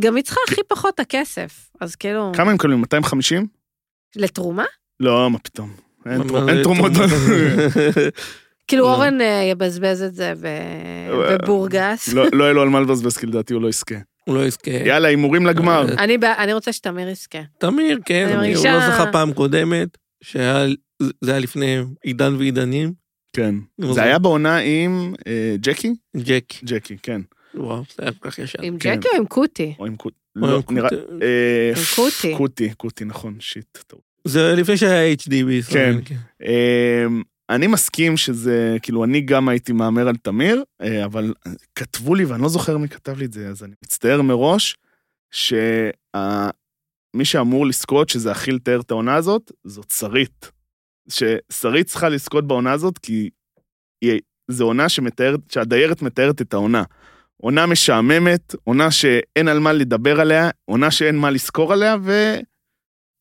S2: גם היא צריכה הכי פחות את הכסף, אז כאילו...
S1: כן. כמה הם מקבלים? 250?
S2: לתרומה?
S1: לא, מה פתאום. אין
S3: מה-
S1: תרומ-
S3: מה זה
S1: אין תרומות.
S2: כאילו
S3: לא.
S2: אורן אה, יבזבז את זה ב-
S1: אה,
S2: בבורגס.
S1: לא לא יהיה לו על מה לבזבז, כי לדעתי הוא לא יזכה.
S3: הוא לא יזכה.
S1: יאללה, הימורים לגמר.
S3: אה,
S2: אני בא- אני רוצה שתמיר יזכה.
S3: תמיר, כן,
S2: אני
S3: הוא
S2: מרגישה-
S3: לא זכה פעם קודמת, שהיה- זה היה לפני עידן ועידנים,
S1: כן.
S3: נו,
S1: זה
S3: זה-
S1: היה בעונה עם אה, ג'קי?
S3: ג'ק.
S1: ג'קי, כן.
S3: וואו, זה היה כל כך ישן.
S2: עם
S1: כן.
S2: ג'קי או עם קוטי?
S1: או עם קוטי.
S3: וואו,
S1: לא, נראה... אה,
S2: עם קוטי.
S1: קוטי, קוטי, נכון, שיט. טוב.
S3: זה היה לפני שהיה HD בישראל.
S1: כן. אמ, אני מסכים שזה, כאילו, אני גם הייתי מהמר על תמיר, אה, אבל כתבו לי, ואני לא זוכר מי כתב לי את זה, אז אני מצטער מראש, שמי שאמור לזכות, שזה הכי לתאר את העונה הזאת, זאת שרית. ששרית צריכה לזכות בעונה הזאת, כי היא- זו עונה שמתארת, שהדיירת מתארת את העונה. עונה משעממת, עונה שאין על מה לדבר עליה, עונה שאין מה לזכור עליה,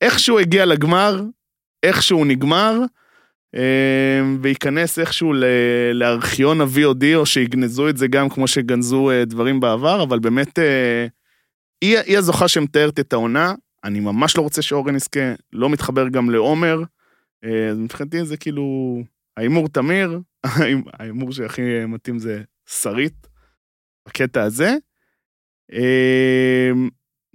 S1: ואיכשהו הגיע לגמר, איכשהו נגמר, אמ, וייכנס איכשהו ל- לארכיון ה-VOD, או שיגנזו את זה גם כמו שגנזו אה, דברים בעבר, אבל באמת, אה, היא, היא הזוכה שמתארת את העונה. אני ממש לא רוצה שאורן יזכה, לא מתחבר גם לעומר. אה, אז מבחינתי זה כאילו, ההימור תמיר, ההימור שהכי מתאים זה שרית, בקטע הזה. אמ,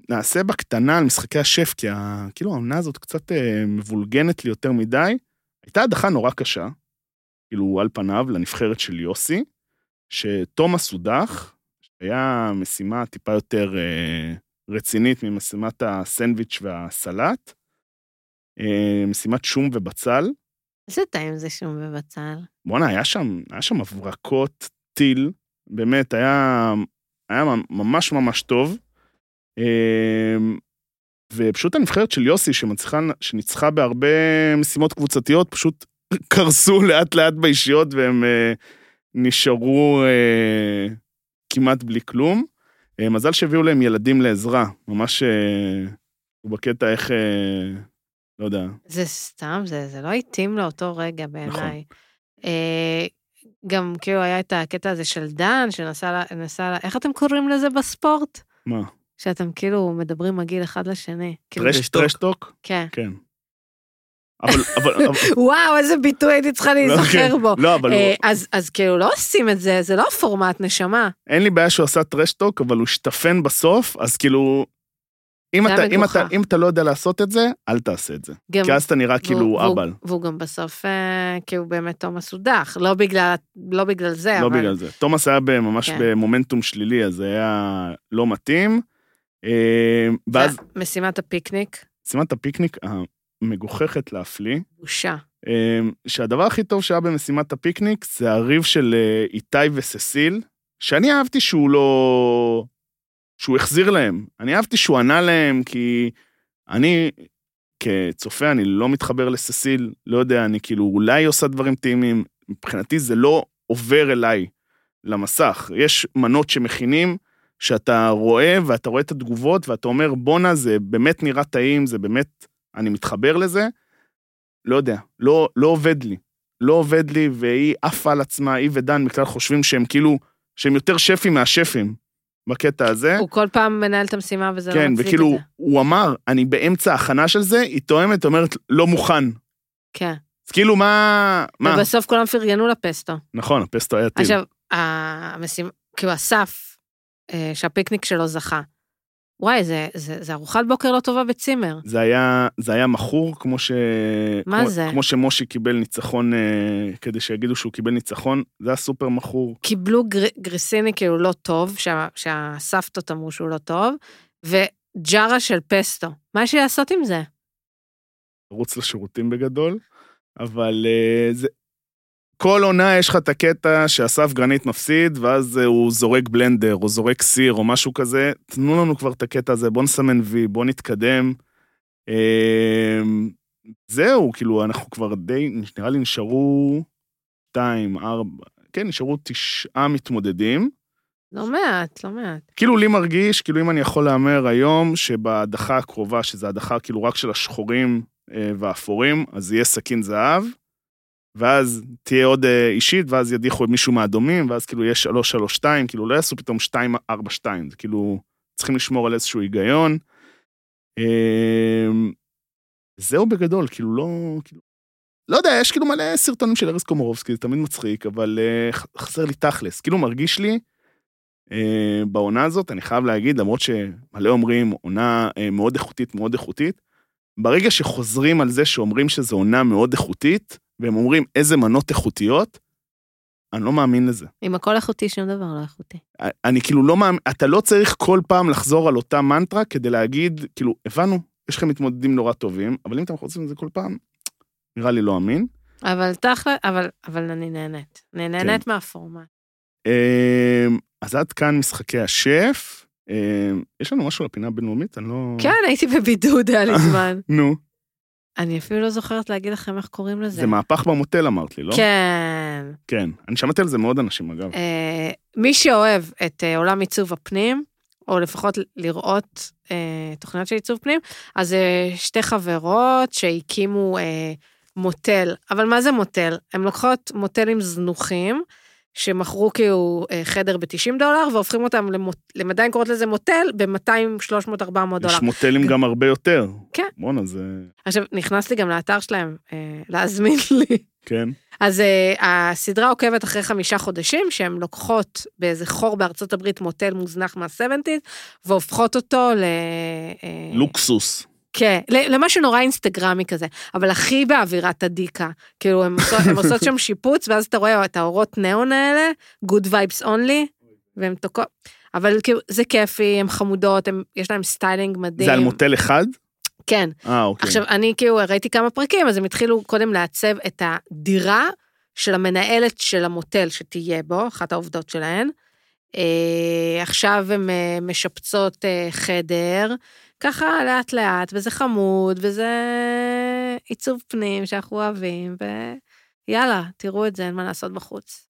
S1: נעשה בקטנה על משחקי השף, כי ה... כאילו העונה הזאת קצת אה, מבולגנת לי יותר מדי. הייתה הדחה נורא קשה, כאילו על פניו, לנבחרת של יוסי, שתומאס הודח, היה משימה טיפה יותר אה, רצינית ממשימת הסנדוויץ' והסלט, אה, משימת שום ובצל.
S2: איזה טעים זה שום בבצל.
S1: בואנה, היה שם, היה שם הברקות טיל, באמת, היה, היה ממש ממש טוב. אמ, ופשוט הנבחרת של יוסי, שמצליחה, שניצחה בהרבה משימות קבוצתיות, פשוט קרסו לאט לאט באישיות, והם אה, נשארו אה, כמעט בלי כלום. אה, מזל שהביאו להם ילדים לעזרה, ממש אה, בקטע איך, אה, לא יודע,
S2: זה סתם, זה, זה לא התאים לאותו רגע בעיניי.
S1: נכון.
S2: אה, גם כאילו היה את הקטע הזה של דן, שנסע ל... נסע ל... איך אתם קוראים לזה בספורט?
S1: מה,
S2: שאתם כאילו מדברים מגעיל אחד לשני. כאילו,
S3: טרש.
S1: טרש-
S3: טרשטוק.
S1: טרשטוק?
S2: כן.
S1: כן. אבל, אבל, אבל,
S2: וואו, איזה ביטוי הייתי צריכה להיזכר
S1: כן.
S2: בו.
S1: לא, אבל הוא-
S2: אה, אז, אז כאילו לא עושים את זה, זה לא הפורמט, נשמה.
S1: אין לי בעיה שהוא עשה טרשטוק, אבל הוא השתפן בסוף, אז כאילו, אם
S2: זה
S1: אתה, אם,
S2: המבוכה.
S1: אתה, אם אתה לא יודע לעשות את זה, אל תעשה את זה.
S2: גם-
S1: כי אז אתה נראה
S2: והוא-
S1: כאילו
S2: והוא-
S1: אבל,
S2: והוא גם בסוף, אה, כי הוא באמת תומאס הודח, לא בגלל, לא בגלל זה,
S1: לא
S2: אבל...
S1: בגלל זה. תומאס היה ממש
S2: כן.
S1: במומנטום שלילי, אז זה היה לא מתאים. אה, ואז
S2: משימת הפיקניק,
S1: שימת הפיקניק המגוחכת להפליא,
S2: בושה.
S1: אה, שהדבר הכי טוב שהיה במשימת הפיקניק זה הריב של אה, איתי וססיל, שאני אהבתי שהוא לא... שהוא החזיר להם. אני אהבתי שהוא ענה להם, כי אני כצופה, אני לא מתחבר לססיל, לא יודע, אני כאילו, אולי היא עושה דברים טעימים, מבחינתי זה לא עובר אליי למסך. יש מנות שמכינים, שאתה רואה, ואתה רואה את התגובות, ואתה אומר, בואנה, זה באמת נראה טעים, זה באמת, אני מתחבר לזה. לא יודע, לא, לא עובד לי. לא עובד לי, והיא עפה על עצמה, היא ודן בכלל חושבים שהם כאילו, שהם יותר שפים מהשפים בקטע הזה.
S2: הוא כל פעם מנהל את המשימה וזה לא
S1: כן,
S2: מצליח את
S1: וכאילו,
S2: זה.
S1: הוא אמר, אני באמצע ההכנה של זה, היא תואמת, אומרת, לא מוכן.
S2: כן.
S1: אז כאילו, מה... מה?
S2: ובסוף כולם פרגנו לפסטו.
S1: נכון, הפסטו היה טיל.
S2: עכשיו, המשימה, כאילו אסף, אה, שהפיקניק שלו זכה. וואי, זה- זה זה ארוחת בוקר לא טובה בצימר.
S1: זה היה, זה היה מכור, כמו ש...
S2: מה
S1: כמו,
S2: זה?
S1: כמו שמושי קיבל ניצחון, אה, כדי שיגידו שהוא קיבל ניצחון, זה היה סופר מכור.
S2: קיבלו גר- גריסיני כאילו לא טוב, שה- שהסבתות אמרו שהוא לא טוב, וג'ארה של פסטו. מה יש לי לעשות עם זה?
S1: רוץ לשירותים בגדול, אבל אה, זה... כל עונה יש לך את הקטע שאסף גרנית מפסיד, ואז אה, הוא זורק בלנדר, או זורק סיר, או משהו כזה. תנו לנו כבר את הקטע הזה, בוא נסמן וי, בוא נתקדם. אה, זהו, כאילו, אנחנו כבר די, נראה לי נשארו שתיים, ארבע, כן, נשארו תשעה מתמודדים.
S2: לא מעט, לא מעט.
S1: כאילו לי מרגיש, כאילו אם אני יכול להמר היום, שבהדחה הקרובה, שזו הדחה כאילו רק של השחורים אה, והאפורים, אז יהיה סכין זהב, ואז תהיה עוד אה, אישית, ואז ידיחו מישהו מהאדומים, ואז כאילו יהיה 3-3-2, כאילו לא יעשו פתאום 2-4-2, זה כאילו צריכים לשמור על איזשהו היגיון. אה, זהו בגדול, כאילו לא... כאילו, לא יודע, יש כאילו מלא סרטונים של ארז קומורובסקי, זה תמיד מצחיק, אבל אה, ח- חסר לי תכלס. כאילו מרגיש לי אה, בעונה הזאת, אני חייב להגיד, למרות שמלא אומרים, עונה אה, מאוד איכותית, מאוד איכותית, ברגע שחוזרים על זה שאומרים שזו עונה מאוד איכותית, והם אומרים איזה מנות איכותיות, אני לא מאמין לזה.
S2: עם הכל איכותי, שום דבר לא איכותי.
S1: אני כאילו לא מאמין, אתה לא צריך כל פעם לחזור על אותה מנטרה כדי להגיד, כאילו, הבנו, יש לכם מתמודדים נורא טובים, אבל אם אתם חוזרים על זה כל פעם, נראה לי לא אמין.
S2: אבל תכל'ה, אבל, אבל אני נהנית.
S1: כן.
S2: אני נהנית מהפורמט.
S1: אמ, אז עד כאן משחקי השף. אמ, יש לנו משהו לפינה הבינלאומית? אני לא...
S2: כן, הייתי בבידוד, היה לי זמן.
S1: נו,
S2: אני אפילו לא זוכרת להגיד לכם איך קוראים לזה.
S1: זה מהפך במוטל אמרת לי, לא?
S2: כן.
S1: כן. אני שמעתי על זה מאוד אנשים, אגב.
S2: אה, מי שאוהב את אה, עולם עיצוב הפנים, או לפחות ל- לראות אה, תוכניות של עיצוב פנים, אז אה, שתי חברות שהקימו אה, מוטל. אבל מה זה מוטל? הן לוקחות מוטלים זנוחים, שמכרו כאילו אה, חדר ב-90 דולר, והופכים אותם, למוט- הם עדיין קוראות לזה מוטל, ב-200, 300, 400 דולר.
S1: יש מוטלים גם הרבה יותר.
S2: כן.
S1: בואנה, זה...
S2: עכשיו, נכנסתי גם לאתר שלהם, אה, להזמין לי.
S1: כן.
S2: אז אה, הסדרה עוקבת אחרי חמישה חודשים, שהן לוקחות באיזה חור בארצות הברית מוטל מוזנח מה-70's, והופכות אותו ל... אה,
S1: לוקסוס.
S2: כן, ל- למשהו נורא אינסטגרמי כזה, אבל הכי באווירת הדיקה. כאילו, הן עושות, הן עושות שם שיפוץ, ואז אתה רואה את האורות ניאון האלה, good vibes only, והן תוקעות. אבל כאילו, זה כיפי, הן חמודות, הם, יש להן סטיילינג מדהים.
S1: זה על מוטל אחד?
S2: כן.
S1: אה, אוקיי.
S2: עכשיו, אני כאילו ראיתי כמה פרקים, אז הם התחילו קודם לעצב את הדירה של המנהלת של המוטל שתהיה בו, אחת העובדות שלהן. אה, עכשיו הן אה, משפצות אה, חדר, ככה לאט לאט, וזה חמוד, וזה עיצוב פנים שאנחנו אוהבים, ויאללה, תראו את זה, אין מה לעשות בחוץ.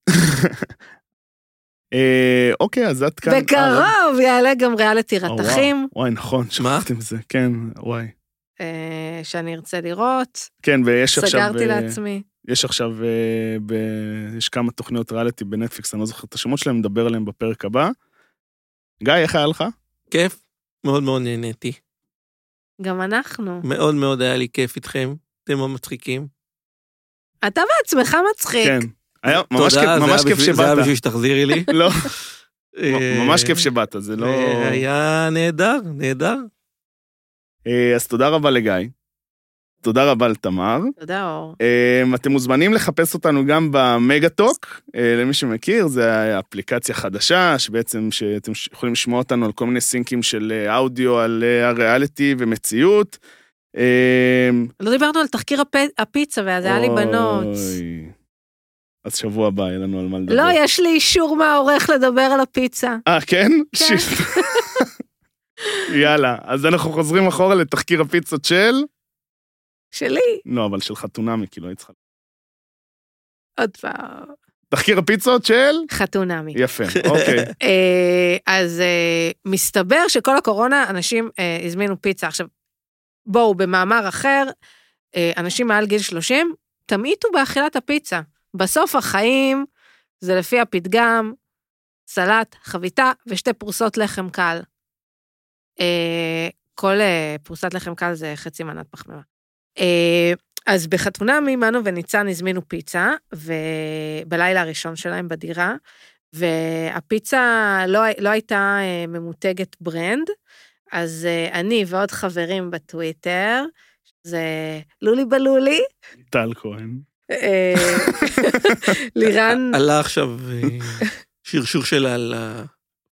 S1: אה, אוקיי, אז עד כאן. אה,
S2: בקרוב יעלה גם ריאליטי
S1: וואו.
S2: רתכים,
S1: וואי, נכון, שכחתם זה. כן, וואי.
S2: אה, שאני ארצה לראות,
S1: כן, ויש עכשיו...
S2: סגרתי
S1: אה,
S2: לעצמי.
S1: יש עכשיו, אה, ב- יש כמה תוכניות ריאליטי בנטפליקס, אני לא זוכר את השמות שלהם, נדבר עליהם בפרק הבא. גיא, איך היה לך?
S3: כיף, מאוד מאוד נהניתי.
S2: גם אנחנו.
S3: מאוד מאוד היה לי כיף איתכם, אתם המצחיקים.
S2: אתה בעצמך מצחיק.
S1: כן. היה ממש
S3: תודה,
S1: כיף-
S3: זה
S1: ממש
S3: היה
S1: כיף
S3: בשביל- זה היה
S1: שבאת.
S3: בשביל שתחזירי לי.
S1: לא,
S3: אה,
S1: ממש כיף שבאת, זה לא...
S3: היה נהדר, נהדר.
S1: אה, אז תודה רבה לגיא, תודה רבה לתמר.
S2: תודה, אור.
S1: אמ, אתם מוזמנים לחפש אותנו גם במגה-טוק, אה, למי שמכיר, זו אפליקציה חדשה, שבעצם שאתם ש- יכולים לשמוע אותנו על כל מיני סינקים של אה, אודיו על אה, הריאליטי ומציאות. אמ,
S2: לא דיברנו על תחקיר הפ- הפיצה, ואז היה לי בנות.
S1: אוי. אז שבוע הבא יהיה לנו על מה לדבר.
S2: לא, יש לי אישור מהעורך לדבר על הפיצה.
S1: אה, כן?
S2: כן.
S1: שיט. יאללה, אז אנחנו חוזרים אחורה לתחקיר הפיצות של...
S2: שלי.
S1: לא, אבל של חתונמי, כי לא היית צריכה...
S2: עוד פעם.
S1: תחקיר הפיצות של...
S2: חתונמי.
S1: יפה, אוקיי.
S2: אה, אז אה, מסתבר שכל הקורונה אנשים אה, הזמינו פיצה. עכשיו, בואו, במאמר אחר, אה, אנשים מעל גיל 30, תמעיטו באכילת הפיצה. בסוף החיים זה לפי הפתגם, סלט, חביתה ושתי פרוסות לחם קל. אה, כל אה, פרוסת לחם קל זה חצי מנת פחמימה. אה, אז בחתונמי, מנו וניצן הזמינו פיצה, ובלילה הראשון שלהם בדירה, והפיצה לא, הי- לא הייתה אה, ממותגת ברנד, אז אה, אני ועוד חברים בטוויטר, זה לולי בלולי,
S1: טל כהן.
S2: אה, לירן,
S3: עלה עכשיו אה, שרשור שלה על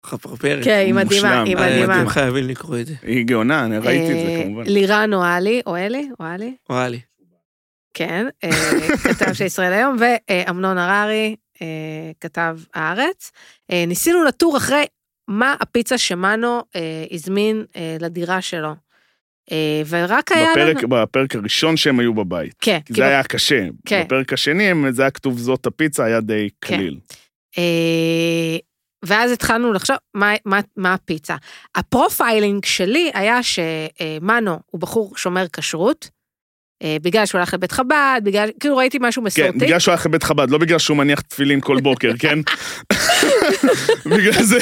S3: החפרפרת.
S2: כן, היא מדהימה,
S1: מושלם.
S2: היא
S1: אה,
S3: אה,
S2: מדהימה.
S3: אתם חייבים לקרוא את זה.
S1: היא גאונה, אני ראיתי את זה
S2: אה,
S1: כמובן.
S2: לירן אוהלי, אוהלי, אוהלי,
S3: וואלי.
S2: כן, אה, כתב של ישראל היום, ואמנון הררי, אה, כתב הארץ. אה, ניסינו לתור אחרי מה הפיצה שמנו אה, הזמין אה, לדירה שלו. אה, ורק היה לנו...
S1: בפרק, בפרק הראשון שהם היו בבית.
S2: כן,
S1: כי
S2: כי
S1: זה היה קשה.
S2: כן.
S1: בפרק השני, הם- זה היה כתוב זאת הפיצה, היה די קליל.
S2: אה, ואז התחלנו לחשוב מה, מה, מה הפיצה. הפרופיילינג שלי היה שמנו הוא בחור שומר כשרות, אה, בגלל שהוא הלך לבית חב"ד, בגלל, כאילו ראיתי משהו
S1: כן,
S2: מסורתי.
S1: בגלל שהוא הלך לבית חב"ד, לא בגלל שהוא מניח תפילין כל בוקר, כן? בגלל זה.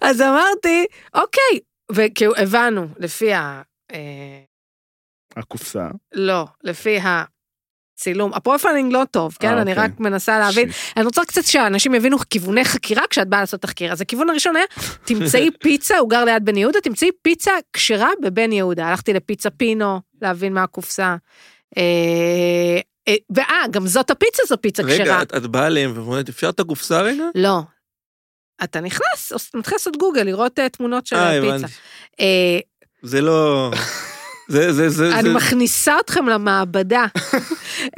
S2: אז אמרתי, אוקיי, וכאילו הבנו, לפי ה... אה,
S1: הקופסה.
S2: לא, לפי הצילום. הפרופיילינג לא טוב, כן?
S1: אה,
S2: אני
S1: אוקיי.
S2: רק מנסה להבין. אני רוצה קצת שאנשים יבינו כיווני חקירה כשאת באה לעשות תחקיר. אז הכיוון הראשון היה, תמצאי פיצה, הוא גר ליד בן יהודה, תמצאי פיצה כשרה בבן יהודה. הלכתי לפיצה פינו, להבין מה הקופסה. אה, אה, ואה, גם זאת הפיצה זו פיצה כשרה.
S3: רגע, את- את באה אליהם ואומרת, אפשר את הקופסה רגע?
S2: לא. אתה נכנס, עוש- מתחיל לעשות גוגל, לראות אה, תמונות של
S3: אה,
S2: הפיצה.
S3: הבנתי.
S2: אה,
S3: זה לא... זה, זה, זה,
S2: אני
S3: זה...
S2: מכניסה אתכם למעבדה.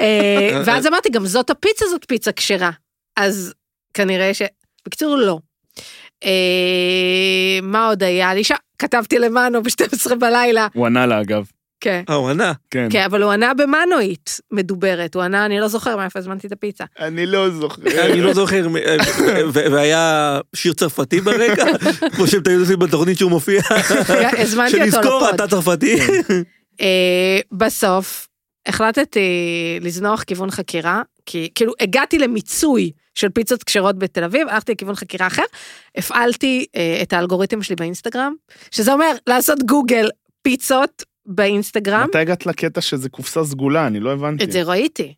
S2: אה, ואז אמרתי, גם זאת הפיצה, זאת פיצה כשרה. אז כנראה ש... בקיצור, לא. אה, מה עוד היה לי שם? כתבתי למנו ב-12 בלילה.
S1: הוא ענה לה, אגב.
S2: כן.
S3: אה, הוא ענה.
S1: כן.
S2: כן, אבל הוא ענה במנואית מדוברת, הוא ענה, אני לא זוכר מאיפה הזמנתי את הפיצה.
S1: אני לא זוכר.
S3: אני לא זוכר, מ- אה, ו- והיה שיר צרפתי ברקע, כמו שהם תמיד עושים בתוכנית שהוא מופיע.
S2: הזמנתי אותו
S3: שנזכור,
S2: לפוד.
S3: אתה צרפתי.
S2: אה, בסוף החלטתי לזנוח כיוון חקירה, כי כאילו הגעתי למיצוי של פיצות כשרות בתל אביב, הלכתי לכיוון חקירה אחר, הפעלתי אה, את האלגוריתם שלי באינסטגרם, שזה אומר לעשות גוגל פיצות באינסטגרם,
S1: מתי הגעת לקטע שזה קופסה סגולה? אני לא הבנתי.
S2: את זה ראיתי.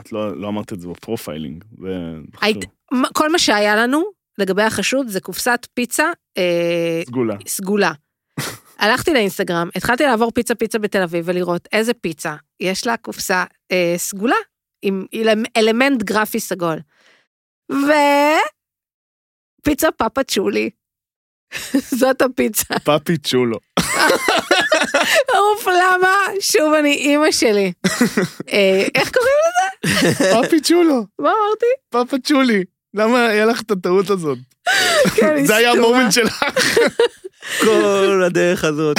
S1: את לא לא אמרת את זה בפרופיילינג. זה חשוב.
S2: היית- מה- כל מה שהיה לנו לגבי החשוד זה קופסת פיצה אה,
S1: סגולה.
S2: סגולה. הלכתי לאינסטגרם, התחלתי לעבור פיצה פיצה בתל אביב ולראות איזה פיצה, יש לה קופסה אה, סגולה, עם אלמ- אלמנט גרפי סגול. ו... פיצה פאפה צ'ולי. זאת הפיצה.
S1: פאפי צ'ולו.
S2: אוף, למה? שוב אני אימא שלי. אה, איך קוראים?
S1: פאפי צ'ולו.
S2: מה אמרתי?
S1: פאפה צ'ולי. למה היה לך את הטעות הזאת?
S2: כן, אני
S1: זה היה
S2: סתומה.
S1: המומנט שלך.
S3: כל הדרך הזאת.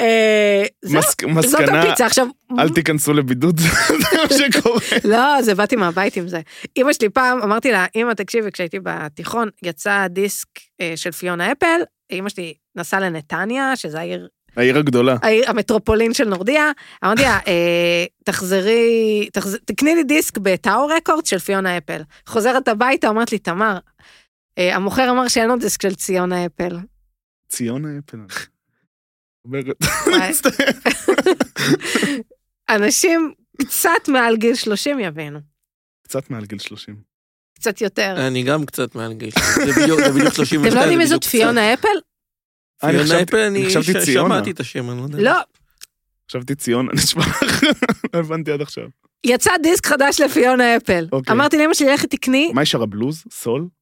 S2: אה, זהו,
S1: מס-
S2: זאת
S1: מסקנה,
S2: הפיצה. עכשיו,
S1: אל תיכנסו לבידוד, זה מה שקורה.
S2: לא, זה באתי מהבית עם זה. אימא שלי פעם, אמרתי לה, אימא, תקשיבי, כשהייתי בתיכון, יצא דיסק אה, של פיונה אפל, אימא שלי נסעה לנתניה, שזה העיר,
S1: העיר הגדולה.
S2: העיר המטרופולין של נורדיה, אמרתי לה, אה, תחזרי, תחז... תקני לי דיסק בטאו רקורד של פיונה אפל. חוזרת הביתה, אומרת לי, תמר, אה, המוכר אמר שאין לו דיסק של ציונה אפל.
S1: ציונה אפל. אומרת,
S2: וואי.
S1: אני מצטער.
S2: אנשים קצת מעל גיל 30 יבינו,
S1: קצת מעל גיל 30.
S2: קצת יותר.
S3: אה, אני גם קצת מעל גיל. זה בדיוק- זה בדיוק 32.
S2: אתם לא יודעים
S3: זה
S2: מי זאת
S3: בדיוק
S2: פיונה אפל?
S1: אני
S3: פיונה
S1: חשבתי-
S3: אפל, אני
S1: חשבתי
S3: ש-
S1: אה, ציונה.
S3: שמעתי את השם, אני לא יודע.
S2: לא,
S1: חשבתי ציון, נשמע לא הבנתי עד עכשיו.
S2: יצא דיסק חדש לפיונה אפל.
S1: אוקיי.
S2: אמרתי לאמא שלי, לכי תקני
S1: מה היא שרה בלוז? סול?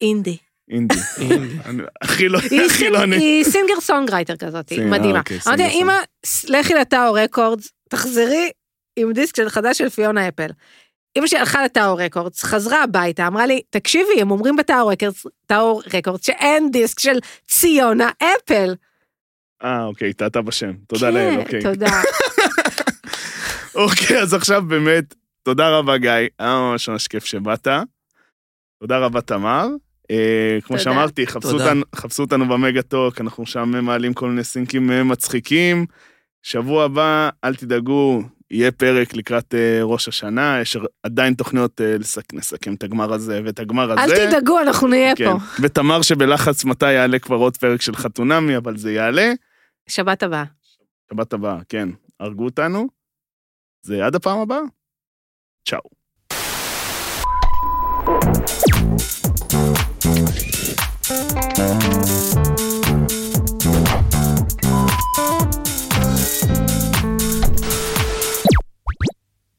S2: אינדי.
S1: אינדי.
S3: הנה.
S1: אני- הכי לא,
S2: היא
S1: הכי
S2: סינג-
S1: לא אני.
S2: היא סינגר סונגרייטר כזאת, היא
S1: סינגר,
S2: מדהימה.
S1: אוקיי,
S2: אמרתי לה,
S1: סינגר
S2: אמא, ס- לכי לטאו רקורדס, תחזרי עם דיסק של חדש של פיונה אפל. אמא שלי הלכה לטאו רקורדס, חזרה הביתה, אמרה לי, תקשיבי, הם אומרים בטאו רקורדס, טאו רקורדס, שאין דיסק של ציונה אפל.
S1: אה, אוקיי, טעתה בשם. תודה לאל, אוקיי.
S2: כן, תודה.
S1: אוקיי, אז עכשיו באמת, תודה רבה, גיא. היה ממש ממש כיף שבאת. תודה רבה, תמר. אה, כמו
S2: תודה.
S1: שאמרתי, חפשו
S3: תודה.
S1: אותנו- חפשו אותנו במגה-טוק, אנחנו שם מעלים כל מיני סינקים אה, מצחיקים. שבוע הבא, אל תדאגו, יהיה פרק לקראת אה, ראש השנה, יש עדיין תוכניות אה, לסק- נסכם את הגמר הזה ואת הגמר הזה.
S2: אל תדאגו, אנחנו נהיה
S1: כן.
S2: פה.
S1: ותמר שבלחץ מתי יעלה כבר עוד פרק של חתונמי, אבל זה יעלה.
S2: שבת הבאה.
S1: שבת הבאה, כן, הרגו אותנו. זה עד הפעם הבאה? צ'או.